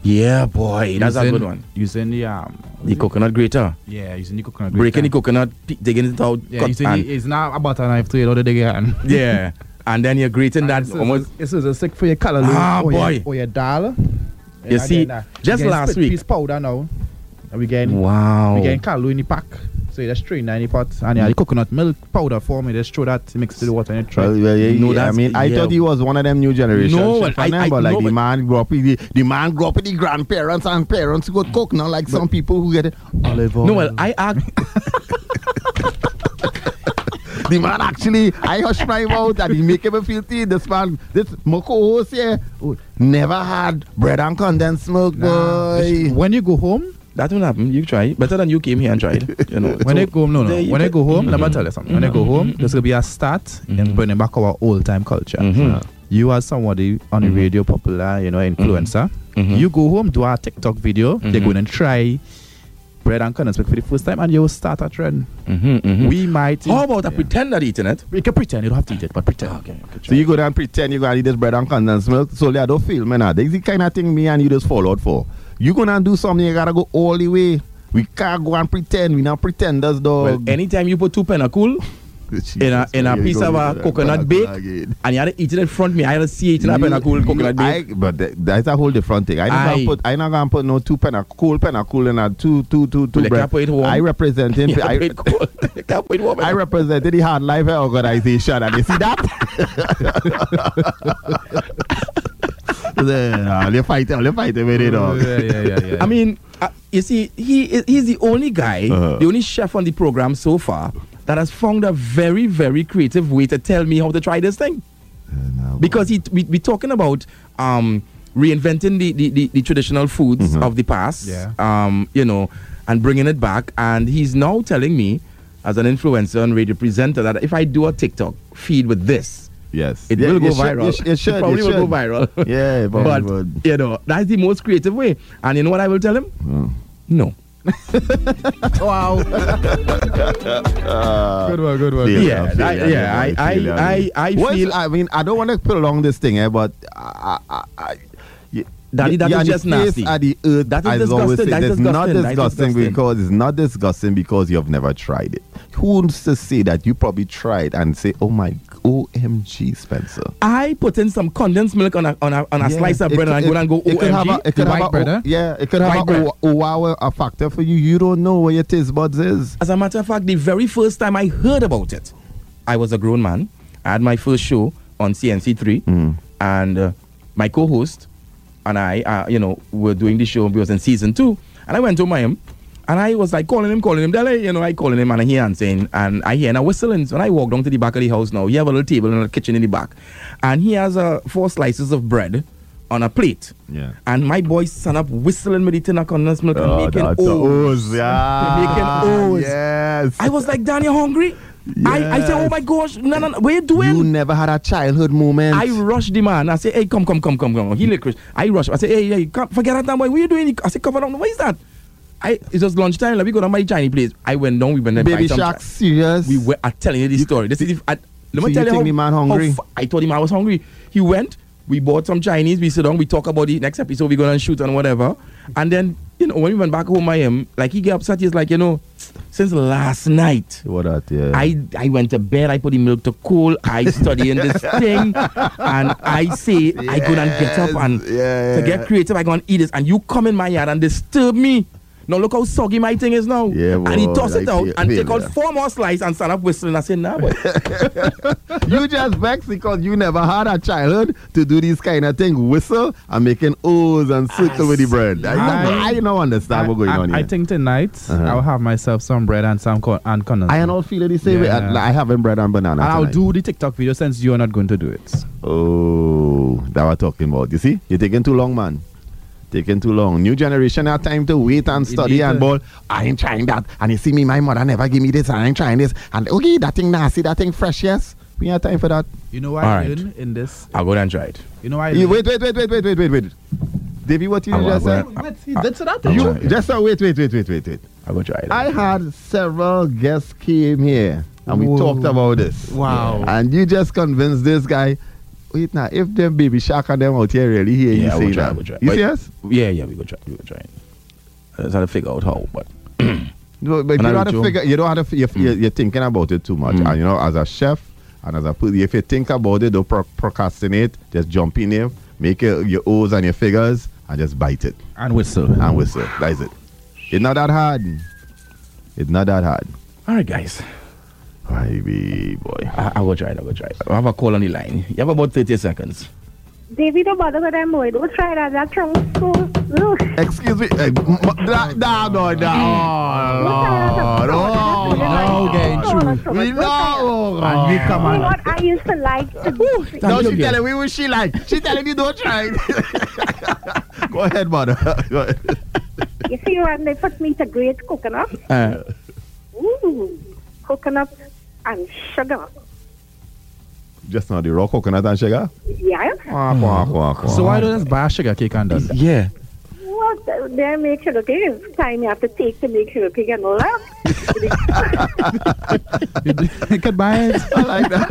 Speaker 2: Yeah, boy, that's a
Speaker 8: Using-
Speaker 2: good one.
Speaker 8: Using the um,
Speaker 2: The coconut grater.
Speaker 8: yeah, using the coconut.
Speaker 2: Breaking the
Speaker 8: grater.
Speaker 2: coconut, pe- digging it out,
Speaker 8: Yeah,
Speaker 2: cut
Speaker 8: using
Speaker 2: and-
Speaker 8: the, it's not about a knife to it out of the again.
Speaker 2: Yeah. And then you're grating that
Speaker 8: This is,
Speaker 2: almost.
Speaker 8: this is a sick for your color. Oh,
Speaker 2: Ah,
Speaker 8: or
Speaker 2: boy.
Speaker 8: Your, or your dollar.
Speaker 2: You see, just last week.
Speaker 8: Piece powder now. And we getting
Speaker 2: Wow.
Speaker 8: We getting color in the pack. So you just strain that in the pot and yeah, the coconut milk powder form. You just throw that mix to the water and you try.
Speaker 12: Well, well, yeah,
Speaker 8: No,
Speaker 12: yeah, I
Speaker 8: that's-
Speaker 12: mean, I
Speaker 8: yeah.
Speaker 12: thought he was one of them new generation.
Speaker 8: No,
Speaker 12: chef,
Speaker 8: I-
Speaker 12: and
Speaker 8: I-
Speaker 12: them, but like
Speaker 8: no,
Speaker 12: the
Speaker 8: but-
Speaker 12: man grew up with the, the man grew up with the grandparents and parents who got cook now, like some people who get olive oil.
Speaker 2: No, well, I asked.
Speaker 12: the man actually, I hush my mouth and he make him feel tea. This man, this my co-host here, who Oh, never had bread and condensed milk, boy.
Speaker 8: When you go home,
Speaker 2: that will happen. You try better than you came here and tried. You know.
Speaker 8: When
Speaker 2: So
Speaker 8: I go home, no,
Speaker 2: there
Speaker 8: no.
Speaker 2: you
Speaker 8: When I
Speaker 2: go.
Speaker 8: go home, let me
Speaker 2: Mhm.
Speaker 8: tell you something. When I go home, there's gonna be a start
Speaker 2: Mm-hmm.
Speaker 8: in bringing back our old time culture. You are somebody on the
Speaker 2: Mm-hmm.
Speaker 8: radio, popular, you know, influencer. You go home, do a TikTok video. They're
Speaker 2: Mm-hmm.
Speaker 8: going to try bread and condensed milk for the first time, and you will start a trend. Mm. We might.
Speaker 2: Mm-hmm, How about I pretend that eating it? Ah,
Speaker 8: We can pretend. You don't have to eat it, but pretend. Okay.
Speaker 12: So you go down and pretend you're gonna eat this bread and condensed milk, so they don't feel, man. That's the kind of thing me and you just fall out for. You gonna do something, you gotta go all the way. We can't go and pretend, we not pretenders, dog.
Speaker 2: Well, anytime you put two pennacle in a in a
Speaker 12: here you
Speaker 2: piece
Speaker 12: go
Speaker 2: of
Speaker 12: with
Speaker 2: a
Speaker 12: that
Speaker 2: coconut
Speaker 12: bag eh.
Speaker 2: bake,
Speaker 12: again.
Speaker 2: and you had to eat it in front me, I had to see it in a
Speaker 12: You-
Speaker 2: pennacle
Speaker 12: you-
Speaker 2: coconut bake.
Speaker 12: I- but tha- that's a whole different thing. I not
Speaker 2: Aye.
Speaker 12: gonna put I not gonna put no two pen a cool pen a cool and a two two two two.
Speaker 2: Well, they
Speaker 12: bread.
Speaker 2: can't put it warm.
Speaker 12: I represent
Speaker 2: You
Speaker 12: him.
Speaker 2: have to
Speaker 12: I,
Speaker 2: put it cold. You can't put it warm
Speaker 12: I
Speaker 2: enough.
Speaker 12: represent the hard life organization, and you see that. yeah, they fight, they fight with it, dog.
Speaker 2: I mean, uh, you see, he is he's the only guy,
Speaker 12: Uh-huh.
Speaker 2: the only chef on the program so far that has found a very, very creative way to tell me how to try this thing. because he, we, we're talking about um, reinventing the, the, the, the traditional foods
Speaker 12: Mm-hmm.
Speaker 2: of the past,
Speaker 8: Yeah.
Speaker 2: um, you know, and bringing it back. And he's now telling me, as an influencer and radio presenter, that if I do a TikTok feed with this,
Speaker 12: Yes,
Speaker 2: it
Speaker 12: Yeah,
Speaker 2: will go
Speaker 12: you should-
Speaker 2: viral.
Speaker 12: you sh- you should,
Speaker 2: it probably
Speaker 12: you
Speaker 2: will go
Speaker 12: should.
Speaker 2: viral.
Speaker 12: Yeah, it probably
Speaker 2: but
Speaker 12: would.
Speaker 2: you know that's the most creative way. And you know what I will tell him? No.
Speaker 12: wow. uh,
Speaker 8: Good one, good one.
Speaker 2: Yeah, I- yeah, I- I- I- I
Speaker 12: Once-
Speaker 2: feel-
Speaker 12: I mean, I don't want to prolong this thing, eh, but I, I, I, y-
Speaker 2: Daddy, that is
Speaker 12: y- and the
Speaker 2: just
Speaker 12: face
Speaker 2: nasty.
Speaker 12: At the earth,
Speaker 2: That is
Speaker 12: as
Speaker 2: disgusting,
Speaker 12: always say,
Speaker 2: that is
Speaker 12: it's not
Speaker 2: disgusting, that is
Speaker 12: disgusting
Speaker 2: disgusting.
Speaker 12: because it's not disgusting because you've never tried it. Who's to say that you probably tried and say, "Oh my, OMG, Spencer."
Speaker 2: I put in some condensed milk on a on a, on a
Speaker 12: Yeah,
Speaker 2: slice of
Speaker 12: it
Speaker 2: bread
Speaker 12: could-
Speaker 2: and I go and go
Speaker 12: it could have
Speaker 2: OMG.
Speaker 12: a- it could have a o- Yeah, it could have
Speaker 2: White bread.
Speaker 12: a, o- wow a factor for you. You don't know where your taste buds is.
Speaker 2: As a matter of fact, the very first time I heard about it, I was a grown man. I had my first show on CNC3,
Speaker 12: Mm.
Speaker 2: and uh, my co-host and I, uh, you know, were doing the show. We was in season two, and I went to him, and I was like calling him, calling him. Then I, you know, I calling him, and I hear answering, and I hear and I whistling. So when I walk down to the back of the house now, he have a little table and a kitchen in the back, and he has uh, four slices of bread on a plate.
Speaker 12: Yeah.
Speaker 2: And my boy stand up whistling with the tin of condensed milk and
Speaker 12: Oh,
Speaker 2: making
Speaker 12: that's
Speaker 2: O's.
Speaker 12: the O's,
Speaker 2: Making
Speaker 12: yeah.
Speaker 2: O's.
Speaker 12: Ah, Yes.
Speaker 2: I was like, Danny, hungry? I, I said, oh my gosh, no, no, no, what you doing?
Speaker 12: You never had a childhood moment.
Speaker 2: I rushed the man. I said, hey, come, come, come, come, come. He licorice. I rushed. I said, hey, hey, come, forget that, now, boy. What you doing? I said, cover down. What is that? I, it's just lunchtime. Let me go down my Chinese place. I went down. We went and
Speaker 12: Baby
Speaker 2: buy some
Speaker 12: Shark,
Speaker 2: Chi-
Speaker 12: serious.
Speaker 2: We were. I'm telling you this story. This is. I, let
Speaker 12: So
Speaker 2: me
Speaker 12: you
Speaker 2: tell
Speaker 12: think
Speaker 2: how,
Speaker 12: the man
Speaker 2: how
Speaker 12: hungry?
Speaker 2: fu- I told him I was hungry. He went. We bought some Chinese. We sit down. We talk about the next episode. We go and shoot and whatever. And then you know when we went back home, I am like he get upset. He's like you know, since last night.
Speaker 12: What that? Yeah.
Speaker 2: I, I went to bed, I put the milk to cool, I study in this thing, and I say, I go and get up and
Speaker 12: yeah,
Speaker 2: to get creative, I go and eat this, and you come in my yard and disturb me. Now look how soggy my thing is now.
Speaker 12: Yeah,
Speaker 2: and he
Speaker 12: boy,
Speaker 2: toss it
Speaker 12: I
Speaker 2: out
Speaker 12: feel-
Speaker 2: and
Speaker 12: feel
Speaker 2: take out
Speaker 12: that.
Speaker 2: four more slices and stand up whistling. I say, nah, boy.
Speaker 12: you just vexed because you never had a childhood to do this kind of thing, whistle and making O's and circle with the bread. I,
Speaker 8: I-
Speaker 12: I, don't understand what's going
Speaker 8: I,
Speaker 12: on here.
Speaker 8: I think tonight
Speaker 12: Uh-huh.
Speaker 8: I'll have myself some bread and some con- and condensed.
Speaker 12: I am not feeling the same way. I,
Speaker 8: Yeah.
Speaker 12: like, I haven't bread and banana.
Speaker 8: and I'll
Speaker 12: tonight.
Speaker 8: do the TikTok video since you are not going to do it.
Speaker 12: Oh, that we're talking about. You see, you're taking too long, man. Taking too long. New generation have time to wait and
Speaker 3: Indeed,
Speaker 12: study and
Speaker 3: uh.
Speaker 12: ball. I ain't trying that. And you see me, my mother never give me this. and I ain't trying this. And okay, that thing nasty, that thing fresh, yes. We ain't time for that.
Speaker 8: You know what
Speaker 12: All
Speaker 8: I
Speaker 12: right.
Speaker 8: learned in this?
Speaker 2: I'll go there and try it.
Speaker 8: You know what I
Speaker 12: You-
Speaker 8: learned?
Speaker 12: wait, wait, wait, wait, wait, wait, wait, wait. Davey, what you
Speaker 8: I-
Speaker 12: just
Speaker 8: I-
Speaker 12: said?
Speaker 8: wait, he did say that?
Speaker 12: Uh, You just uh, wait, wait, wait, wait, wait, wait.
Speaker 2: I will try it.
Speaker 12: I had several guests came here and we
Speaker 3: Whoa.
Speaker 12: talked about this.
Speaker 3: Wow.
Speaker 12: And you just convinced this guy. Wait now, if them baby shark and them out here eh, really hear
Speaker 2: yeah,
Speaker 12: you
Speaker 2: I
Speaker 12: say
Speaker 2: will try.
Speaker 12: that.
Speaker 2: I will try.
Speaker 12: You
Speaker 2: But-
Speaker 12: see us?
Speaker 2: Yeah, yeah, we will try. We will try. I just had to figure out how, but
Speaker 12: No,
Speaker 2: And
Speaker 12: but you
Speaker 2: I
Speaker 12: don't have
Speaker 2: will
Speaker 12: to
Speaker 2: too.
Speaker 12: figure you don't have to f- you're, you're,
Speaker 8: Mm.
Speaker 12: you're thinking about it too much. And you know, as a chef and as a put if you think about it, don't pro- procrastinate, just jump in there, make your, your O's and your figures and just bite it.
Speaker 8: And whistle.
Speaker 12: And whistle. That is it. It's not that hard. It's not that hard.
Speaker 2: All right, guys.
Speaker 12: Baby boy.
Speaker 2: I, I will try it. I will try it. I have a call on the line. You have about 30 seconds.
Speaker 11: Davy, don't bother with that boy. Don't try that. That from school. Look.
Speaker 12: Excuse me. eh, m- m- Da, da, no, da. Oh, Lord. Oh, Lord. We know. Oh,
Speaker 8: And you come
Speaker 11: You know
Speaker 8: on.
Speaker 11: what I used to like to do.
Speaker 12: No, she telling me what she like. She telling you don't try. Go ahead, mother. Go ahead.
Speaker 11: You see when they put me to grate coconut?
Speaker 2: Uh,
Speaker 11: Ooh, coconut and sugar.
Speaker 12: just now the raw coconut and sugar.
Speaker 11: Yeah.
Speaker 12: Quack, quack, quack, quack.
Speaker 8: So why don't just buy a sugar cake and done?
Speaker 2: Yeah.
Speaker 11: What? They make sugar cake. It's time you have to take to make sugar cake and all that.
Speaker 8: you could buy it.
Speaker 12: I like that.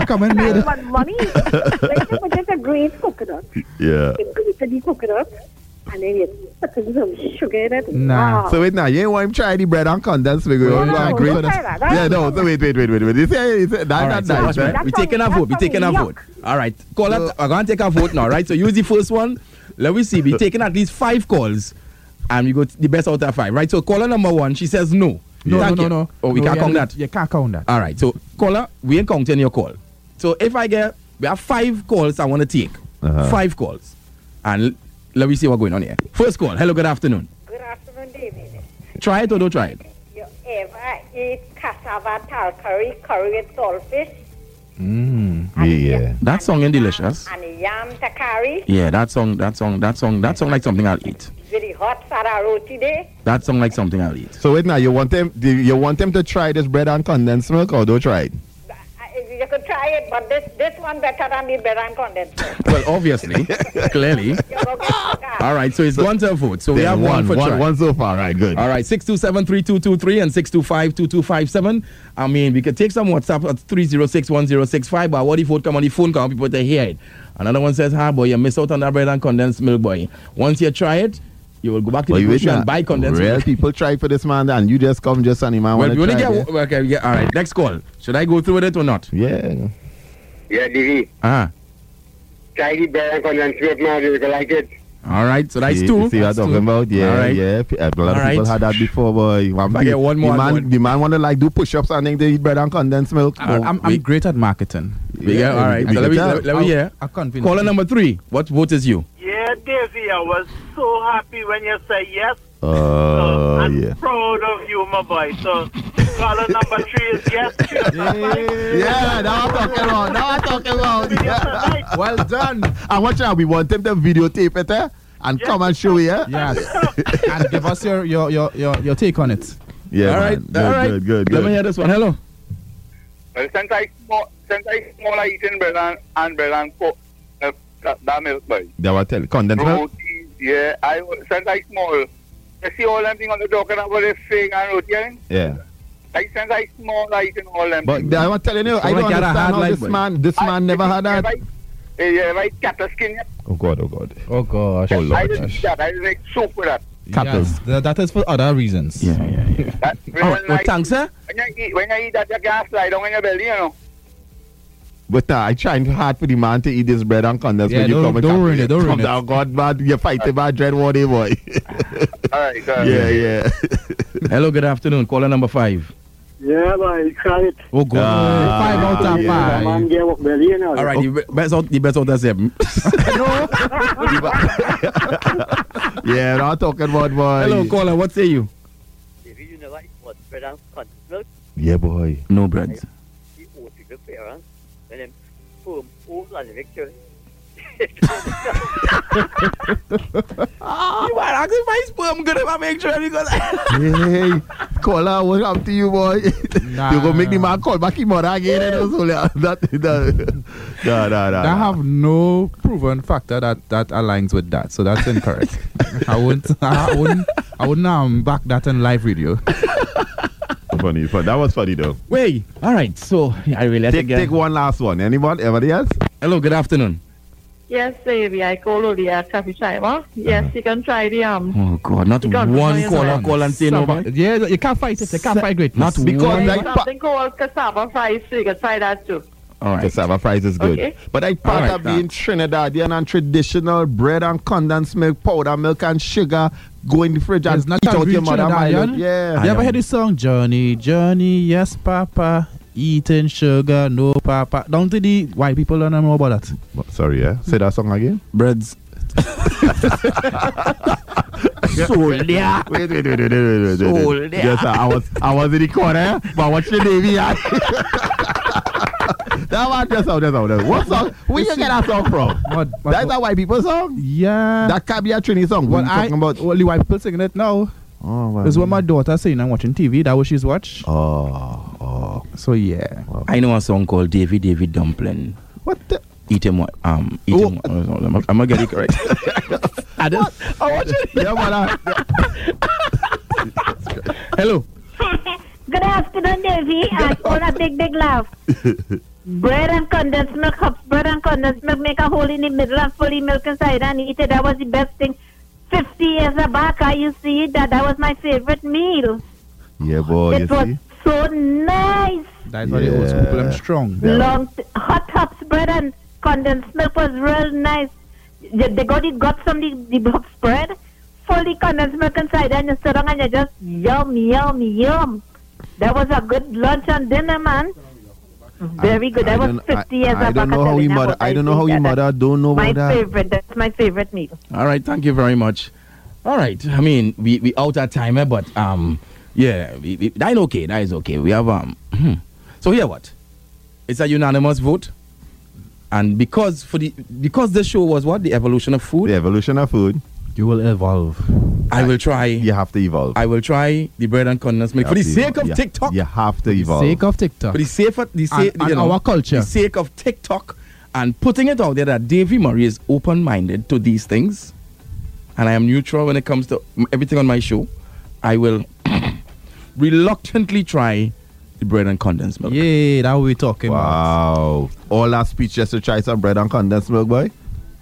Speaker 8: you come and made it.
Speaker 11: But money. Like, you put just a grate coconut.
Speaker 12: Yeah.
Speaker 11: You grate the coconut. And then you put in some sugar in it. Wow.
Speaker 12: So wait now, you ain't want him try the bread and condensed figure.
Speaker 11: No,
Speaker 12: you
Speaker 11: no,
Speaker 12: want
Speaker 11: no,
Speaker 12: green-
Speaker 11: don't try that. That's
Speaker 12: Yeah, no, so wait, wait, wait, wait, wait. You say, you say, that,
Speaker 2: All right,
Speaker 12: that,
Speaker 2: so
Speaker 12: that,
Speaker 2: watch me.
Speaker 12: that.
Speaker 2: We're taking a vote. We're taking a vote. All right. Call it. I'm going to take a vote now, right? So use the first one. Let me see. We're taking at least five calls. And you go the best out of five, right? So caller number one, she says no.
Speaker 8: No,
Speaker 2: Thank
Speaker 8: no,
Speaker 2: you.
Speaker 8: no, no.
Speaker 2: Oh, we
Speaker 8: No,
Speaker 2: can't
Speaker 8: yeah,
Speaker 2: count
Speaker 8: no,
Speaker 2: that.
Speaker 8: You can't count that.
Speaker 2: All right. So caller, we ain't counting your call. So if I get, we have five calls I want to take.
Speaker 12: Uh-huh.
Speaker 2: Five calls. And l- let me see what's going on here. First call. Hello, good afternoon.
Speaker 18: Good afternoon, David.
Speaker 2: Try it or don't try it.
Speaker 18: You ever eat cassava talcari curry with saltfish
Speaker 2: Mm. Yeah. That song is delicious.
Speaker 18: and yam takari
Speaker 2: Yeah, that song, that song, that song, that song like something I'll eat.
Speaker 18: with the hot sada roti there?
Speaker 2: That song like something I'll eat.
Speaker 12: So wait now, you want them, do you want them to try this bread and condensed milk or don't try it?
Speaker 18: I- You could try it, but this this one better than the bread and condensed. milk.
Speaker 2: Well, obviously, clearly. All right, so it's one to a vote. So we
Speaker 12: Then
Speaker 2: have one, for
Speaker 12: one,
Speaker 2: try.
Speaker 12: one so far, right? Good.
Speaker 2: All right, six two seven three two two three and six two five two two five seven. I mean, we could take some WhatsApp at three zero six one zero six five. But what if vote come on the phone? Come people to hear it. Another one says, "Hi boy, you miss out on that bread and condensed milk, boy. Once you try it, you will go back to
Speaker 12: But
Speaker 2: the
Speaker 12: you wait
Speaker 2: grocery
Speaker 12: now.
Speaker 2: and buy condensed
Speaker 12: Real
Speaker 2: milk."
Speaker 12: people try for this man, and you just come just on him. I
Speaker 2: Well,
Speaker 12: want
Speaker 2: we only
Speaker 12: to
Speaker 2: get one- okay. We get, all right, next call. Should I go through with it or not?
Speaker 12: Yeah.
Speaker 5: Yeah, DV.
Speaker 2: Ah,
Speaker 5: Try the bear condensed milk, man. You will like it.
Speaker 2: all right. So that's
Speaker 12: See-
Speaker 2: two.
Speaker 12: You see
Speaker 2: That's
Speaker 12: what I'm talking
Speaker 2: two.
Speaker 12: about? Yeah,
Speaker 2: All right.
Speaker 12: yeah. P- A lot of
Speaker 2: All
Speaker 12: people
Speaker 2: right.
Speaker 12: had that before, boy. One,
Speaker 2: I get one more,
Speaker 12: The man,
Speaker 2: one.
Speaker 12: the man want to like do push-ups and then they eat bread and condensed milk. Oh,
Speaker 8: I- I'm, I'm great at marketing.
Speaker 2: We get, all right.
Speaker 8: I
Speaker 2: So let
Speaker 8: can
Speaker 2: me
Speaker 8: tell.
Speaker 2: let, me- let me
Speaker 8: I-
Speaker 2: hear.
Speaker 8: I can't finish
Speaker 2: Caller
Speaker 8: it.
Speaker 2: number three. What vote is you?
Speaker 9: Yeah, Davy, I was so happy when you said yes.
Speaker 12: Oh yeah.
Speaker 9: Proud of you, my boy. So, caller number three is yes.
Speaker 12: Yeah, now I'm talking about. Now I'm talking about. Yeah. Well done. And watch out, we want them to videotape it, eh? And come and show you. eh?
Speaker 8: Yes. and give us your, your, your, your, your take on it.
Speaker 12: Yeah.
Speaker 8: All
Speaker 12: man.
Speaker 8: right,
Speaker 12: Good,
Speaker 8: all right.
Speaker 12: good, good,
Speaker 8: Let
Speaker 12: good.
Speaker 8: me hear
Speaker 2: this one. Hello.
Speaker 5: Well, since I small, since I small, I eating bread and, and bread and co- uh, that, that milk, boy.
Speaker 12: That was tell condensed milk.
Speaker 5: Roti, yeah. I since I small, you see all them thing on the talking about the thing and roti. eh?
Speaker 12: Yeah.
Speaker 5: Like since I small, I eating all them.
Speaker 12: But I was telling you, I don't understand how this man, this man never had that.
Speaker 5: Yeah, eh, yeah, right. Cattle skin.
Speaker 12: Oh God, oh God.
Speaker 8: Oh, gosh.
Speaker 12: Oh
Speaker 5: I
Speaker 12: Lord.
Speaker 5: didn't eat that. I didn't make soup with that.
Speaker 8: Yes, th- that is for other reasons. Yeah,
Speaker 2: yeah, yeah.
Speaker 5: That
Speaker 8: All right, well, thanks,
Speaker 2: sir.
Speaker 5: When you eat, when you eat that, your gas slide down in your belly, you know.
Speaker 12: But nah, I trying hard for the man to eat this bread and condensed
Speaker 8: Yeah,
Speaker 12: milk. you
Speaker 8: don't-
Speaker 12: come and
Speaker 8: don't
Speaker 12: come-
Speaker 8: ruin it, don't
Speaker 12: come
Speaker 8: ruin it.
Speaker 12: down, God, man, you're fighting about dread one day, boy.
Speaker 5: All right,
Speaker 12: yeah, yeah.
Speaker 2: Hello. Good afternoon. Caller number five.
Speaker 19: Yeah, but it's it.
Speaker 2: Oh God.
Speaker 19: Five out of five. Man, get work belly, you know.
Speaker 2: All right. The best out. The best out of seven.
Speaker 12: yeah, not talking about boy.
Speaker 2: Hello, caller. What say you?
Speaker 17: If you never eat what bread and condensed milk,
Speaker 12: Yeah, boy.
Speaker 2: No bread.
Speaker 17: you owe to your parents and them firm fools and they make sure.
Speaker 2: you are asking my sperm good if I make sure because
Speaker 12: hey, call her, what's up to you, boy? you go make the man call back him mother again. And also, like, that, that, no, no, no.
Speaker 8: I have no proven factor that that aligns with that, so that's incorrect. I wouldn't, I wouldn't, I wouldn't um, back that in live video.
Speaker 3: funny, fun. That was funny though.
Speaker 2: Wait, all right. So I will
Speaker 12: take, take one last one. Anyone? Anybody else?
Speaker 2: Hello, good afternoon.
Speaker 16: Yes, baby, I call over the coffee time. Huh? Yes, you can try the um.
Speaker 2: Oh God, not
Speaker 16: Because
Speaker 2: one
Speaker 16: it's
Speaker 2: caller
Speaker 16: on.
Speaker 2: call and say no.
Speaker 8: Somebody- Yeah, you can't fight it. You can't fight greatness.
Speaker 2: Not
Speaker 12: Because
Speaker 2: one.
Speaker 12: like pa-
Speaker 16: something called cassava fries. So you can try that too.
Speaker 2: All right.
Speaker 12: cassava fries is good.
Speaker 16: Okay.
Speaker 12: But I
Speaker 16: All
Speaker 12: part
Speaker 16: right,
Speaker 12: of being Trinidadian and traditional bread and condensed milk, powder milk and sugar, go in the fridge and
Speaker 8: It's not
Speaker 12: eat
Speaker 8: a
Speaker 12: out your
Speaker 8: real
Speaker 12: mother.
Speaker 8: Trinidadian.
Speaker 12: Milo. Yeah.
Speaker 8: You ever heard this song? Johnny, Johnny, yes, Papa. Eating sugar, no, Papa. Down to the white people don't know about that.
Speaker 12: Sorry, yeah. Say that song again.
Speaker 2: Breads.
Speaker 12: Soldier. Wait, wait, wait, wait, wait, wait, wait, wait.
Speaker 2: Soldier.
Speaker 12: Yes, sir. I was, I was in the corner, but watch the Navy. I- that one, that's how, that's how, that's how. What song? Where you get that song from? That's a white people song?
Speaker 8: Yeah.
Speaker 12: That can be a Trini song.
Speaker 8: What
Speaker 12: What you
Speaker 8: I,
Speaker 12: talking about?
Speaker 8: well, the white people singing it now.
Speaker 12: Oh, wow.
Speaker 8: It's what my daughter saying I'm watching TV. That what she's watch.
Speaker 12: Oh, oh.
Speaker 8: So yeah.
Speaker 2: I know a song called Davy Davy Dumpling.
Speaker 12: What the?
Speaker 2: Eat him what? Um, eat him. what- I'm not- I'm not getting it correct. I don't.
Speaker 12: Oh,
Speaker 2: I watch it.
Speaker 12: Yeah, man. I-
Speaker 2: Hello.
Speaker 18: Good afternoon, Davy, and all a big, big love. bread and condensed milk, cups, bread and condensed milk, make a hole in the middle and fully milk inside and eat it. That was the best thing. 50 years back, I used to eat that. That was my favorite meal.
Speaker 12: Yeah, boy. You
Speaker 18: it was
Speaker 12: see?
Speaker 18: so nice.
Speaker 8: That's why the old school people I'm strong.
Speaker 18: Long, hot hops, bread and condensed milk was real nice. They, they got it, got some the, the hops bread, fully condensed milk inside, and you sit down and you just yum, yum, yum. That was a good lunch and dinner, man. Very good.
Speaker 12: Mm-hmm. I
Speaker 18: That was
Speaker 12: don't-
Speaker 18: 50 years
Speaker 12: I
Speaker 18: back.
Speaker 12: don't
Speaker 18: I'm
Speaker 12: know how
Speaker 18: telling
Speaker 12: he
Speaker 18: you,
Speaker 12: mother.
Speaker 18: I
Speaker 12: I don't
Speaker 18: was
Speaker 12: know how he
Speaker 18: eating that.
Speaker 12: mother. Don't know uh,
Speaker 18: My
Speaker 12: about that.
Speaker 18: favorite. That's my favorite meal.
Speaker 2: All right, thank you very much. All right, I mean we we out of time, eh, but um, yeah, we, we, that is okay. That is okay. We have um, so here what? It's a unanimous vote, and because for the because this show was what the evolution of food.
Speaker 12: The evolution of food.
Speaker 8: You will evolve.
Speaker 2: I will try.
Speaker 12: You have to evolve.
Speaker 2: I will try the bread and condensed milk
Speaker 12: You
Speaker 2: for the
Speaker 12: have to
Speaker 2: sake
Speaker 12: evolve.
Speaker 2: of
Speaker 12: Yeah.
Speaker 2: TikTok.
Speaker 12: You have to evolve.
Speaker 8: Sake of TikTok.
Speaker 2: For the sake of the sake
Speaker 8: And- and
Speaker 2: you know,
Speaker 8: our culture.
Speaker 2: the sake of TikTok, and putting it out there that Davy Murray is open-minded to these things, and I am neutral when it comes to m- everything on my show. I will reluctantly try the bread and condensed milk.
Speaker 8: Yeah, that we talking about.
Speaker 12: Wow. All that speech just to try some bread and condensed milk, boy.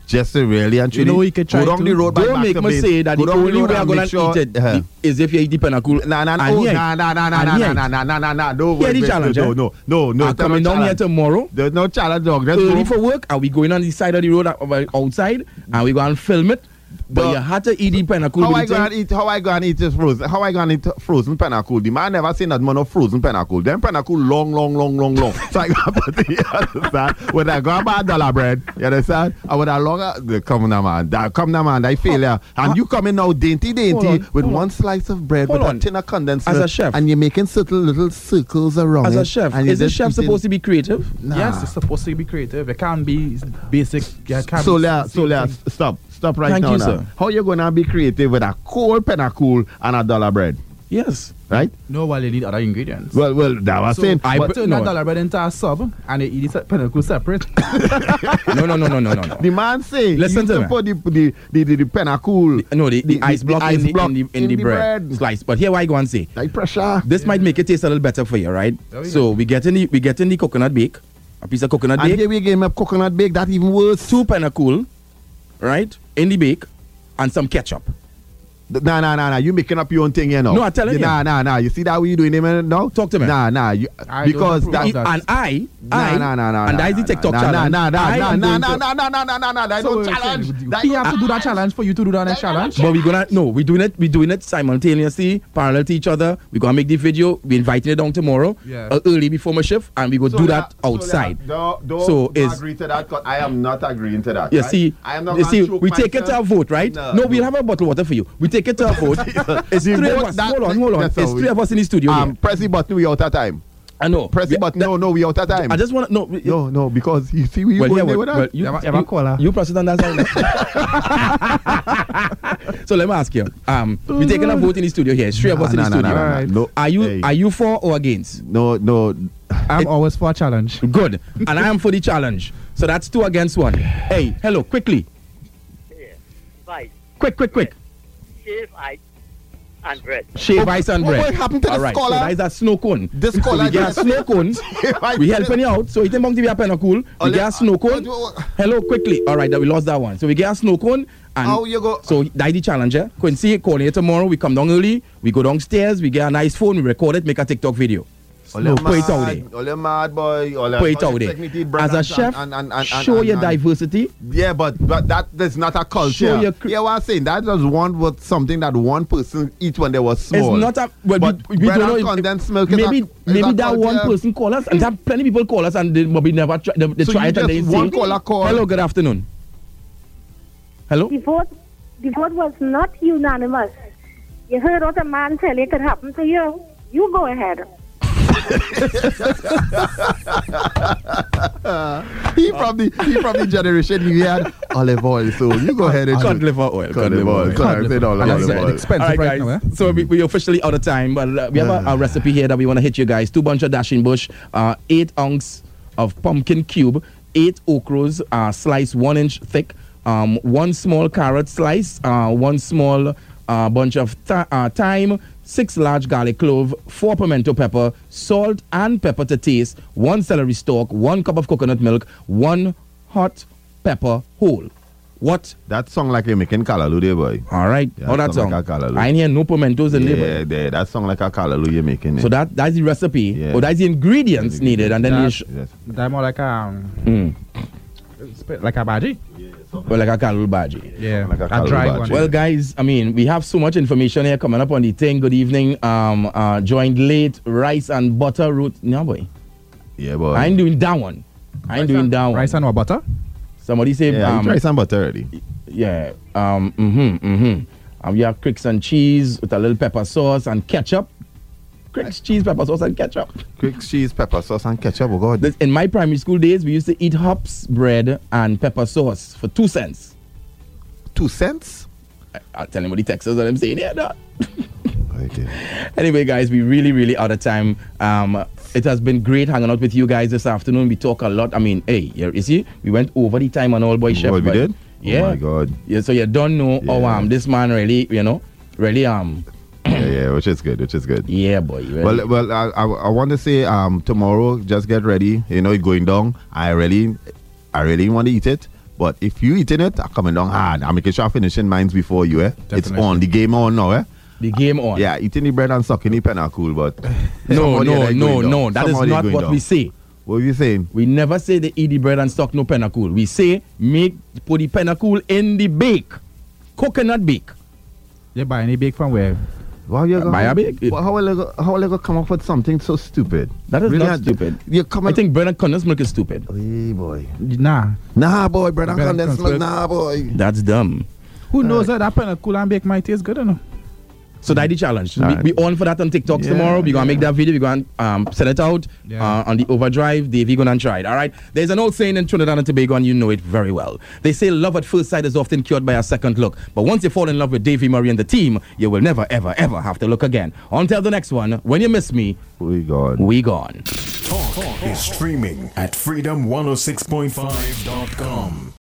Speaker 12: Just to really and
Speaker 8: You
Speaker 12: truly
Speaker 8: know we could try
Speaker 12: go down
Speaker 8: to-
Speaker 12: the road by
Speaker 2: Don't
Speaker 12: back
Speaker 2: make
Speaker 12: to
Speaker 2: me
Speaker 12: base.
Speaker 2: say that
Speaker 12: Go
Speaker 2: the
Speaker 12: down
Speaker 2: only
Speaker 12: road
Speaker 2: way I'm
Speaker 12: and
Speaker 2: gonna
Speaker 12: make sure-
Speaker 2: eat it eh,
Speaker 12: Uh-huh.
Speaker 2: is if you eat the panakul.
Speaker 12: Nah, nah, nah,
Speaker 2: And
Speaker 12: oh,
Speaker 2: here-
Speaker 12: nah, nah, nah, nah,
Speaker 2: and
Speaker 12: nah,
Speaker 2: here-
Speaker 12: nah, nah, nah, nah, nah, Ah, no,
Speaker 2: Here
Speaker 12: wait,
Speaker 2: the
Speaker 12: wait,
Speaker 2: challenge,
Speaker 12: no,
Speaker 2: eh?
Speaker 12: no, no, no,
Speaker 2: I'm
Speaker 12: there's no
Speaker 2: coming down here
Speaker 12: challenge.
Speaker 2: tomorrow.
Speaker 12: There's no challenge, dog. Let's
Speaker 2: early
Speaker 12: go.
Speaker 2: for work? Are we going on the side of the road o- o- outside and we go and film it? But
Speaker 12: Dog.
Speaker 2: you had to eat the pineapple.
Speaker 12: How
Speaker 2: with
Speaker 12: I
Speaker 2: the thing.
Speaker 12: gonna eat? How I gonna eat this frozen? How I gonna eat frozen pineapple? The man never seen that man of frozen pineapple. Them pineapple long, long, long, long, long. so I gonna put the you understand? When I go buy dollar bread, you understand? And when I longer, the come now man, that come now man, I failure. And you coming now dainty, dainty
Speaker 2: Hold on,
Speaker 12: with
Speaker 2: hold
Speaker 12: one slice of bread
Speaker 2: Hold
Speaker 12: with
Speaker 2: on.
Speaker 12: a tin of condensed
Speaker 2: As a
Speaker 12: milk,
Speaker 2: chef.
Speaker 12: and you're making certain little circles around
Speaker 2: As a
Speaker 12: it,
Speaker 2: chef,
Speaker 12: and you
Speaker 2: is a
Speaker 12: just
Speaker 2: chef
Speaker 12: eating-
Speaker 2: supposed to be creative?
Speaker 12: Nah.
Speaker 8: Yes, it's supposed to be creative. It can't be basic. It can't
Speaker 12: So
Speaker 8: be
Speaker 12: Leah, so
Speaker 8: basic.
Speaker 12: Leah, stop, stop right
Speaker 2: Thank
Speaker 12: now.
Speaker 2: you,
Speaker 12: now.
Speaker 2: sir.
Speaker 12: How you gonna be creative with a cold pineapple and a dollar bread,
Speaker 2: Yes.
Speaker 12: right?
Speaker 8: No, while they need other ingredients.
Speaker 12: Well, well, that was
Speaker 8: so
Speaker 12: saying.
Speaker 8: I
Speaker 12: but-
Speaker 8: put that
Speaker 2: no.
Speaker 8: dollar bread into a sub and they eat it se- pinnacle separate.
Speaker 2: No, no, no, no, no, no, no.
Speaker 12: The man say,
Speaker 2: Listen to
Speaker 12: you to
Speaker 2: me.
Speaker 12: put the the the, the, the pennacle,
Speaker 2: No, the, the, ice block, in, the, in the in, the, bread,
Speaker 12: bread.
Speaker 2: slice. But here what I go and say.
Speaker 12: Like pressure.
Speaker 2: This might make it taste a little better for you, right?
Speaker 8: Oh, yeah.
Speaker 2: So we getting the we getting the coconut bake, a piece of coconut
Speaker 12: and
Speaker 2: bake,
Speaker 12: then we gave him a coconut bake. That even worse.
Speaker 2: two pineapple, right? In the bake, and some ketchup.
Speaker 12: Nah, nah, nah, nah. You making up your own thing, you know.
Speaker 2: No, I'm telling you.
Speaker 12: Nah, nah, nah. You see that way you doing it, man? No.
Speaker 2: Talk to me.
Speaker 12: Nah, nah. You,
Speaker 8: I don't
Speaker 12: because
Speaker 8: approve
Speaker 12: that.
Speaker 8: of that.
Speaker 2: and I,
Speaker 12: Nah,
Speaker 2: I,
Speaker 12: nah, nah, nah.
Speaker 2: and
Speaker 12: nah,
Speaker 2: that is the
Speaker 12: nah,
Speaker 2: TikTok
Speaker 12: nah,
Speaker 2: challenge.
Speaker 12: Nah, nah,
Speaker 2: I
Speaker 12: nah,
Speaker 2: am
Speaker 12: nah,
Speaker 2: going
Speaker 12: nah,
Speaker 2: to-
Speaker 12: nah, nah, nah, nah, nah, nah. That
Speaker 8: So
Speaker 12: don't
Speaker 8: it's-
Speaker 12: challenge. That
Speaker 8: We have to do that challenge for you to do that next challenge.
Speaker 2: But we're gonna no, we're doing it we're doing it simultaneously, parallel to each other. We're gonna make the video, we're inviting it down tomorrow,
Speaker 8: Yeah.
Speaker 2: uh, early before my shift, and we go
Speaker 12: So
Speaker 2: do
Speaker 12: yeah,
Speaker 2: that
Speaker 12: so yeah,
Speaker 2: outside.
Speaker 12: don't don't
Speaker 2: So is-
Speaker 12: agree to that 'cause I am not agreeing to that.
Speaker 2: You
Speaker 12: right?
Speaker 2: see,
Speaker 12: I am not
Speaker 2: you
Speaker 12: gonna
Speaker 2: see,
Speaker 12: choke
Speaker 2: we take it to a
Speaker 12: myself.
Speaker 2: vote, right?
Speaker 12: No,
Speaker 2: No, we'll have a bottle of water for you. We take it to a vote. it's three of
Speaker 12: vote
Speaker 2: us.
Speaker 12: that-
Speaker 2: Hold on, hold on.
Speaker 12: That's
Speaker 2: It's
Speaker 12: how we-
Speaker 2: three of us in the studio.
Speaker 12: Um, press the button. We out of time.
Speaker 2: I know.
Speaker 12: Press the button. No, no, we out of time.
Speaker 2: I just want to know.
Speaker 12: No, no, because you see, we
Speaker 2: Well,
Speaker 12: going
Speaker 2: yeah, well,
Speaker 12: there with
Speaker 2: well,
Speaker 12: that.
Speaker 2: you, you, you press it on that side. so let me ask you. Um, we taking a vote in the studio here. It's Three of us in the
Speaker 12: Nah, nah,
Speaker 2: studio.
Speaker 12: nah, nah, nah. No,
Speaker 2: Are you
Speaker 12: hey.
Speaker 2: are you for or against?
Speaker 12: No, no.
Speaker 8: I'm always for a challenge.
Speaker 2: Good. And I am for the challenge. So that's two against one. Hey, hello, quickly,
Speaker 17: Vice,
Speaker 2: quick, quick, quick.
Speaker 17: shave ice, and bread.
Speaker 12: Oh,
Speaker 2: Shave ice and bread.
Speaker 17: Oh, What happened to the
Speaker 2: All right,
Speaker 17: scholar?
Speaker 2: So that is a snow cone.
Speaker 17: This
Speaker 2: so
Speaker 17: scholar
Speaker 2: we get a
Speaker 17: just-
Speaker 2: snow cone. we helping you out. So it ain't bound to be a pen cool. We get a
Speaker 12: uh,
Speaker 2: snow cone. Hello, quickly. All right, that we lost that one. So we get a snow cone. And
Speaker 12: How you go-
Speaker 2: So that's the challenge. Eh? Quincy, call you tomorrow. We come down early. We go downstairs. We get a nice phone. We record it. Make a TikTok video.
Speaker 12: Ole
Speaker 2: Snow, put it out
Speaker 12: mad,
Speaker 2: there.
Speaker 12: ole mad boy. Ole
Speaker 2: Put it out
Speaker 12: ole
Speaker 2: there.
Speaker 12: technically
Speaker 2: As
Speaker 12: brand
Speaker 2: a
Speaker 12: and-
Speaker 2: chef,
Speaker 12: and- and- and- and-
Speaker 2: show
Speaker 12: and-
Speaker 2: your
Speaker 12: and-
Speaker 2: diversity.
Speaker 12: Yeah, but but that is not a culture.
Speaker 2: Show your
Speaker 12: yeah, what I'm saying that was one was something that one person eat when they were small.
Speaker 2: It's not a well,
Speaker 12: but
Speaker 2: we, we
Speaker 12: bread
Speaker 2: don't know
Speaker 12: and
Speaker 2: if-
Speaker 12: condensed milk. is a-
Speaker 2: Maybe
Speaker 12: is a
Speaker 2: maybe that one
Speaker 12: culture.
Speaker 2: person call us, and there are plenty people call us, and they maybe never try. They, they
Speaker 12: So
Speaker 2: try
Speaker 12: you
Speaker 2: it and
Speaker 12: just
Speaker 2: they
Speaker 12: one
Speaker 2: say,
Speaker 12: caller call.
Speaker 2: "Hello, good afternoon." Hello.
Speaker 11: The vote, the vote was not unanimous. You heard what a man tell you could happen to you. You go ahead.
Speaker 12: he from the he from the generation we had olive oil. So you go ahead and
Speaker 2: Cod liver oil.
Speaker 12: Cod liver oil. Sorry, I said olive
Speaker 2: Yes,
Speaker 12: olive
Speaker 2: sir.
Speaker 12: oil.
Speaker 2: All right, guys. So we, we officially out of time, but uh, we have a, a recipe here that we want to hit you guys. Two bunch of dashing bush, uh, eight ounce of pumpkin cube, eight okras uh, sliced one inch thick, um, one small carrot slice, uh, one small uh, bunch of th- uh, thyme, six large garlic clove, four pimento pepper, salt and pepper to taste, one celery stalk, one cup of coconut milk, one hot pepper whole. What?
Speaker 12: That song like a making Kalaloo boy.
Speaker 2: All right. How that song?
Speaker 12: Like a Kalaloo.
Speaker 2: I ain't hear no pimentos in
Speaker 12: yeah,
Speaker 2: there. boy.
Speaker 12: there, that song like a Kalaloo you making.
Speaker 2: So that that's the recipe, or that's the ingredients needed, and then you sh-
Speaker 8: That more like um,
Speaker 2: Mm.
Speaker 8: it's bit like a badgie.
Speaker 2: well, like a kalul bhaji.
Speaker 8: Yeah,
Speaker 12: like a
Speaker 8: a dry
Speaker 12: kalul
Speaker 8: one.
Speaker 2: Well, guys, I mean, we have so much information here coming up on the thing. Good evening. Um, uh, joined late rice and butter root. No boy,
Speaker 12: Yeah, boy.
Speaker 2: I ain't doing that one. I ain't doing that one. Rice
Speaker 8: and what butter?
Speaker 2: Somebody say
Speaker 12: yeah,
Speaker 2: um,
Speaker 12: you try some butter already.
Speaker 2: Yeah. Um. Mhm. Mhm. Um, you have cricks and cheese with a little pepper sauce and ketchup. Cricks, cheese, pepper sauce, and ketchup.
Speaker 12: Quick cheese, pepper sauce, and ketchup. Oh God.
Speaker 2: This- in my primary school days, we used to eat hops, bread, and pepper sauce for two cents.
Speaker 12: Two cents?
Speaker 2: I, I'll tell anybody Texas what I'm saying here. No. Anyway, guys, we really, really out of time. Um, it has been great hanging out with you guys this afternoon. We talk a lot. I mean, hey, you you see, we went over the time on all boy chef.
Speaker 12: Oh, we
Speaker 2: but-
Speaker 12: did?
Speaker 2: Yeah.
Speaker 12: Oh my God.
Speaker 2: Yeah. So you don't know. Oh, um, this man really, you know, really, um,
Speaker 12: yeah, yeah, which is good, which is good.
Speaker 2: Yeah, boy. really.
Speaker 12: Well, well, I, I, I want to say um tomorrow, just get ready. You know, it going down. I really, I really want to eat it. But if you eating it, I'm coming down hard. I'm making sure I finishing mines before you. Eh, it's
Speaker 2: Definitely.
Speaker 12: on the game on now. Eh,
Speaker 2: the game on.
Speaker 12: Yeah, eating the bread and sucking the pen are cool, but
Speaker 2: No,
Speaker 12: somehow they
Speaker 2: no,
Speaker 12: like
Speaker 2: no,
Speaker 12: going down.
Speaker 2: no. That is
Speaker 12: Somehow they
Speaker 2: not
Speaker 12: going
Speaker 2: what
Speaker 12: down.
Speaker 2: we say.
Speaker 12: What are you saying?
Speaker 2: We never say they eat the bread and stock no pennacle. We say make put the pennacle in the bake, coconut bake.
Speaker 8: You buy any bake from where?
Speaker 12: Wow, you
Speaker 2: Buy a bake.
Speaker 12: Well, how will I go, how will I go come up with something so stupid?
Speaker 2: That is
Speaker 12: Really, I-
Speaker 2: not stupid.
Speaker 12: You come.
Speaker 2: I think bread and condensed milk is stupid.
Speaker 12: Hey boy.
Speaker 8: Nah.
Speaker 12: Nah, boy, bread and
Speaker 8: Bread and
Speaker 12: condensed milk.
Speaker 8: condensed milk.
Speaker 12: Nah, boy.
Speaker 2: That's dumb.
Speaker 8: Who knows that that pan of cool and bake might taste good or no?
Speaker 2: So that's the challenge.
Speaker 8: All right.
Speaker 2: We, we on for that on TikTok
Speaker 8: Yeah,
Speaker 2: tomorrow. We're gonna make that video. We're gonna um, send it out uh, on the overdrive. Davey gonna try it. All right. There's an old saying in Trinidad and Tobago, and you know it very well. They say love at first sight is often cured by a second look. But once you fall in love with Davey Murray and the team, you will never, ever, ever have to look again. Until the next one, when you miss me,
Speaker 12: we gone.
Speaker 2: We gone.
Speaker 1: Talk is streaming at freedom106.5.com.